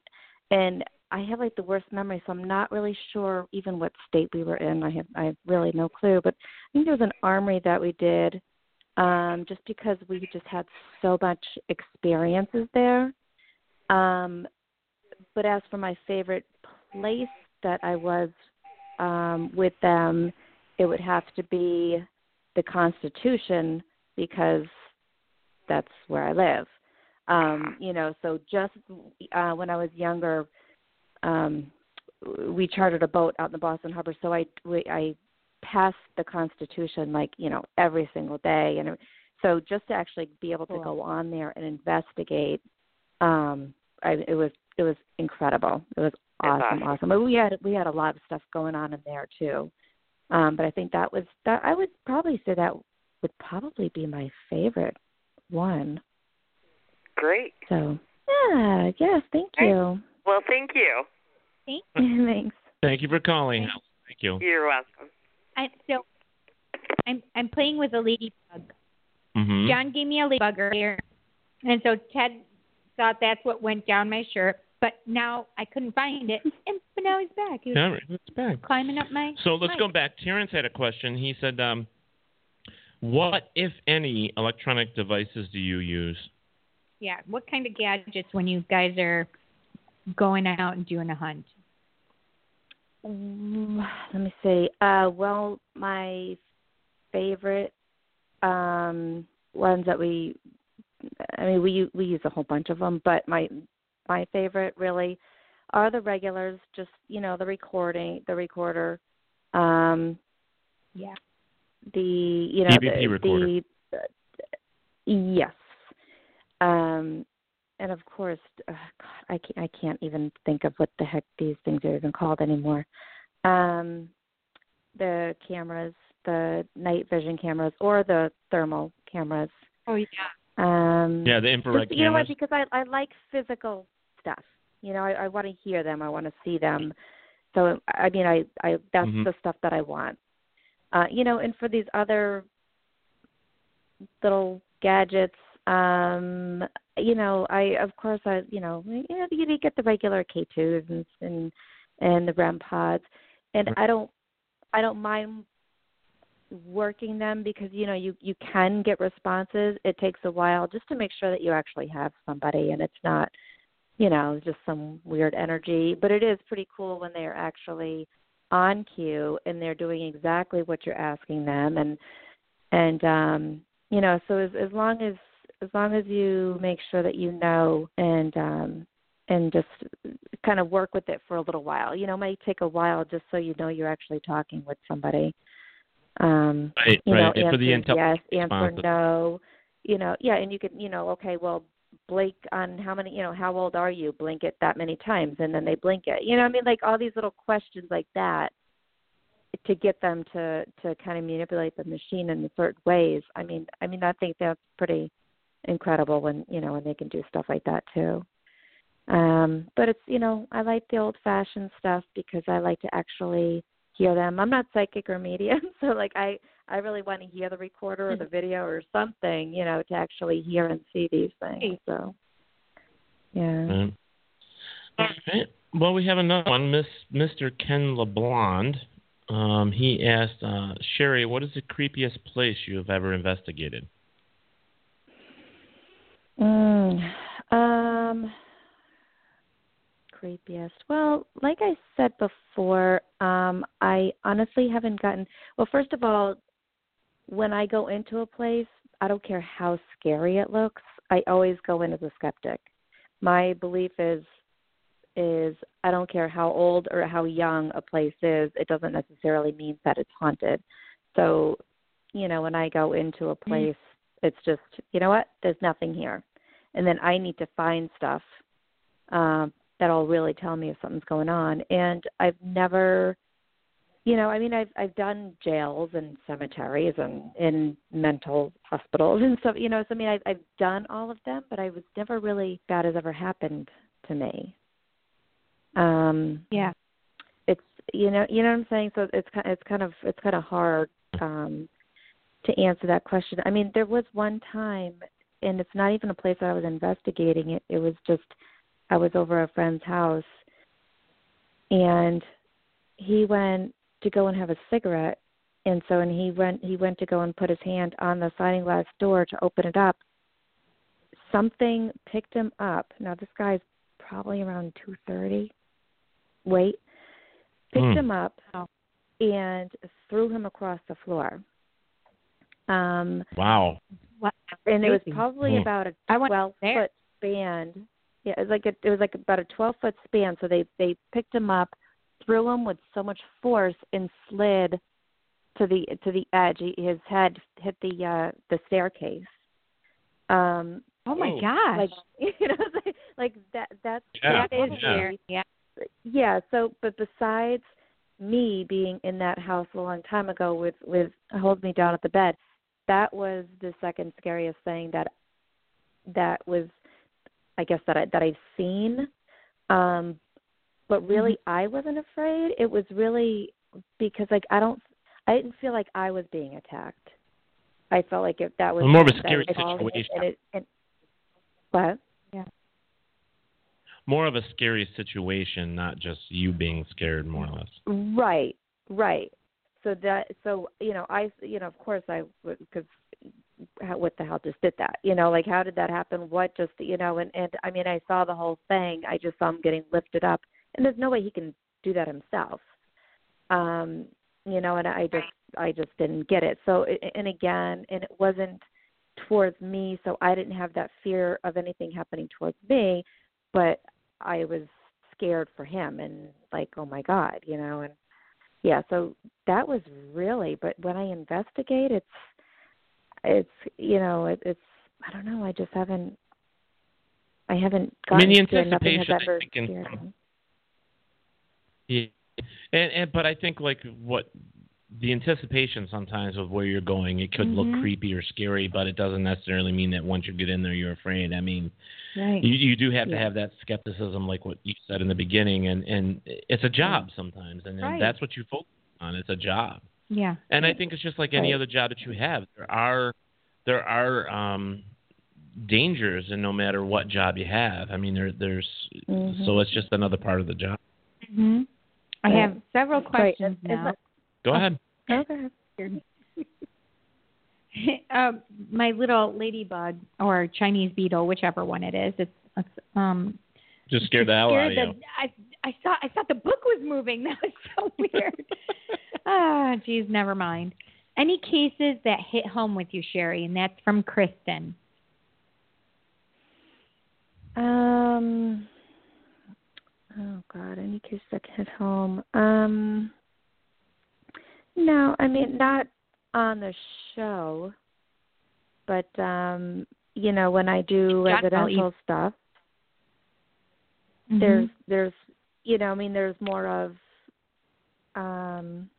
[SPEAKER 4] and i have like the worst memory so i'm not really sure even what state we were in i have i have really no clue but i think there was an armory that we did um just because we just had so much experiences there um but as for my favorite place that i was um with them it would have to be the constitution because that's where I live. Um, you know, so just uh when I was younger, um we chartered a boat out in the Boston Harbor, so I we, I passed the Constitution like, you know, every single day and it- so just to actually be able to go on there and investigate um I it was it was incredible. It was
[SPEAKER 10] That's
[SPEAKER 4] awesome,
[SPEAKER 10] awesome.
[SPEAKER 4] awesome. But we had we had a lot of stuff going on in there too. Um but I think that was that I would probably say that would probably be my favorite one.
[SPEAKER 10] Great.
[SPEAKER 4] So yeah, yes, thank you.
[SPEAKER 10] Well, thank you.
[SPEAKER 4] Thanks.
[SPEAKER 3] Thank you for calling. Helen. Thank you.
[SPEAKER 10] You're welcome.
[SPEAKER 2] I'm, so I'm I'm playing with a ladybug.
[SPEAKER 3] Mhm.
[SPEAKER 2] John gave me a ladybug earlier, and so Ted thought that's what went down my shirt. But now I couldn't find it, and but now he's back. He was
[SPEAKER 3] All right, that's back.
[SPEAKER 2] climbing up my.
[SPEAKER 3] So let's
[SPEAKER 2] my-
[SPEAKER 3] go back. Terrence had a question. He said, um, "What, if any, electronic devices do you use?"
[SPEAKER 2] Yeah, what kind of gadgets when you guys are going out and doing a hunt?
[SPEAKER 4] Mm, Let me see. Uh, well, my favorite um, ones that we, I mean, we u- we use a whole bunch of them, but my my favorite really are the regulars. Just you know, the recording, the recorder, um,
[SPEAKER 2] Yeah.
[SPEAKER 4] the you know,
[SPEAKER 3] DVP
[SPEAKER 4] the,
[SPEAKER 3] recorder.
[SPEAKER 4] the yes, um, and of course, uh, God, I can't I can't even think of what the heck these things are even called anymore um, the cameras, the night vision cameras, or the thermal cameras.
[SPEAKER 2] Oh yeah.
[SPEAKER 4] Um,
[SPEAKER 3] Yeah, the infrared
[SPEAKER 4] just, you know what?
[SPEAKER 3] cameras.
[SPEAKER 4] Because I I like physical stuff. You know, I, I want to hear them. I want to see them. So I mean, I I that's
[SPEAKER 3] Mhm.
[SPEAKER 4] the stuff that I want. Uh, you know, and for these other little gadgets, um, you know, I of course I you know you, know, you get the regular K twos and and and the REM pods, and I don't I don't mind working them because you know you you can get responses. It takes a while just to make sure that you actually have somebody and it's not you know just some weird energy. But it is pretty cool when they are actually on cue and they're doing exactly what you're asking them and and um you know so as as long as as long as you make sure that you know and um and just kind of work with it for a little while. You know, it might take a while just so you know you're actually talking with somebody. Um
[SPEAKER 3] Right,
[SPEAKER 4] you
[SPEAKER 3] right.
[SPEAKER 4] know,
[SPEAKER 3] And for
[SPEAKER 4] answer
[SPEAKER 3] the
[SPEAKER 4] yes,
[SPEAKER 3] intelligent
[SPEAKER 4] answer
[SPEAKER 3] responses.
[SPEAKER 4] no. You know, yeah, and you can, you know, okay, well, blink on how many, you know, how old are you? Blink it that many times and then they blink it. You know, what I mean like all these little questions like that to get them to to kind of manipulate the machine in certain ways. I mean, I mean I think that's pretty incredible when, you know, when they can do stuff like that too. Um, but it's you know I like the old fashioned stuff because I like to actually hear them. I'm not psychic or medium, so like I I really want to hear the recorder or the video or something, you know, to actually hear and see these things. So yeah.
[SPEAKER 3] Right. All right. Well, we have another one, Miss Mr. Ken LeBlond. Um, he asked uh, Sherry, "What is the creepiest place you have ever investigated?"
[SPEAKER 4] Mm, um, creepiest. Well, like I said before, um, I honestly haven't gotten. Well, first of all, when I go into a place, I don't care how scary it looks. I always go in as a skeptic. My belief is is I don't care how old or how young a place is. It doesn't necessarily mean that it's haunted. So, you know, when I go into a place, it's just you know what? There's nothing here, and then I need to find stuff um, that'll really tell me if something's going on. And I've never, you know, I mean, I've I've done jails and cemeteries and in mental hospitals and stuff. You know, so I mean, I've I've done all of them, but I was never really that has ever happened to me. Um,
[SPEAKER 2] yeah.
[SPEAKER 4] it's you know you know what I'm saying. So it's kind it's kind of it's kind of hard um, to answer that question. I mean, there was one time, and it's not even a place that I was investigating. It it was just I was over a friend's house, and he went to go and have a cigarette, and so and he went he went to go and put his hand on the sliding glass door to open it up. Something picked him up. Now this guy's probably around two thirty. Wait picked
[SPEAKER 11] Hmm.
[SPEAKER 4] him up and threw him across the floor. Um,
[SPEAKER 3] Wow.
[SPEAKER 4] and it was
[SPEAKER 11] Crazy.
[SPEAKER 4] probably
[SPEAKER 11] Hmm.
[SPEAKER 4] about a twelve foot span. Yeah, it was like a, it was like about a twelve foot span. So they they picked him up, threw him with so much force, and slid to the to the edge. He, his head hit the uh the staircase. Um,
[SPEAKER 2] Oh my Whoa.
[SPEAKER 4] god!
[SPEAKER 2] gosh.
[SPEAKER 4] Like you know, like, like that that's
[SPEAKER 2] Yeah,
[SPEAKER 4] that is
[SPEAKER 2] yeah.
[SPEAKER 4] scary. Yeah. So, but besides me being in that house a long time ago with with hold me down at the bed, that was the second scariest thing that that was, I guess that I, that I've seen. Um, but really,
[SPEAKER 3] Mm-hmm.
[SPEAKER 4] I wasn't afraid. It was really because like I don't, I didn't feel like I was being attacked. I felt like if that was
[SPEAKER 3] More of a
[SPEAKER 4] that
[SPEAKER 3] scary
[SPEAKER 4] was all-
[SPEAKER 3] situation.
[SPEAKER 4] And it, and, what?
[SPEAKER 3] More of a scary situation, not just you being scared, more or less.
[SPEAKER 4] Right, right. So that, so you know, I, you know, of course, I would because how, what the hell just did that? You know, like how did that happen? What just, you know, and and I mean, I saw the whole thing. I just saw him getting lifted up, and there's no way he can do that himself. Um, you know, and I just, I just didn't get it. So, a- and again, and it wasn't towards me, so I didn't have that fear of anything happening towards me, but I was scared for him and like, oh my god, you know, and yeah, so that was really. But when I investigate, it's it's you know it, it's I don't know. I just haven't I haven't
[SPEAKER 3] I
[SPEAKER 4] gotten
[SPEAKER 3] mean, the
[SPEAKER 4] to it. Nothing has
[SPEAKER 3] anticipation, I
[SPEAKER 4] ever
[SPEAKER 3] think, and-
[SPEAKER 4] scared me.
[SPEAKER 3] Yeah, and and but I think like what the anticipation sometimes of where you're going, it could
[SPEAKER 11] Mhm.
[SPEAKER 4] Mm-hmm.
[SPEAKER 3] look creepy or scary, but it doesn't necessarily mean that once you get in there, you're afraid. I mean,
[SPEAKER 11] Right.
[SPEAKER 3] you you do have
[SPEAKER 11] Yeah.
[SPEAKER 3] to have that skepticism, like what you said in the beginning, and and it's a job sometimes, and, and
[SPEAKER 2] Mm. Right.
[SPEAKER 3] that's what you focus on. It's a job.
[SPEAKER 2] Yeah.
[SPEAKER 3] And I think it's just like any
[SPEAKER 2] Right.
[SPEAKER 3] other job that you have. There are there are um, dangers, in no matter what job you have. I mean, there there's
[SPEAKER 2] Mhm.
[SPEAKER 4] Mm-hmm.
[SPEAKER 3] so it's just another part of the job.
[SPEAKER 2] hmm I
[SPEAKER 4] Right.
[SPEAKER 2] have several
[SPEAKER 4] Mm-hmm. Right,
[SPEAKER 2] questions
[SPEAKER 4] it's- it's
[SPEAKER 2] now.
[SPEAKER 4] like-
[SPEAKER 3] Go ahead.
[SPEAKER 2] Okay. um, my little ladybug or Chinese beetle, whichever one it is, it's, it's um.
[SPEAKER 3] Just scared the hell out of
[SPEAKER 2] scared
[SPEAKER 3] you.
[SPEAKER 2] the- I, I thought I thought the book was moving. That was so weird. ah, geez, never mind. Any cases that hit home with you, Sherry, and that's from Kristen.
[SPEAKER 4] Um. Oh God, any case that hit home. Um. No, I mean not on the show, but um, you know when I do
[SPEAKER 2] Got- I'll
[SPEAKER 4] residential
[SPEAKER 2] eat.
[SPEAKER 4] stuff,
[SPEAKER 2] Mhm.
[SPEAKER 4] there's there's you know I mean there's more of um,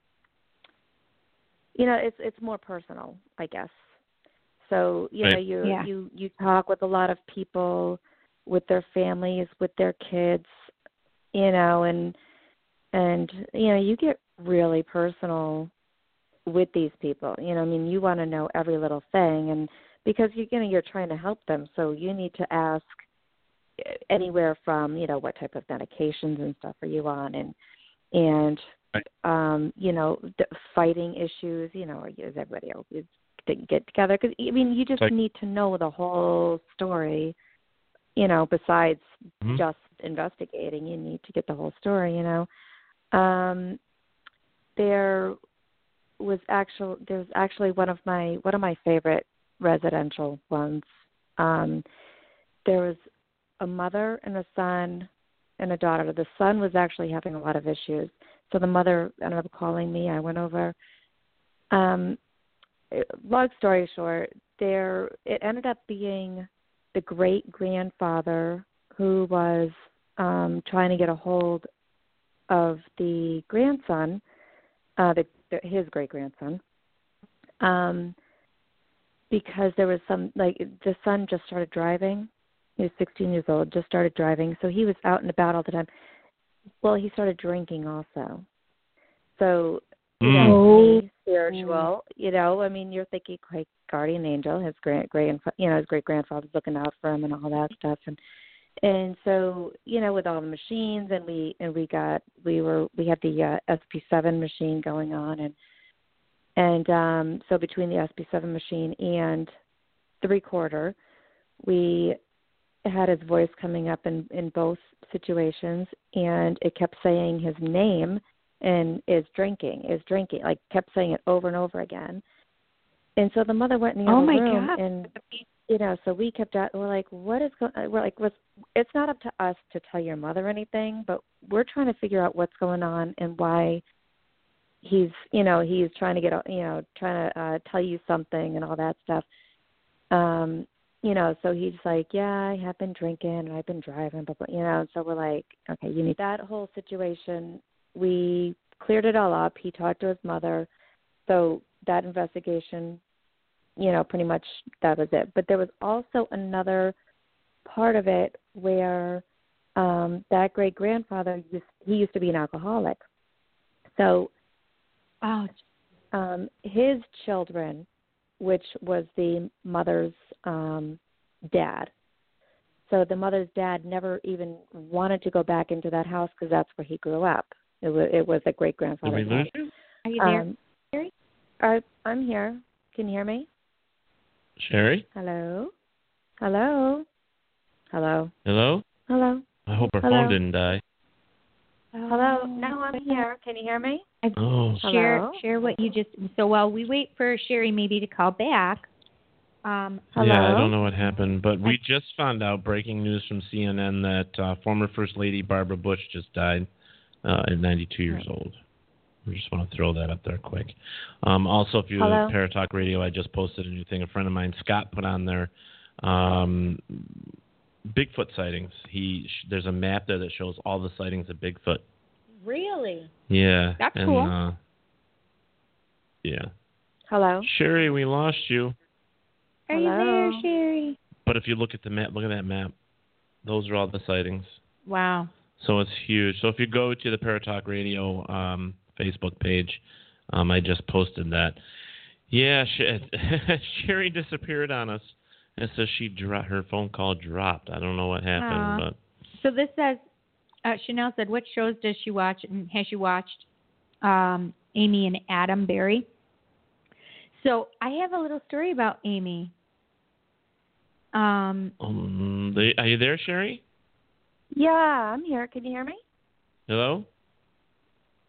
[SPEAKER 4] you know it's it's more personal I guess. So you know
[SPEAKER 12] Right.
[SPEAKER 4] you
[SPEAKER 12] Yeah.
[SPEAKER 4] you you talk with a lot of people, with their families, with their kids, you know, and and you know you get really personal with these people. You know, I mean you want to know every little thing, and because you you know you're trying to help them, so you need to ask eh, anywhere from you know what type of medications and stuff are you on, and and um you know d- fighting issues you know are you- is everybody else is didn't get together because i mean you just
[SPEAKER 12] Like-
[SPEAKER 4] need to know the whole story you know besides
[SPEAKER 12] Mhm.
[SPEAKER 4] just investigating you need to get the whole story you know um there was actual there's actually one of my one of my favorite residential ones um there was a mother and a son and a daughter the son was actually having a lot of issues so the mother ended up calling me i went over um it- long story short there it ended up being the great grandfather who was um trying to get a hold of the grandson uh the, the his great grandson um because there was some like the son just started driving he was 16 years old just started driving so he was out and about all the time well he started drinking also so you
[SPEAKER 12] Mm.
[SPEAKER 4] know,
[SPEAKER 12] Oh.
[SPEAKER 4] he's
[SPEAKER 7] Mm-hmm.
[SPEAKER 4] spiritual you know i mean you're thinking like guardian angel his great grand you know his great grandfather's looking out for him and all that stuff and and so you know with all the machines and we and we got we were we had the uh, sp7 machine going on and and um so between the sp7 machine and the recorder we had his voice coming up in in both situations and it kept saying his name and is drinking is drinking like kept saying it over and over again and so the mother went in the
[SPEAKER 12] Oh,
[SPEAKER 4] other
[SPEAKER 12] my
[SPEAKER 4] room
[SPEAKER 12] God.
[SPEAKER 4] and you know so we kept out we're like what is going we're like what's it's not up to us to tell your mother anything but we're trying to figure out what's going on and why he's you know he's trying to get a- you know trying to uh tell you something and all that stuff um you know so he's like yeah i have been drinking and i've been driving but you know so we're like okay you need that whole situation we cleared it all up he talked to his mother so that investigation you know pretty much that was it but there was also another part of it where um that great grandfather used he used to be an alcoholic so
[SPEAKER 2] wow
[SPEAKER 4] um his children which was the mother's um dad so the mother's dad never even wanted to go back into that house because that's where he grew up it was it was a great
[SPEAKER 2] Oh
[SPEAKER 4] grandfather's
[SPEAKER 12] lose
[SPEAKER 4] house
[SPEAKER 12] you?
[SPEAKER 2] Are you there,
[SPEAKER 4] Um,
[SPEAKER 2] Sherry?
[SPEAKER 4] I, i'm here can you hear me
[SPEAKER 3] Sherry?
[SPEAKER 4] hello hello hello
[SPEAKER 3] Hello?
[SPEAKER 4] hello
[SPEAKER 3] I hope her
[SPEAKER 4] Hello?
[SPEAKER 3] phone didn't die.
[SPEAKER 4] Hello. No, I'm here. Can you hear me?
[SPEAKER 3] Oh.
[SPEAKER 2] Share
[SPEAKER 4] Hello?
[SPEAKER 2] share what you just. So while we wait for Sherry maybe to call back, um,
[SPEAKER 3] Yeah, I don't know what happened, but we just found out breaking news from CNN that uh, former First Lady Barbara Bush just died uh, at 92 years old. We just want to throw that up there quick. Um, also, if you
[SPEAKER 13] Hello?
[SPEAKER 3] Paratalk Radio, I just posted a new thing. A friend of mine, Scott, put on there um, Bigfoot sightings. He sh- there's a map there that shows all the sightings of Bigfoot.
[SPEAKER 2] Really?
[SPEAKER 3] Yeah,
[SPEAKER 2] That's
[SPEAKER 3] and,
[SPEAKER 2] cool.
[SPEAKER 3] Uh, yeah,
[SPEAKER 4] Hello.
[SPEAKER 3] Sherry, we lost you.
[SPEAKER 2] Are you there,
[SPEAKER 4] Hello?
[SPEAKER 2] Sherry?
[SPEAKER 3] But if you look at the map, look at that map. Those are all the sightings.
[SPEAKER 2] Wow.
[SPEAKER 3] So it's huge. So if you go to the Paratalk Radio um, Facebook page, um, I just posted that. Yeah, she, Sherry disappeared on us. And so she dro- her phone call dropped. I don't know what happened,
[SPEAKER 2] Aw.
[SPEAKER 3] but
[SPEAKER 2] So this says, uh, Chanel said, what shows does she watch and has she watched? Um, Amy and Adam Barry. So I have a little story about Amy. Um,
[SPEAKER 3] Um, they, are you there, Sherry?
[SPEAKER 8] Yeah, I'm here. Can you hear me?
[SPEAKER 3] Hello,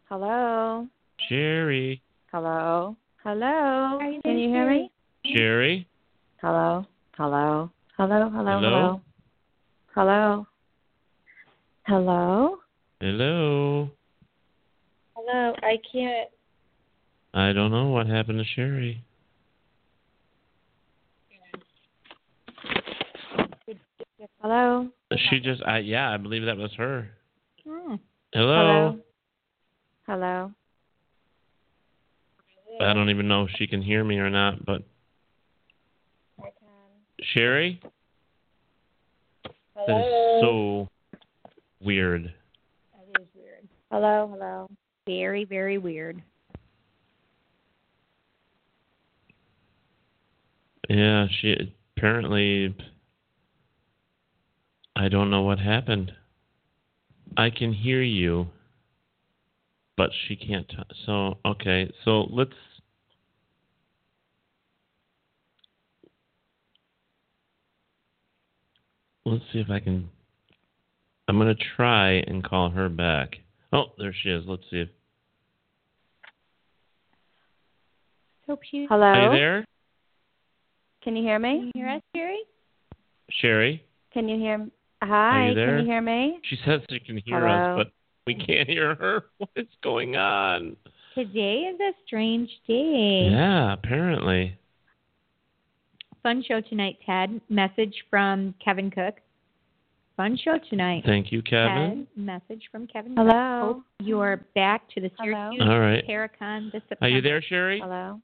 [SPEAKER 8] Hello.
[SPEAKER 3] Sherry.
[SPEAKER 8] Hello. Hello.
[SPEAKER 5] you
[SPEAKER 8] Can
[SPEAKER 5] there,
[SPEAKER 8] you hear me?
[SPEAKER 3] Sherry.
[SPEAKER 8] Hello. Hello. Hello. Hello.
[SPEAKER 3] Hello?
[SPEAKER 8] Hello. Hello. Hello.
[SPEAKER 3] Hello.
[SPEAKER 8] Hello. I can't.
[SPEAKER 3] I don't know what happened to Sherry.
[SPEAKER 8] Hello.
[SPEAKER 3] She just, I yeah, I believe that was her.
[SPEAKER 2] Hmm.
[SPEAKER 3] Hello.
[SPEAKER 8] Hello.
[SPEAKER 3] I don't even know if she can hear me or not, but Sherry. That is so weird.
[SPEAKER 2] That is weird.
[SPEAKER 8] Hello. Hello.
[SPEAKER 2] Very, very weird.
[SPEAKER 3] Yeah, she apparently. I don't know what happened. I can hear you, but she can't. T- so okay, so let's. Let's see if I can. I'm gonna try and call her back. Oh, there she is. Let's see if.
[SPEAKER 2] Hope she.
[SPEAKER 8] Hello.
[SPEAKER 3] Are you there,
[SPEAKER 8] Can you hear
[SPEAKER 2] Can
[SPEAKER 8] me?
[SPEAKER 2] you hear us, Sherry?
[SPEAKER 3] Sherry?
[SPEAKER 8] Can you hear? Hi.
[SPEAKER 3] you there?
[SPEAKER 8] Can you hear me?
[SPEAKER 3] She says she can hear
[SPEAKER 8] Hello?
[SPEAKER 3] us, but we can't hear her. What is going on?
[SPEAKER 2] Today is a strange day.
[SPEAKER 3] Yeah, apparently.
[SPEAKER 2] Fun show tonight, Ted. Message from Kevin Cook. Fun show tonight.
[SPEAKER 3] Thank you, Kevin.
[SPEAKER 2] Ted, message from Kevin.
[SPEAKER 8] Hello?
[SPEAKER 2] Cook. Hope you are back to the Syracuse
[SPEAKER 3] All right.
[SPEAKER 2] Paracon this September.
[SPEAKER 3] Are you there, Sherry?
[SPEAKER 8] Hello.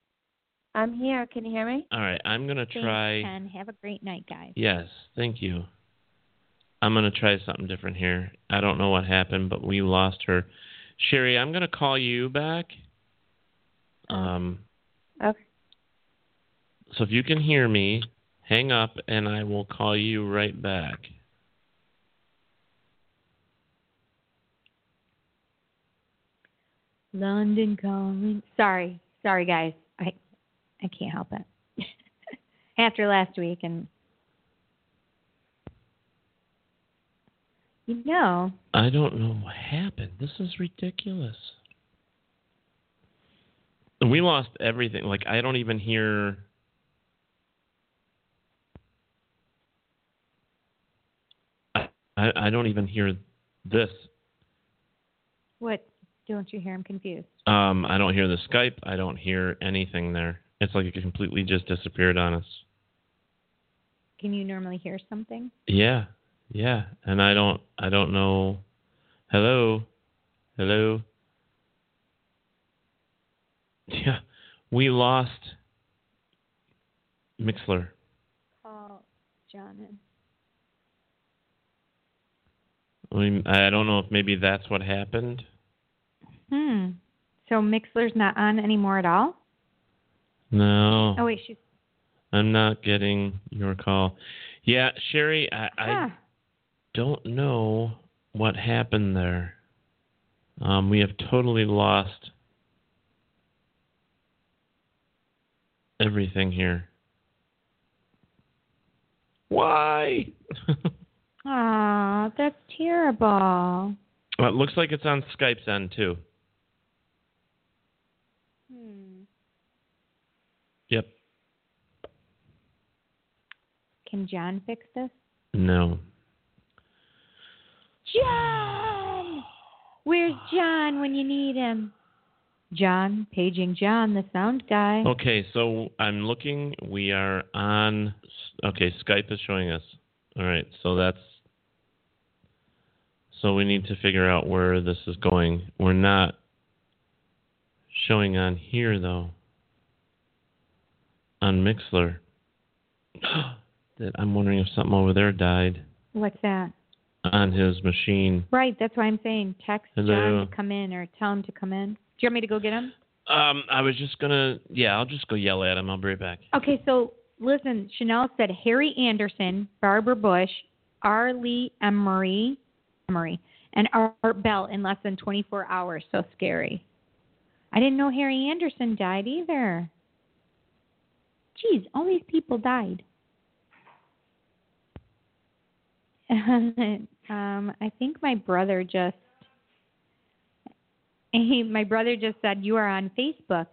[SPEAKER 8] I'm here. Can you hear me?
[SPEAKER 3] All right, I'm going to
[SPEAKER 2] Thanks,
[SPEAKER 3] try.
[SPEAKER 2] Ken. Have a great night, guys.
[SPEAKER 3] Yes, thank you. I'm going to try something different here. I don't know what happened, but we lost her. Sherry, I'm going to call you back. Um,
[SPEAKER 8] Okay.
[SPEAKER 3] so if you can hear me, hang up and I will call you right back.
[SPEAKER 2] London calling. Sorry, sorry, guys. I I can't help it. After last week, and you know,
[SPEAKER 3] I don't know what happened. This is ridiculous. We lost everything. Like I don't even hear. I I, I don't even hear this.
[SPEAKER 2] what don't you hear? I'm confused.
[SPEAKER 3] Um, I don't hear the Skype. I don't hear anything there. It's like it completely just disappeared on us.
[SPEAKER 2] Can you normally hear something?
[SPEAKER 3] Yeah, yeah, and I don't, I don't know. Hello, hello. Yeah, we lost Mixler.
[SPEAKER 2] Call John. in.
[SPEAKER 3] I mean, I don't know if maybe that's what happened.
[SPEAKER 2] Hmm. So Mixler's not on anymore at all.
[SPEAKER 3] No,
[SPEAKER 2] Oh wait, she's.
[SPEAKER 3] I'm not getting your call. Yeah, Sherry, I, I
[SPEAKER 2] Huh.
[SPEAKER 3] don't know what happened there. Um, we have totally lost everything here. Why?
[SPEAKER 2] Aw, that's terrible.
[SPEAKER 3] well, it looks like it's on Skype's end too.
[SPEAKER 2] Hmm.
[SPEAKER 3] Yep.
[SPEAKER 2] Can John fix this?
[SPEAKER 3] No.
[SPEAKER 2] John! Where's John when you need him? John, paging John, the sound guy.
[SPEAKER 3] Okay, so I'm looking. We are on. Okay, Skype is showing us. All right, so that's. So we need to figure out where this is going. We're not showing on here, though. On Mixler. That I'm wondering if something over there died
[SPEAKER 2] What's that?
[SPEAKER 3] on his machine.
[SPEAKER 2] Right, that's why I'm saying text
[SPEAKER 3] Hello.
[SPEAKER 2] John to come in or tell him to come in. Do you want me to go get him?
[SPEAKER 3] Um, I was just gonna. Yeah, I'll just go yell at him. I'll be right back.
[SPEAKER 2] Okay, so listen, Chanel said Harry Anderson, Barbara Bush, R. Lee Emery, Emery, and Art Bell in less than 24 hours. So scary. I didn't know Harry Anderson died either. Geez, all these people died. um, I think my brother just he, my brother just said you are on Facebook.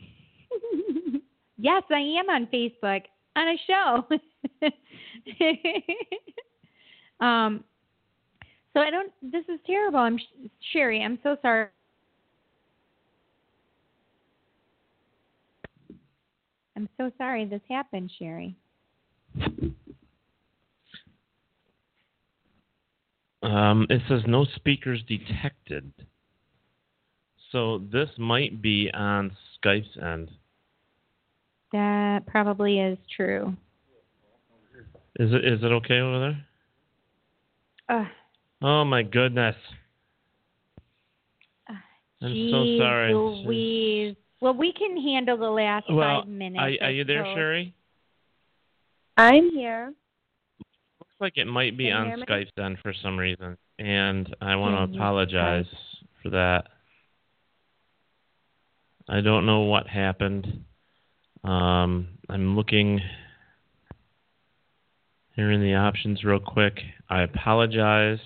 [SPEAKER 2] yes, I am on Facebook on a show. um, so I don't. This is terrible. I'm Sherry. I'm so sorry. I'm so sorry this happened, Sherry.
[SPEAKER 3] Um, it says no speakers detected. So this might be on Skype's end.
[SPEAKER 2] That probably is true.
[SPEAKER 3] Is it is it okay over
[SPEAKER 2] there?
[SPEAKER 3] Uh, oh my goodness.
[SPEAKER 2] Uh,
[SPEAKER 3] I'm
[SPEAKER 2] geez,
[SPEAKER 3] so sorry.
[SPEAKER 2] Louise. Well, we can handle the last
[SPEAKER 3] well,
[SPEAKER 2] five minutes.
[SPEAKER 3] Are, are you there,
[SPEAKER 2] so.
[SPEAKER 3] Sherry?
[SPEAKER 4] I'm here.
[SPEAKER 3] Looks like it might be
[SPEAKER 4] Can you
[SPEAKER 3] on
[SPEAKER 4] hear me?
[SPEAKER 3] Skype's end for some reason, and I want
[SPEAKER 4] Can
[SPEAKER 3] to
[SPEAKER 4] you-
[SPEAKER 3] apologize for that. I don't know what happened. Um, I'm looking here in the options real quick. I apologize.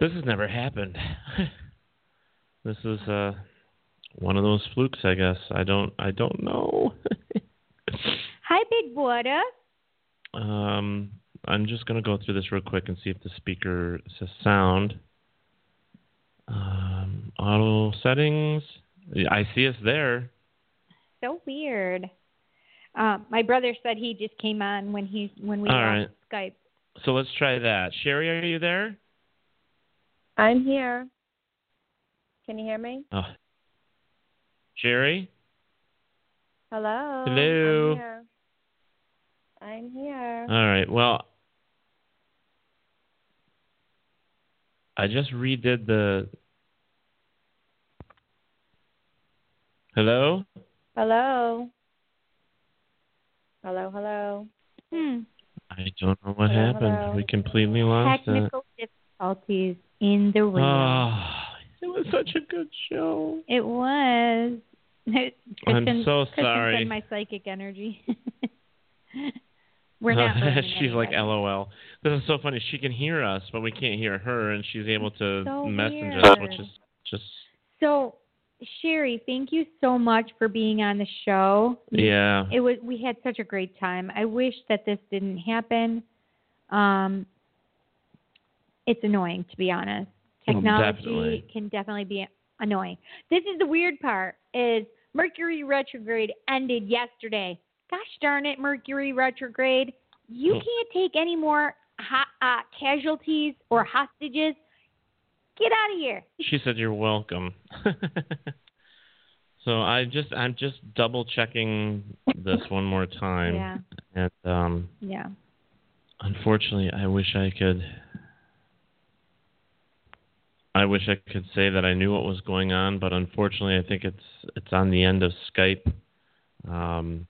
[SPEAKER 3] This has never happened. this is uh, one of those flukes, I guess. I don't. I don't know.
[SPEAKER 2] Hi, Big Water.
[SPEAKER 3] Um, I'm just going to go through this real quick and see if the speaker says sound. Um, auto settings. Yeah, I see us there.
[SPEAKER 2] So weird. Uh, my brother said he just came on when he when we
[SPEAKER 3] All
[SPEAKER 2] lost Skype.
[SPEAKER 3] So let's try that. Sherry, are you there?
[SPEAKER 4] I'm here. Can you hear me?
[SPEAKER 3] Oh. Sherry?
[SPEAKER 4] Hello.
[SPEAKER 3] Hello.
[SPEAKER 4] I'm here. I'm here.
[SPEAKER 3] All right. Well, I just redid the. Hello?
[SPEAKER 4] Hello. Hello, hello.
[SPEAKER 2] Hmm.
[SPEAKER 3] I don't know what
[SPEAKER 4] Hello,
[SPEAKER 3] happened.
[SPEAKER 4] hello.
[SPEAKER 3] We completely lost it.
[SPEAKER 2] Technical difficulties in the room.
[SPEAKER 3] Ah, it was such a good show.
[SPEAKER 2] It was. Kristen-
[SPEAKER 3] so
[SPEAKER 2] Kristen said
[SPEAKER 3] sorry.
[SPEAKER 2] my psychic energy. We're not. blaming
[SPEAKER 3] Oh, she's like,
[SPEAKER 2] anybody.
[SPEAKER 3] LOL. This is so funny. She can hear us, but we can't hear her, and she's able to
[SPEAKER 2] So
[SPEAKER 3] message us,
[SPEAKER 2] weird.
[SPEAKER 3] which is just
[SPEAKER 2] So, Sherry, thank you so much for being on the show.
[SPEAKER 3] yeah.
[SPEAKER 2] It was we had such a great time. I wish that this didn't happen. Um, it's annoying to be honest.
[SPEAKER 3] Oh,
[SPEAKER 2] Technology
[SPEAKER 3] definitely.
[SPEAKER 2] can definitely be annoying. This is the weird part is Mercury retrograde ended yesterday. Gosh darn it, Mercury retrograde. You
[SPEAKER 3] Hmm.
[SPEAKER 2] can't take any more ho- uh, casualties or hostages. Get out of here.
[SPEAKER 3] She said, "You're welcome." so I just I'm just double checking this one more time,
[SPEAKER 2] Yeah.
[SPEAKER 3] and um,
[SPEAKER 2] Yeah.
[SPEAKER 3] unfortunately, I wish I could. I wish I could say that I knew what was going on, but unfortunately, I think it's it's on the end of Skype. Um,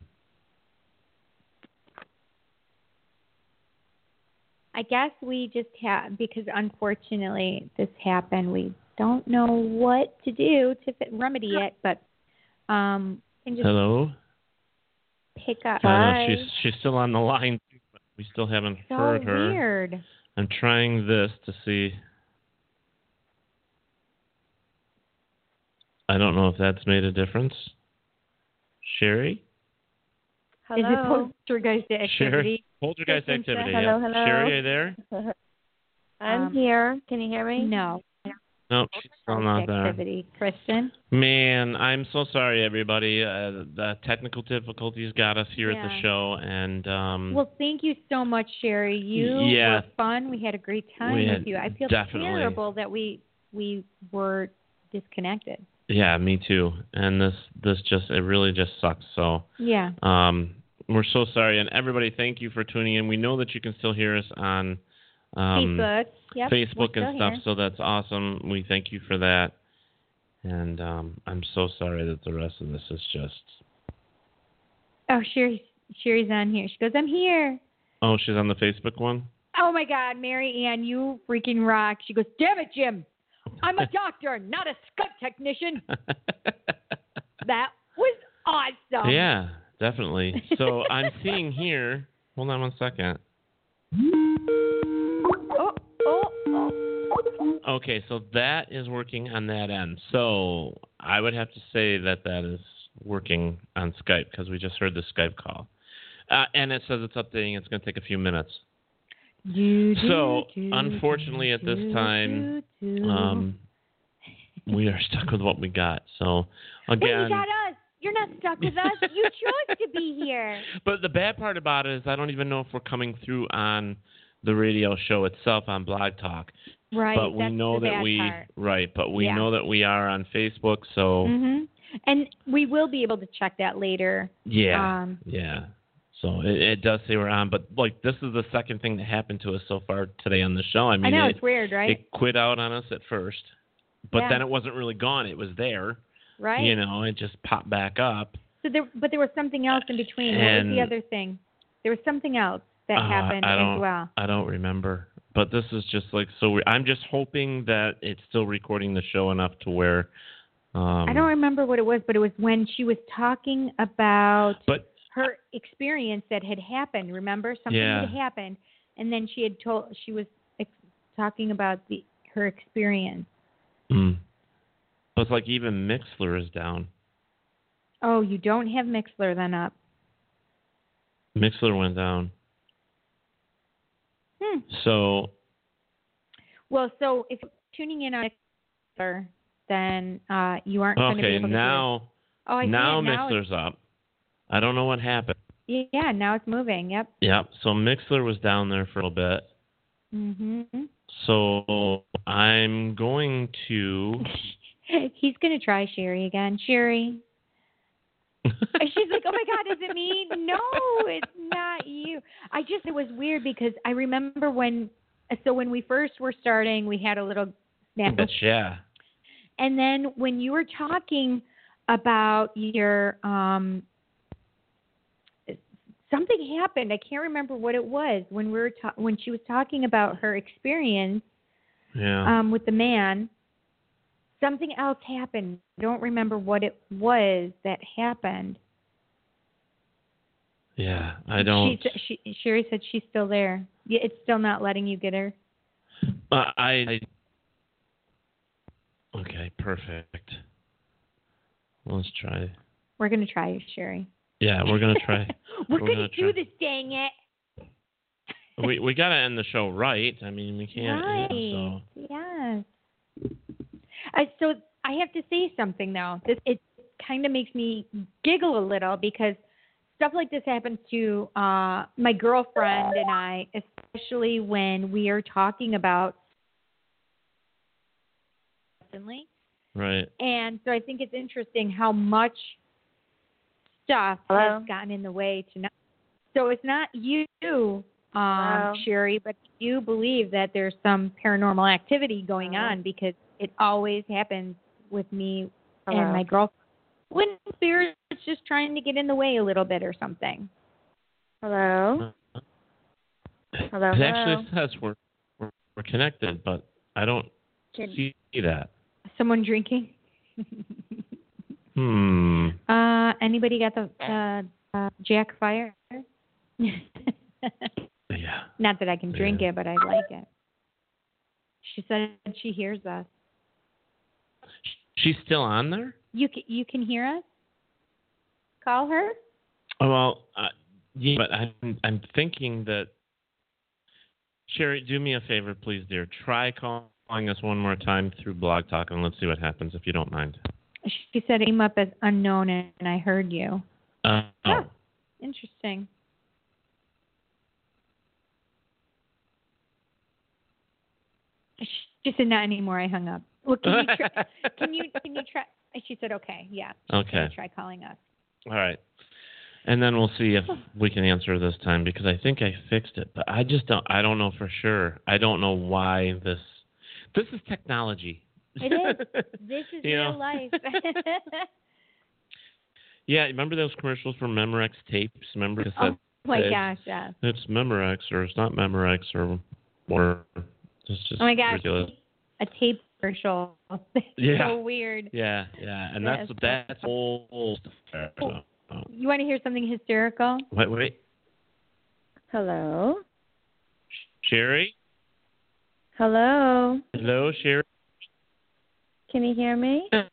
[SPEAKER 2] I guess we just have because unfortunately this happened. We don't know what to do to fi- remedy it, but um, we can just
[SPEAKER 3] hello.
[SPEAKER 2] pick up.
[SPEAKER 3] I know she's she's still on the line, too, but we still haven't
[SPEAKER 2] so
[SPEAKER 3] heard her.
[SPEAKER 2] weird.
[SPEAKER 3] I'm trying this to see. I don't know if that's made a difference. Sherry,
[SPEAKER 2] Is it
[SPEAKER 4] Hello.
[SPEAKER 2] poltergeist
[SPEAKER 3] Sherry,
[SPEAKER 2] activity?
[SPEAKER 3] poltergeist
[SPEAKER 2] Kristen said-
[SPEAKER 3] activity.
[SPEAKER 4] Hello,
[SPEAKER 3] yep.
[SPEAKER 4] hello.
[SPEAKER 3] Sherry, are you there?
[SPEAKER 4] I'm
[SPEAKER 2] Um,
[SPEAKER 4] here. Can you hear me?
[SPEAKER 2] No.
[SPEAKER 3] Nope, she's still not there.
[SPEAKER 2] activity, Kristen.
[SPEAKER 3] Man, I'm so sorry, everybody. Uh, the technical difficulties got us here at the
[SPEAKER 2] Yeah.
[SPEAKER 3] show, and um,
[SPEAKER 2] Well, thank you so much, Sherry. You
[SPEAKER 3] Yeah.
[SPEAKER 2] were fun. We had a great time
[SPEAKER 3] We
[SPEAKER 2] with
[SPEAKER 3] had-
[SPEAKER 2] you. I feel
[SPEAKER 3] definitely.
[SPEAKER 2] terrible that we we were disconnected.
[SPEAKER 3] yeah, me too. And this this just it really just sucks. So.
[SPEAKER 2] Yeah.
[SPEAKER 3] Um, we're so sorry, and everybody, thank you for tuning in. We know that you can still hear us on um,
[SPEAKER 2] Facebook. Yep. we're
[SPEAKER 3] Facebook
[SPEAKER 2] still
[SPEAKER 3] and stuff,
[SPEAKER 2] here.
[SPEAKER 3] so that's awesome. We thank you for that, and um, I'm so sorry that the rest of this is just.
[SPEAKER 2] Oh, Sherry, Sherry's on here. She goes, I'm here.
[SPEAKER 3] Oh, she's on the Facebook one.
[SPEAKER 2] Oh my God, Mary Ann, you freaking rock. She goes, damn it, Jim. I'm a doctor, not a scut technician. that was awesome.
[SPEAKER 3] Yeah, definitely. So I'm seeing here. Hold on one second.
[SPEAKER 2] Oh, oh, oh.
[SPEAKER 3] Okay, so that is working on that end. So I would have to say that that is working on Skype because we just heard the Skype call. Uh, and it says it's updating. It's going to take a few minutes. So, unfortunately, at this time, um, we are stuck with what we got. So,
[SPEAKER 5] Well, you
[SPEAKER 3] again,
[SPEAKER 5] got us. You're not stuck with us. You chose to be here.
[SPEAKER 3] but the bad part about it is I don't even know if we're coming through on the radio show itself on Blog Talk.
[SPEAKER 2] Right.
[SPEAKER 3] but we
[SPEAKER 2] that's
[SPEAKER 3] know
[SPEAKER 2] the
[SPEAKER 3] that
[SPEAKER 2] bad
[SPEAKER 3] we
[SPEAKER 2] part.
[SPEAKER 3] right, but we
[SPEAKER 2] Yeah.
[SPEAKER 3] know that we are on Facebook. So,
[SPEAKER 2] Mhm. And we will be able to check that later.
[SPEAKER 3] Yeah.
[SPEAKER 2] Um,
[SPEAKER 3] yeah. So it, it does say we're on, but like this is the second thing that happened to us so far today on the show. I
[SPEAKER 2] I
[SPEAKER 3] mean,
[SPEAKER 2] know
[SPEAKER 3] it,
[SPEAKER 2] it's weird, right?
[SPEAKER 3] it quit out on us at first, but
[SPEAKER 2] Yeah.
[SPEAKER 3] then it wasn't really gone. It was there.
[SPEAKER 2] right.
[SPEAKER 3] You know, it just popped back up.
[SPEAKER 2] So there, but there was something else in between. what was
[SPEAKER 3] And-
[SPEAKER 2] the other thing? There was something else that
[SPEAKER 3] Uh,
[SPEAKER 2] happened
[SPEAKER 3] I don't,
[SPEAKER 2] as well.
[SPEAKER 3] I don't remember. But this is just like so. We, I'm just hoping that it's still recording the show enough to where. Um,
[SPEAKER 2] I don't remember what it was, but it was when she was talking about
[SPEAKER 3] But
[SPEAKER 2] her experience that had happened. Remember, something
[SPEAKER 3] Yeah.
[SPEAKER 2] had happened, and then she had told she was ex- talking about the her experience.
[SPEAKER 3] mm. But it's like even Mixler is down.
[SPEAKER 2] Oh, you don't have Mixler then up.
[SPEAKER 3] Mixler went down.
[SPEAKER 2] Hmm.
[SPEAKER 3] So
[SPEAKER 2] Well, so if you're tuning in on Mixler, then uh, you aren't going to be
[SPEAKER 3] okay,
[SPEAKER 2] able to
[SPEAKER 3] now
[SPEAKER 2] Hear. Oh, I see
[SPEAKER 3] now
[SPEAKER 2] it. now it's-
[SPEAKER 3] Mixler's up. I don't know what happened.
[SPEAKER 2] Yeah, now it's moving. Yep.
[SPEAKER 3] Yep. So Mixler was down there for a little bit.
[SPEAKER 2] Mhm.
[SPEAKER 3] So I'm going to.
[SPEAKER 2] He's gonna try Sherry again. Sherry. And she's like, "Oh my God, is it me? No, it's not you." I just it was weird because I remember when so when we first were starting, we had a little snap,
[SPEAKER 3] But yeah.
[SPEAKER 2] and then when you were talking about your um something happened. I can't remember what it was when we were ta- when she was talking about her experience
[SPEAKER 3] Yeah.
[SPEAKER 2] um, with the man. Something else happened. I don't remember what it was that happened.
[SPEAKER 3] yeah. I don't.
[SPEAKER 2] She, s- she, Sherry said she's still there. Yeah, it's still not letting you get her.
[SPEAKER 3] Uh, I, I. Okay. Perfect. Let's try.
[SPEAKER 2] We're gonna try you, Sherry.
[SPEAKER 3] Yeah, we're gonna try.
[SPEAKER 2] We're, gonna,
[SPEAKER 3] gonna
[SPEAKER 2] do
[SPEAKER 3] try.
[SPEAKER 2] this, dang it!
[SPEAKER 3] We we gotta end the show right. I mean, we can't.
[SPEAKER 2] right?
[SPEAKER 3] you know,
[SPEAKER 2] Yes. I, so I have to say something though. This it kind of makes me giggle a little because stuff like this happens to uh, my girlfriend and I, especially when we are talking about constantly.
[SPEAKER 3] so, right.
[SPEAKER 2] And so I think it's interesting how much stuff
[SPEAKER 8] Hello?
[SPEAKER 2] has gotten in the way tonight. So it's not you, um, Sherry, but you believe that there's some paranormal activity going on because it always happens with me
[SPEAKER 8] Hello?
[SPEAKER 2] and my girlfriend. When spirit's just trying to get in the way a little bit or something.
[SPEAKER 8] Hello. Hello. hello.
[SPEAKER 3] It actually says we're, we're we're connected, but I don't see that.
[SPEAKER 2] Someone drinking.
[SPEAKER 3] Hmm.
[SPEAKER 2] Uh, anybody got the uh, uh, Jack Fire?
[SPEAKER 3] Yeah.
[SPEAKER 2] Not that I can drink
[SPEAKER 3] Yeah.
[SPEAKER 2] it, but I like it. She said she hears us.
[SPEAKER 3] She's still on there?
[SPEAKER 2] You can, you can hear us? Call her?
[SPEAKER 3] Oh, well, uh, yeah, but I'm, I'm thinking that. Sherry, do me a favor, please, dear. Try calling us one more time through Blog Talk and let's see what happens, if you don't mind.
[SPEAKER 2] She said it came up as unknown and and I heard you.
[SPEAKER 3] Uh,
[SPEAKER 2] Yeah. Interesting. She said not anymore. I hung up. Well, can you try? can you can you try? She said okay. Yeah. She's
[SPEAKER 3] Okay.
[SPEAKER 2] gonna Try calling us.
[SPEAKER 3] All right. And then we'll see if we can answer this time because I think I fixed it, but I just don't. I don't know for sure. I don't know why this. This is technology.
[SPEAKER 2] It is. This is
[SPEAKER 3] You
[SPEAKER 2] real
[SPEAKER 3] know.
[SPEAKER 2] life. Oh
[SPEAKER 3] Yeah, remember those commercials for Memorex tapes? Remember cassette
[SPEAKER 2] oh my
[SPEAKER 3] tapes?
[SPEAKER 2] gosh. Yes.
[SPEAKER 3] It's Memorex or it's not Memorex or whatever. It's just
[SPEAKER 2] Oh my gosh.
[SPEAKER 3] ridiculous.
[SPEAKER 2] A tape commercial.
[SPEAKER 3] Yeah.
[SPEAKER 2] so weird.
[SPEAKER 3] Yeah, yeah, and
[SPEAKER 2] Yes.
[SPEAKER 3] that's that's old.
[SPEAKER 2] You want to hear something hysterical?
[SPEAKER 3] Oh, Wait, wait,
[SPEAKER 4] Hello.
[SPEAKER 3] Sherry.
[SPEAKER 4] Hello.
[SPEAKER 3] Hello, Sherry.
[SPEAKER 4] Can you hear me?
[SPEAKER 2] I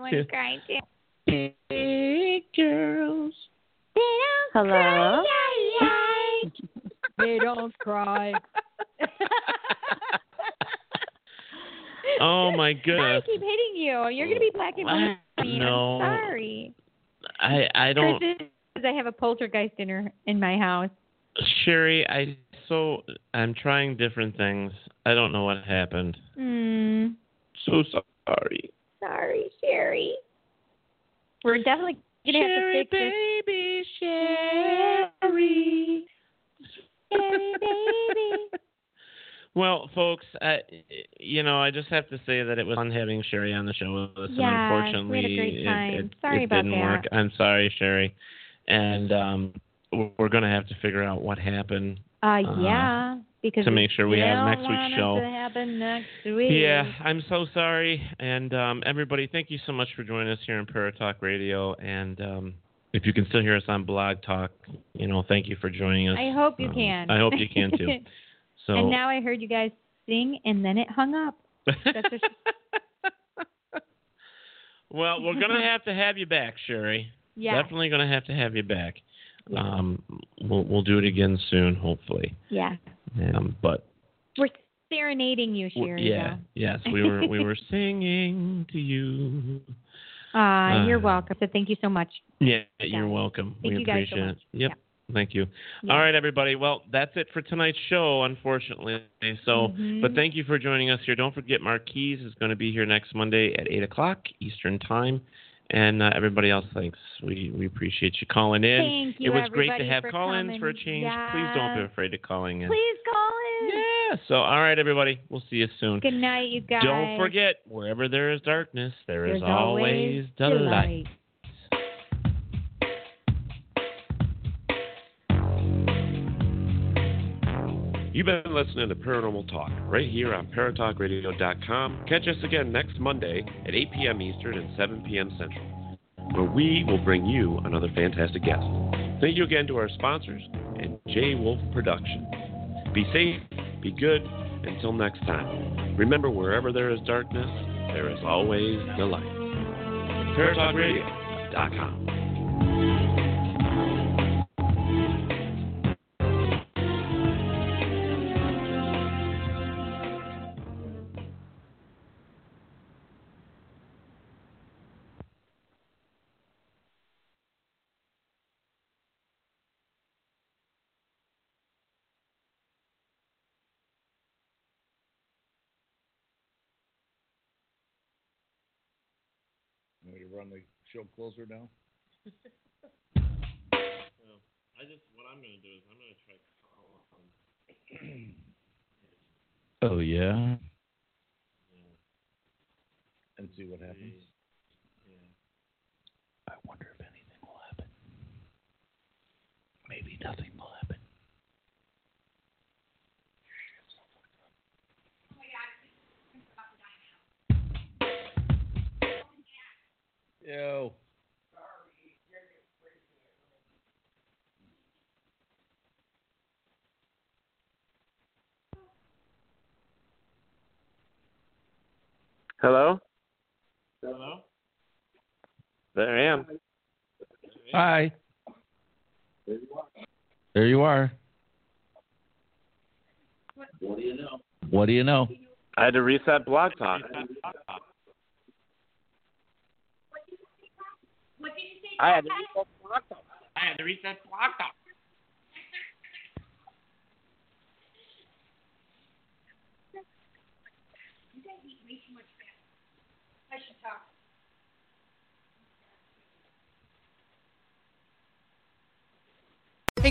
[SPEAKER 3] want to
[SPEAKER 2] cry too.
[SPEAKER 3] Big girls.
[SPEAKER 4] Hello.
[SPEAKER 2] They don't cry.
[SPEAKER 3] Oh my
[SPEAKER 2] I
[SPEAKER 3] goodness.
[SPEAKER 2] keep hitting you. You're gonna be black and blue. with me.
[SPEAKER 3] No.
[SPEAKER 2] I'm sorry.
[SPEAKER 3] I I don't.
[SPEAKER 2] Because I have a poltergeist dinner in my house.
[SPEAKER 3] Sherry, I so I'm trying different things. I don't know what happened.
[SPEAKER 2] Mm,
[SPEAKER 3] So sorry.
[SPEAKER 2] sorry, Sherry. We're definitely gonna have to fix this.
[SPEAKER 3] baby, Sherry.
[SPEAKER 2] Sherry, baby.
[SPEAKER 3] Well, folks, I, you know, I just have to say that it was fun having Sherry on the show with us,
[SPEAKER 2] Yeah, we had a
[SPEAKER 3] and unfortunately,
[SPEAKER 2] great
[SPEAKER 3] it-
[SPEAKER 2] time.
[SPEAKER 3] it,
[SPEAKER 2] Sorry
[SPEAKER 3] it
[SPEAKER 2] about
[SPEAKER 3] didn't
[SPEAKER 2] that.
[SPEAKER 3] work. I'm sorry, Sherry, and um, we're- we're going to have to figure out what happened.
[SPEAKER 2] Uh, yeah, because
[SPEAKER 3] Uh-huh. to make sure we have
[SPEAKER 2] don't
[SPEAKER 3] next week's
[SPEAKER 2] want it
[SPEAKER 3] show.
[SPEAKER 2] To happen next week.
[SPEAKER 3] Yeah, I'm so sorry, and um, everybody, thank you so much for joining us here on Para Talk Radio, and um, if you can still hear us on Blog Talk, you know, thank you for joining us.
[SPEAKER 2] I hope you
[SPEAKER 3] Um,
[SPEAKER 2] can.
[SPEAKER 3] I hope you can too. So
[SPEAKER 2] and now I heard you guys sing, and then it hung up. That's what
[SPEAKER 3] Well, we're gonna have to have you back, Sherry.
[SPEAKER 2] Yeah.
[SPEAKER 3] Definitely gonna have to have you back. Um, we'll we'll do it again soon, hopefully.
[SPEAKER 2] yeah,
[SPEAKER 3] Um, but
[SPEAKER 2] we're serenading you,
[SPEAKER 3] w-
[SPEAKER 2] Sherry.
[SPEAKER 3] yeah, yes, we were we were singing to you.
[SPEAKER 2] though. Uh,
[SPEAKER 3] Uh,
[SPEAKER 2] you're welcome. So thank you so much.
[SPEAKER 3] Yeah, you're welcome.
[SPEAKER 2] Thank
[SPEAKER 3] we
[SPEAKER 2] you guys so
[SPEAKER 3] appreciate
[SPEAKER 2] much.
[SPEAKER 3] it. Yep. Thank you. All right, everybody. Well, that's it for tonight's show, unfortunately. So,
[SPEAKER 2] Mm-hmm.
[SPEAKER 14] Mhm.
[SPEAKER 3] but thank you for joining us here. Don't forget, Marquise is going to be here next Monday at eight o'clock Eastern Time, and uh, everybody else. Thanks. We we appreciate you calling in.
[SPEAKER 14] Thank you,
[SPEAKER 3] It was great to
[SPEAKER 14] everybody,
[SPEAKER 3] have
[SPEAKER 14] for
[SPEAKER 3] call-ins for a
[SPEAKER 14] coming.
[SPEAKER 3] change. Please don't be
[SPEAKER 14] Yes.
[SPEAKER 3] afraid to calling in.
[SPEAKER 2] Please call in.
[SPEAKER 3] Yeah. So, all right, everybody. We'll see you soon.
[SPEAKER 2] Good night, you guys.
[SPEAKER 3] Don't forget, wherever there is darkness, there is
[SPEAKER 2] There's always delight.
[SPEAKER 3] delight. You've been listening to Paranormal Talk right here on paratalkradio.com. Catch us again next Monday at 8 p.m. Eastern and 7 p.m. Central, where we will bring you another fantastic guest. Thank you again to our sponsors and J Wolf Productions. Be safe, be good, until next time. Remember, wherever there is darkness, there is always the light. paratalkradio.com.
[SPEAKER 1] You want me to run the show closer now?
[SPEAKER 3] I just what I'm gonna do is I'm gonna try to call him.
[SPEAKER 1] Oh yeah. And see what happens. I wonder if anything will happen. Maybe nothing will happen. Yo.
[SPEAKER 15] Hello?
[SPEAKER 3] Hello?
[SPEAKER 15] There I am.
[SPEAKER 1] Hi. There you are.
[SPEAKER 15] What do you know?
[SPEAKER 1] What do you know?
[SPEAKER 15] I had to reset Blog Talk.
[SPEAKER 14] What did you say?
[SPEAKER 15] I had to
[SPEAKER 14] reset block talk. I had to reset block talk.
[SPEAKER 5] You guys eat way too much fat. I should talk.
[SPEAKER 16] Hey